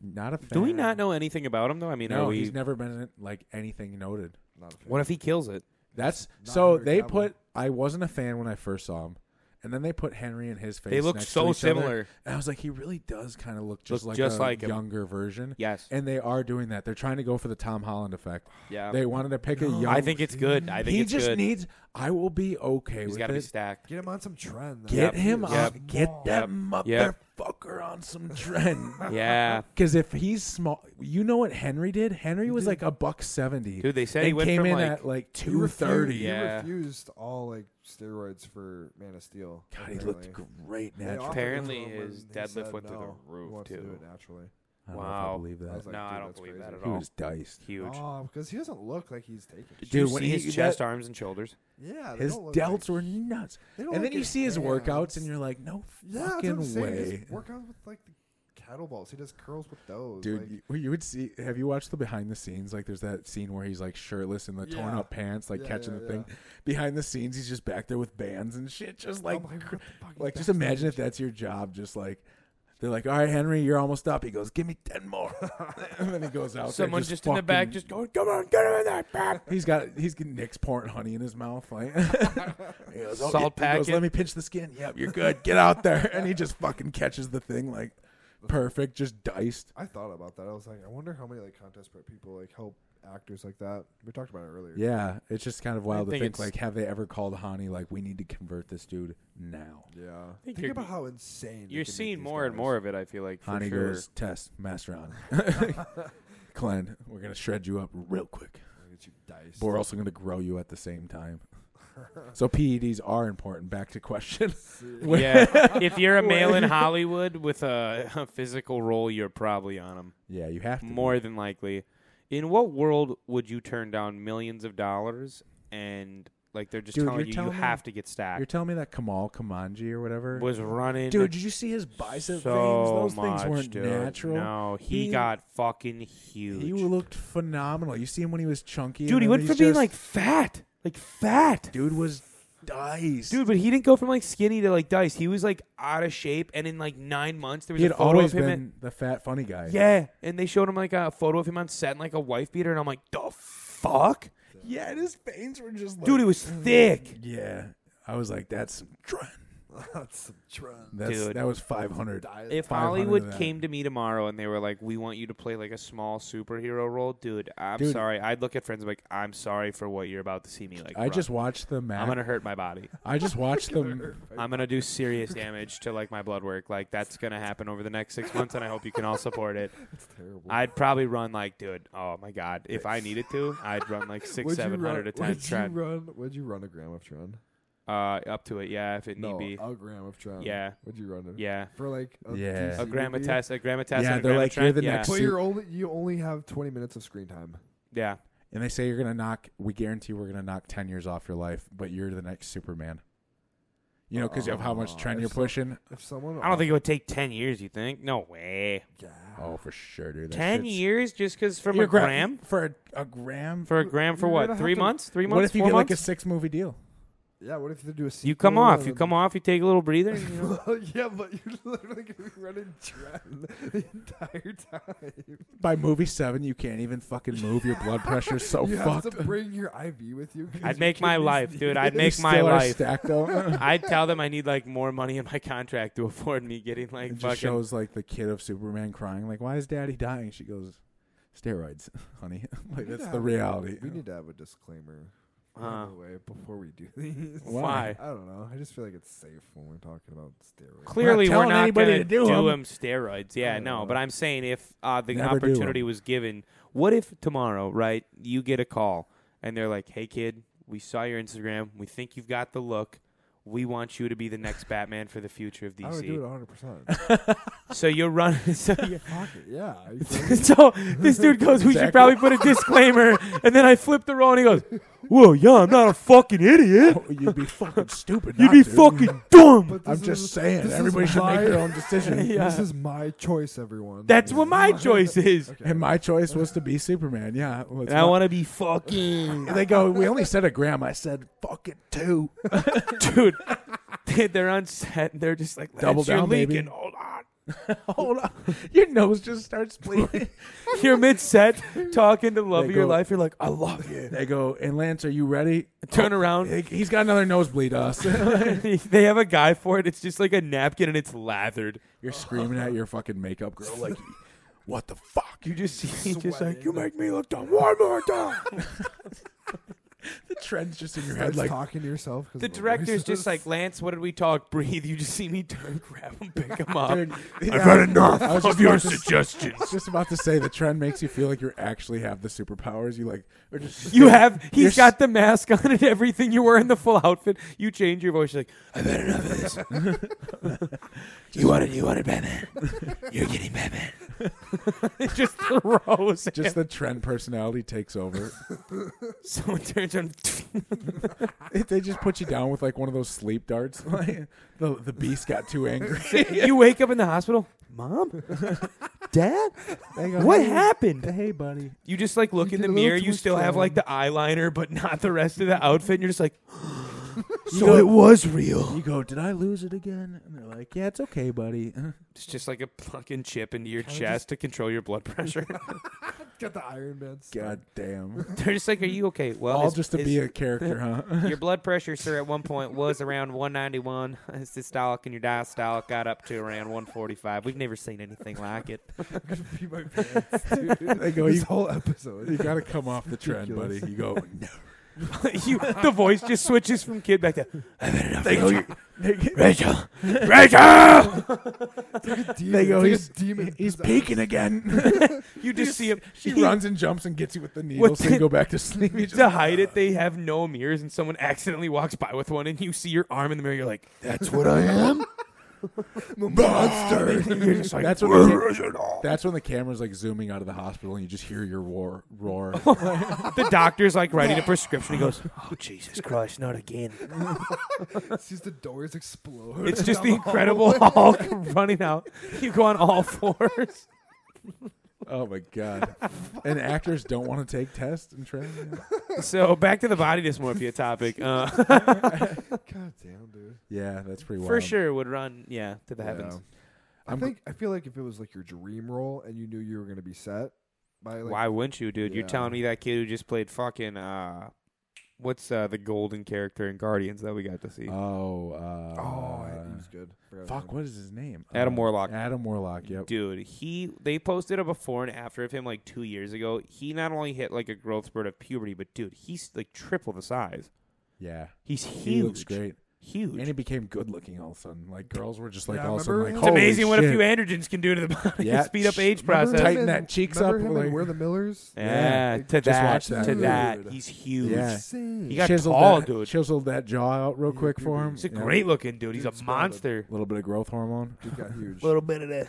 S3: not a fan.
S4: Do we not know anything about him though? I mean,
S3: No,
S4: are we?
S3: he's never been like anything noted.
S5: Not a fan.
S4: what if he kills it?
S3: That's
S5: Not
S3: so
S5: Henry
S3: they
S5: Cavill.
S3: put. I wasn't a fan when I first saw him, and then they put Henry in his face.
S4: They look
S3: next to
S4: so
S3: each other,
S4: similar.
S3: and I was like, he really does kind of look just
S4: Look
S3: like
S4: just
S3: a
S4: like him.
S3: younger version.
S4: Yes.
S3: and they are doing that. They're trying to go for the Tom Holland effect.
S4: Yeah.
S3: they wanted to pick a young.
S4: [GASPS] I think it's good. I think
S3: he
S4: it's
S3: just
S4: good.
S3: needs. I will be okay
S4: he's
S3: with
S4: got to
S3: it.
S4: be stacked.
S5: Get him on some trend.
S3: Get
S4: Yep.
S3: him
S4: Yep.
S3: up. Get that
S4: Yep. Yep.
S3: motherfucker on some
S4: [LAUGHS]
S3: trend.
S4: Yeah.
S3: Because if he's small, you know what Henry did. Henry was like a buck seventy.
S4: Mm-hmm. Dude, they said
S3: and
S4: he went
S3: came
S4: from,
S3: in
S4: like-
S3: at like
S5: He
S3: two
S5: refused-
S3: thirty.
S5: He
S4: Yeah.
S5: refused all like steroids for Man of Steel.
S3: God, he looked great
S5: They offered
S3: natural.
S5: it to
S4: Apparently
S5: him, and
S4: his
S5: he
S4: deadlift
S5: said
S4: went through the
S5: no, he
S4: roof,
S5: wants to do
S4: too.
S5: it naturally.
S3: I don't know if I
S4: Wow.
S3: believe that.
S5: was like,
S4: no, I
S5: dude,
S4: don't
S5: that's
S4: believe
S5: crazy.
S4: that at
S3: he
S4: all.
S3: was diced.
S4: Huge.
S5: Oh, because he doesn't look like he's taking. It.
S4: Did you
S3: Dude, when
S4: see his
S3: he-
S4: chest,
S3: that-
S4: arms, and shoulders?
S5: Yeah, they
S3: His
S5: don't look
S3: delts
S5: like,
S3: were nuts.
S5: They
S3: And
S5: don't
S3: then
S5: look
S3: you
S5: his
S3: see his workouts,
S5: hands.
S3: and you're like, no
S5: Yeah, that's what I'm
S3: fucking
S5: saying.
S3: way.
S5: His workouts with like the kettlebells. He does curls with those.
S3: Dude,
S5: like,
S3: you, you would see. Have you watched the behind the scenes? Like, there's that scene where he's like shirtless in the torn
S5: Yeah.
S3: up pants, like
S5: Yeah,
S3: catching
S5: yeah,
S3: the thing. Behind the scenes, he's just back there with bands and shit, just like,
S5: like,
S3: [LAUGHS]
S5: what [LAUGHS] the fuck is
S3: like just imagine if that's your job. Just like, they're like, all right, Henry, you're almost up. He goes, give me ten more, [LAUGHS] and then he goes out. there
S4: Someone just, in the back
S3: fucking-
S4: just going, come on, get him in there.
S3: [LAUGHS]
S4: pap."
S3: He's got he's getting Nick's pouring honey in his mouth, like [LAUGHS] he
S5: [LAUGHS]
S3: goes, "Oh,
S4: Salt
S3: he goes,
S4: packet.
S3: Let me pinch the skin. Yep, you're good. Get out there, [LAUGHS] and he just fucking catches the thing
S5: [LAUGHS]
S3: like perfect, just diced.
S5: I thought about that. I was like, I wonder how many like contest prep people like help actors like that. We talked about it earlier.
S3: Yeah, it's just kind of wild to
S4: think
S3: think
S4: it's-
S3: like, have they ever called Hani like, we need to convert this dude now?
S5: Yeah.
S4: think
S5: Think,
S4: you're-
S5: about how insane. they
S4: You're
S5: can make
S4: seeing
S5: these
S4: more and
S5: guys.
S4: more of it, I feel like. For
S3: Hani
S4: sure.
S3: goes test Masteron,
S4: [LAUGHS]
S3: on, Glenn. We're gonna shred you up real quick,
S5: Look at you diced.
S3: but we're also gonna grow you at the same time. So PEDs are important. Back to question. [LAUGHS]
S4: yeah. [LAUGHS] If you're a male in Hollywood with a, [LAUGHS] a physical role, you're probably on him.
S3: yeah, you have to be.
S4: More than likely. In what world would you turn down millions of dollars and like they're just
S3: Dude,
S4: telling
S3: you're
S4: you you
S3: telling me-
S4: have to get
S3: You're
S4: stacked?
S3: telling me that Kamal Kamanji or whatever
S4: was running
S3: Dude, did you see his bicep veins?
S4: so
S3: Those
S4: much,
S3: things weren't
S4: dude.
S3: natural.
S4: No, he, got fucking huge.
S3: He looked phenomenal. You see him when he was chunky.
S4: dude,
S3: and
S4: he
S3: then
S4: went
S3: he's
S4: from being
S3: just-
S4: like fat, like fat.
S3: dude was diced.
S4: Dude, but he didn't go from like skinny to like dice. He was like out of shape, and in like nine months there was
S3: he had
S4: a photo
S3: always
S4: of him.
S3: been
S4: in-
S3: the fat funny guy.
S4: yeah, and they showed him like a photo of him on set and like a wife beater, and I'm like, the fuck,
S3: yeah, and his veins were just like,
S4: dude, he was thick.
S3: Yeah, I was like, that's some trend.
S5: That's some trend.
S3: That's,
S4: Dude.
S3: that was five hundred. 500 of
S4: If Hollywood
S3: that.
S4: came to me tomorrow and they were like, "We want you to play like a small superhero role," dude, I'm
S3: Dude.
S4: sorry. I'd look at friends and be like, "I'm sorry for what you're about to see me like."
S3: I
S4: bro.
S3: just watched the
S4: I'm
S3: Mac.
S4: gonna hurt my body.
S3: I
S4: [LAUGHS]
S3: just watched the.
S4: I'm gonna do serious damage to like my blood work. Like that's gonna happen over the next six months, and I hope you can all support it.
S5: [LAUGHS] That's terrible.
S4: I'd probably run like, dude, oh my god, if I needed to, I'd run like six,
S5: Would you
S4: seven hundred
S5: run-
S4: a time
S5: [LAUGHS] would
S4: trend,
S5: You run, would you run a gram of trend?
S4: uh, up to it, yeah, if it
S5: No,
S4: need be,
S5: a gram of trend.
S4: Yeah.
S5: Would you run it?
S4: yeah,
S5: For like a
S3: Yeah.
S5: DC
S4: a gram of
S5: movie?
S4: test, a gram of test,
S3: Yeah,
S4: and a
S3: they're
S4: gram
S3: like,
S4: of
S3: you're
S4: trend,
S3: the
S4: yeah,
S3: next-
S5: But
S3: Suit.
S5: you're only you only have 20 minutes of screen time.
S4: [LAUGHS] yeah,
S3: And they say you're gonna knock. We guarantee we're gonna knock ten years off your life, but you're the next Superman. You know, because of how much
S5: Aw,
S3: trend
S5: if
S3: you're
S5: so-
S3: pushing.
S5: If someone,
S4: I don't think it would take ten years. You think? No way,
S5: Yeah.
S3: Oh, for sure, dude. That
S4: ten
S3: shit's-
S4: years just because from
S3: Your
S4: a gram
S3: for a, a gram
S4: for a gram for
S5: You're
S4: what?
S5: gonna have
S4: Three
S5: to-
S4: months? Three months?
S3: What if you
S4: four
S3: get like a
S4: months?
S3: six movie deal?
S5: Yeah, what if they do a
S4: You come off.
S5: sequel
S4: You
S5: and-
S4: come off. You take a little breather.
S3: [LAUGHS]
S4: and, you
S5: [LAUGHS]
S4: know.
S5: yeah, but you're literally gonna be running trend [LAUGHS] the entire time.
S3: By movie seven, you can't even fucking move. Your
S4: [LAUGHS]
S3: blood pressure's so
S5: you have
S3: fucked.
S5: to bring your IV with you. 'cause
S4: I'd
S5: you
S4: make my
S5: can't
S3: [LAUGHS]
S5: use
S4: life,
S5: [LAUGHS]
S4: dude. I'd
S3: You
S4: make my
S3: still are
S4: life.
S3: stacked [LAUGHS] up.
S4: I'd tell them I need like more money in my contract to afford me getting [LAUGHS] like
S3: It
S4: fucking.
S3: just shows like the kid of Superman crying, like, "Why is Daddy dying?" She goes, "Steroids, [LAUGHS] honey." like
S5: We need
S3: that's
S5: to
S3: the
S5: have-
S3: reality. [LAUGHS]
S5: We need to have a disclaimer.
S4: Uh,
S5: By the way, before we do [LAUGHS] these,
S3: Why?
S4: why?
S5: I don't know. I just feel like it's safe when we're talking about steroids.
S4: Clearly, we're
S3: telling
S4: not
S3: anybody
S4: going
S3: to do 'em.
S4: him steroids. Yeah, no. But I'm saying if uh, the
S3: Never do 'em.
S4: opportunity was given, what if tomorrow, right? You get a call and they're like, "Hey, kid, we saw your Instagram. We think you've got the look. We want you to be the next Batman for the future of
S5: I would do it
S4: DC."
S5: 100. percent
S4: So you're running. [LAUGHS] So you
S5: Fuck it, yeah. Are you kidding me?
S4: so this dude goes, "We should probably put a disclaimer." And then I flip the roll, and he goes, "Whoa, yeah, I'm not a
S3: [LAUGHS]
S4: fucking idiot.
S3: Oh, You'd
S4: [LAUGHS]
S3: be fucking stupid.
S4: You'd
S3: not
S4: be
S3: to.
S4: fucking dumb."
S5: But
S3: I'm
S5: this
S3: just
S5: is-
S3: saying,
S5: this is
S3: everybody should make their
S5: my-
S3: own
S5: [LAUGHS]
S3: decision.
S4: Yeah.
S5: This is my choice, everyone.
S4: That's what my choice is.
S3: [LAUGHS] And my choice was to
S4: [LAUGHS]
S3: be Superman. Yeah, let's
S4: And I
S3: not-
S4: want to
S3: [LAUGHS]
S4: be fucking
S3: They go. We only said a gram. I said fuck it too.
S4: dude. They're on set. And they're just like, "Lance,
S3: Double
S4: you're
S3: down, baby."
S4: leaking. Hold on.
S3: [LAUGHS] Hold on, your nose just starts
S4: [LAUGHS]
S3: bleeding.
S4: You're mid set talking to love
S3: They
S4: of your
S3: go-
S4: life. You're like, I love you.
S3: they go. And Lance, are you ready? Oh,
S4: Turn around.
S3: [LAUGHS] He- He's got another nosebleed. Us. [LAUGHS]
S4: [LAUGHS] they have a guy for it. It's just like a napkin and it's lathered.
S3: You're screaming at your fucking makeup girl [LAUGHS] like, what the fuck? You
S4: You just see, he's just like,
S3: you make me look dumb one more [LAUGHS] time. the trend's just in your head
S5: Starts
S3: like.
S5: talking to yourself. 'cause
S4: The
S5: of
S4: director's
S5: voices.
S4: just like, Lance, what did we talk? Breathe. You just see me turn, [LAUGHS] grab him, pick him up.
S3: Dude,
S7: I've had enough
S3: I was just
S7: of your
S3: about to-
S7: suggestions.
S3: I was just about to say the trend makes you feel like you actually have the superpowers. You like, or just
S4: You have.
S3: You're
S4: He's
S3: s-
S4: got the mask on and everything. You're wearing the full outfit. You change your voice. You're like, [LAUGHS] I've had enough of this.
S7: You wanted, you wanted Batman. You're getting Batman.
S3: [LAUGHS]
S4: It just throws. him. [LAUGHS]
S3: just the trend personality takes over.
S4: someone turns around.
S3: If they just put you down with like one of those sleep darts. [LAUGHS] Like the the beast got too angry. [LAUGHS]
S4: [LAUGHS] you wake up in the hospital. Mom, Dad, what happened?
S3: Hey, buddy.
S4: You just like look in
S5: did
S4: the
S5: a little
S4: mirror.
S5: too
S4: You
S5: much
S4: still have
S5: time.
S4: like the eyeliner, but not the rest of the outfit. And you're just like,
S3: You
S4: so
S3: know-
S4: it was real.
S3: You go. Did I lose it again? And they're like, Yeah, it's okay, buddy. [LAUGHS]
S4: It's just like a fucking chip into your chest to control your blood [LAUGHS] pressure.
S5: Got the Iron Man. stuff. [LAUGHS]
S3: God damn.
S4: They're just like, are you okay? Well,
S3: All
S4: is-
S3: just to
S4: is-
S3: be
S4: [LAUGHS]
S3: a [LAUGHS] character, huh?
S4: your blood pressure, sir, at one point was around [LAUGHS] 191 systolic, and your diastolic got up to around 145. We've never seen anything like it.
S5: Pee
S3: [LAUGHS]
S5: my pants, dude.
S3: They go,
S5: this
S3: you,
S5: whole episode. [LAUGHS]
S3: you gotta come off the trend, buddy.
S5: Ridiculous.
S3: You go, no.
S4: [LAUGHS] you, the voice just switches from kid back to
S3: They go, you, they, [LAUGHS]
S7: Rachel! Rachel!
S3: they go,
S5: It's like a
S3: he's,
S5: demon
S3: he's
S5: possessed.
S3: peeking [LAUGHS] again.
S4: you just see him.
S3: she
S4: [LAUGHS] he-
S3: runs and jumps and gets you with the needle, so you
S4: the-
S3: go back to sleep. [LAUGHS] You just-
S4: to hide it, they have no mirrors, and someone accidentally walks by with one, and you see your arm in the mirror. You're like,
S7: That's what I am?
S3: [LAUGHS] monster. [LAUGHS]
S7: You're just like,
S3: That's what
S7: "Where
S3: the ca-
S7: is it all?"
S3: That's when the camera's like zooming out of the hospital, and you just hear your roar. [LAUGHS] roar.
S4: the doctor's like writing a prescription. He goes,
S7: Oh, Jesus Christ, not again.
S5: sees the doors explode.
S4: it's just
S5: [LAUGHS] down
S4: the Incredible Hulk [LAUGHS] running out. You go on all fours.
S3: Oh my
S5: [LAUGHS]
S3: god! and actors don't want to take tests and trend.
S4: So back to the body dysmorphia topic. Uh, [LAUGHS]
S5: hall. [LAUGHS] God damn, dude.
S3: Yeah, that's pretty wild.
S4: for sure would run, yeah, to the heavens.
S5: Yeah. I
S3: I'm-
S5: think I feel like if it was like your dream role and you knew you were gonna be set by like
S4: Why wouldn't you, dude? You're
S5: Yeah.
S4: telling me that kid who just played fucking uh, what's uh, the golden character in Guardians that we got to see?
S3: Oh. Uh,
S5: Oh, I- he was good. Forgot his
S3: Fuck,
S5: name.
S3: what is his name? Uh,
S4: Adam Warlock.
S3: Adam Warlock, yep.
S4: Dude, he they posted a before and after of him like two years ago. He not only hit like a growth spurt of puberty, but dude, he's like triple the size.
S3: Yeah.
S4: He's huge.
S3: He looks great.
S4: Huge.
S3: And he became good looking all of a sudden. Like, girls were just like,
S5: Yeah,
S3: all of a sudden,
S5: remember
S3: like,
S5: him?
S4: it's
S3: holy
S4: amazing what a
S3: shit.
S4: few androgens can do to the body.
S3: Yeah,
S4: and speed up
S3: sh-
S4: age
S5: Remember him
S4: process.
S3: Tighten
S5: in-
S3: that cheeks
S5: remember
S3: up,
S5: Him
S3: like-
S5: in We're the Millers.
S4: yeah,
S3: Yeah.
S4: to
S3: Just
S4: that,
S3: watch that,
S4: to
S3: dude.
S4: that. He's huge.
S3: Yeah.
S5: Insane.
S4: He got
S3: chiseled
S4: tall,
S3: that,
S4: dude.
S3: Chiseled that jaw out real quick for him.
S4: He's a
S3: Yeah.
S4: great looking dude. He's
S5: Dude,
S4: a
S5: sculpted.
S4: monster.
S3: [LAUGHS] little bit of growth hormone.
S5: He got huge.
S7: little bit of that.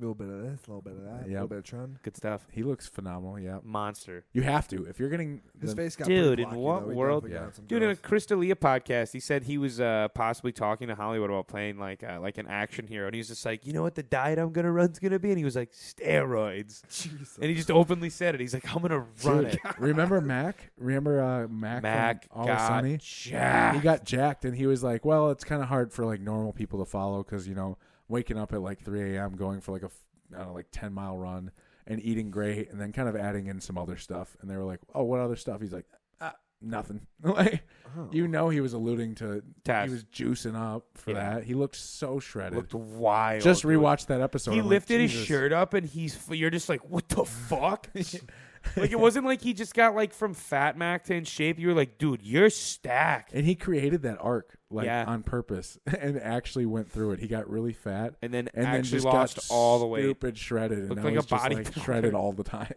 S5: little bit of this, a little bit of that,
S3: Yep.
S5: a little bit of Tron.
S4: Good stuff.
S3: He looks phenomenal. Yeah,
S4: Monster.
S3: you have to if you're getting
S5: His
S3: the-
S5: face got
S4: Dude,
S5: pretty
S4: in
S5: blocky,
S4: what
S5: though. He
S4: world-
S5: definitely got
S3: Yeah.
S5: some
S4: Dude, in a
S5: girls.
S4: Chris D'Elia podcast, he said he was uh, possibly talking to Hollywood about playing like uh, like an action hero, and he was just like, you know what the diet I'm gonna run's gonna be, and he was like steroids,
S5: Jesus.
S4: and he just openly said it. He's like, I'm gonna run it. [LAUGHS]
S3: Remember Mac? Remember uh, Mac? from
S4: Mac
S3: Always
S4: got
S3: Sunny?
S4: jacked.
S3: He got jacked, and he was like, "Well, it's kind of hard for like normal people to follow because you know waking up at like 3 a.m. going for like a f- I don't know like 10 mile run and eating great, and then kind of adding in some other stuff." And they were like, "Oh, what other stuff?" He's like, ah, "Nothing." [LAUGHS] like,
S4: Oh.
S3: you know, he was alluding to
S4: Taz.
S3: he was juicing up for
S4: Yeah.
S3: that. He looked so shredded.
S4: Looked wild.
S3: Just
S4: dude.
S3: rewatched that episode.
S4: He
S3: I'm like,
S4: lifted his
S3: "Jesus."
S4: shirt up, and he's f- you're just like, what
S3: [LAUGHS]
S4: the fuck? like it wasn't like he just got like from Fat Mac to in shape. You were like, dude, you're stacked.
S3: And he created that arc like
S4: Yeah.
S3: on purpose [LAUGHS] and actually went through it. He got really fat
S4: And then
S3: and
S4: actually
S3: then just
S4: lost
S3: got
S4: all the weight.
S3: Stupid shredded. And
S4: Looked
S3: now
S4: like a
S3: he's just,
S4: body
S3: like,
S4: builder.
S3: shredded all the
S4: [LAUGHS]
S3: time.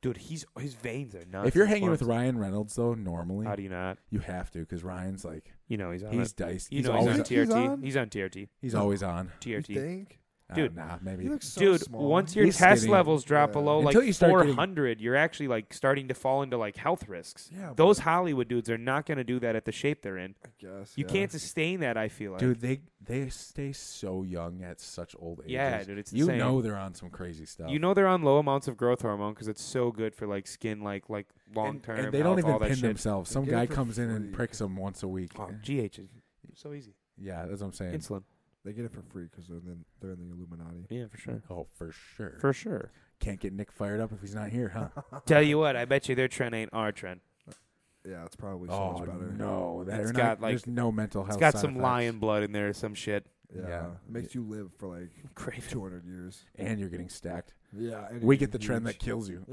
S4: Dude, he's his veins are nuts.
S3: if you're
S4: His
S3: hanging with
S4: arms-
S3: Ryan Reynolds though, normally
S4: how do you not?
S3: you have to because Ryan's like
S4: You know he's on.
S3: he's
S4: it.
S3: diced.
S4: You
S3: he's
S4: know
S3: always
S4: he's on
S5: on- He's
S4: TRT.
S5: on?
S4: He's on TRT.
S3: he's always on.
S5: You
S4: TRT.
S5: think?
S3: Ah,
S4: Dude.
S3: nah, maybe.
S5: He looks so
S4: Dude,
S5: small.
S4: once your
S3: He's
S4: test
S3: skinny.
S4: levels drop
S5: Yeah.
S4: below
S3: Until you
S4: like
S3: start getting-
S4: 400, you're actually like starting to fall into like health risks.
S5: Yeah,
S4: Those Hollywood dudes are not going to do that at the shape they're in.
S5: I guess
S4: You
S5: yeah.
S4: can't sustain that. I feel like.
S3: Dude, they they stay so young at such old ages.
S4: Yeah, dude, it's
S3: you
S4: insane.
S3: know they're on some crazy stuff.
S4: You know they're on low amounts of growth hormone because it's so good for like skin, like like long
S3: and,
S4: term.
S3: and they don't even
S4: all that
S3: pin
S4: shit.
S3: themselves. Some
S5: get it
S3: guy
S5: for
S3: comes in and
S5: free.
S3: pricks them once a week.
S4: Oh, GH is so easy.
S3: Yeah, that's what I'm saying.
S4: Insulin.
S5: They get it for free because they're in, they're in the Illuminati.
S3: [LAUGHS]
S4: Yeah, for sure.
S3: Oh, for sure.
S4: For sure.
S3: Can't get Nick fired up if he's not here,
S4: [LAUGHS]
S3: huh?
S4: Tell you what, I bet you their trend ain't our trend.
S5: [LAUGHS] Yeah, it's probably so
S3: oh
S5: much better.
S3: no, that
S4: It's
S3: are
S4: got,
S3: not,
S4: like-
S3: there's no mental health.
S4: It's got
S3: side
S4: some
S3: effects.
S4: lion blood in there or some shit.
S5: Yeah,
S3: Yeah.
S5: It makes you live for
S3: [LAUGHS]
S5: like
S4: Craven.
S5: 200 years.
S3: and you're getting stacked.
S5: Yeah, and
S3: We
S5: it
S3: get the
S5: gets
S3: trend
S5: huge.
S3: that kills
S5: [LAUGHS]
S3: you.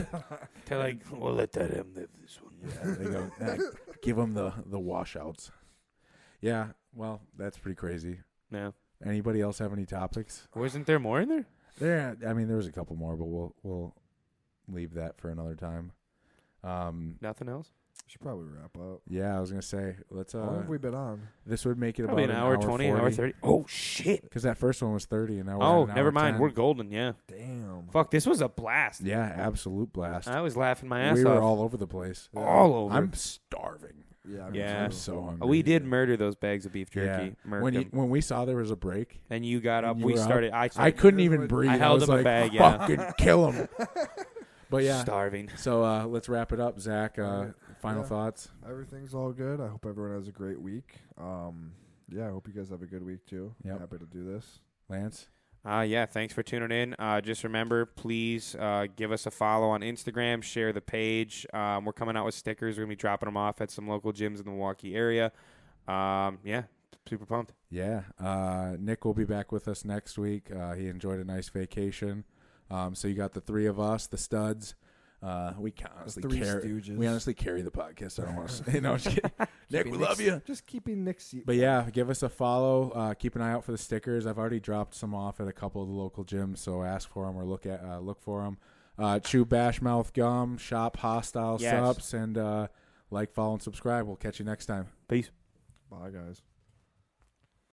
S3: [LAUGHS]
S4: They're like, we'll let that him live this one.
S3: They
S5: [LAUGHS]
S3: go, "Nah, give them the the washouts. Yeah, well, that's pretty crazy.
S4: No.
S3: Anybody else have any topics?
S4: Wasn't there more in there?
S3: There, I mean, there was a couple more, but we'll we'll leave that for another time. Um,
S4: Nothing else?
S5: Should probably wrap up.
S3: yeah, I was gonna say let's.
S5: How long
S3: Uh,
S5: have we been on?
S3: this would make it
S4: Probably an
S3: about
S4: hour, 20, an hour 30. Oh, shit.
S3: Because that first one was thirty, and now we're
S4: Oh,
S3: at an
S4: never
S3: hour
S4: mind.
S3: 10.
S4: We're golden, yeah.
S5: Damn.
S4: Fuck, this was a blast.
S3: yeah, absolute blast.
S4: I was laughing my ass
S3: we
S4: off.
S3: were all over the place.
S4: All over.
S3: I'm starving.
S5: Yeah. I
S4: Yeah.
S3: I'm
S5: Mean,
S3: so hungry.
S4: we did murder those bags of beef jerky.
S3: Yeah.
S4: Murked
S3: When you,
S4: them.
S3: when we saw there was a break,
S4: and you got up.
S3: you
S4: we
S3: were up,
S4: started. I
S3: I
S4: started
S3: couldn't even breathe.
S4: I held
S3: was
S4: up a
S3: like,
S4: bag, yeah.
S3: fucking kill
S4: [LAUGHS]
S3: him. but yeah.
S4: starving.
S3: So uh, let's wrap it up, Zach. Uh, final
S5: Yeah.
S3: thoughts.
S5: everything's all good. I hope everyone has a great week. Um, yeah, I hope you guys have a good week too.
S3: Yep.
S5: Happy to do this.
S3: Lance,
S4: Uh, yeah, thanks for tuning in. Uh, just remember, please uh, give us a follow on Instagram, share the page. Um, we're coming out with stickers. We're going to be dropping them off at some local gyms in the Milwaukee area. Um, yeah, super pumped.
S3: yeah. Uh, Nick will be back with us next week. Uh, he enjoyed a nice vacation. Um, so you got the three of us, the studs. Uh, we ca- honestly
S5: three
S3: carry.
S5: stooges.
S3: We honestly carry the podcast. I don't want to. [LAUGHS] You know, just kidding. Nick, we love you.
S5: Just keeping Nick's seat.
S3: But yeah, give us a follow. Uh, keep an eye out for the stickers. I've already dropped some off at a couple of the local gyms, so ask for them or look at uh, look for them. Uh, chew bash mouth gum. Shop hostile
S4: Yes.
S3: subs and uh, like, follow, and subscribe. We'll catch you next time.
S4: Peace.
S5: Bye, guys.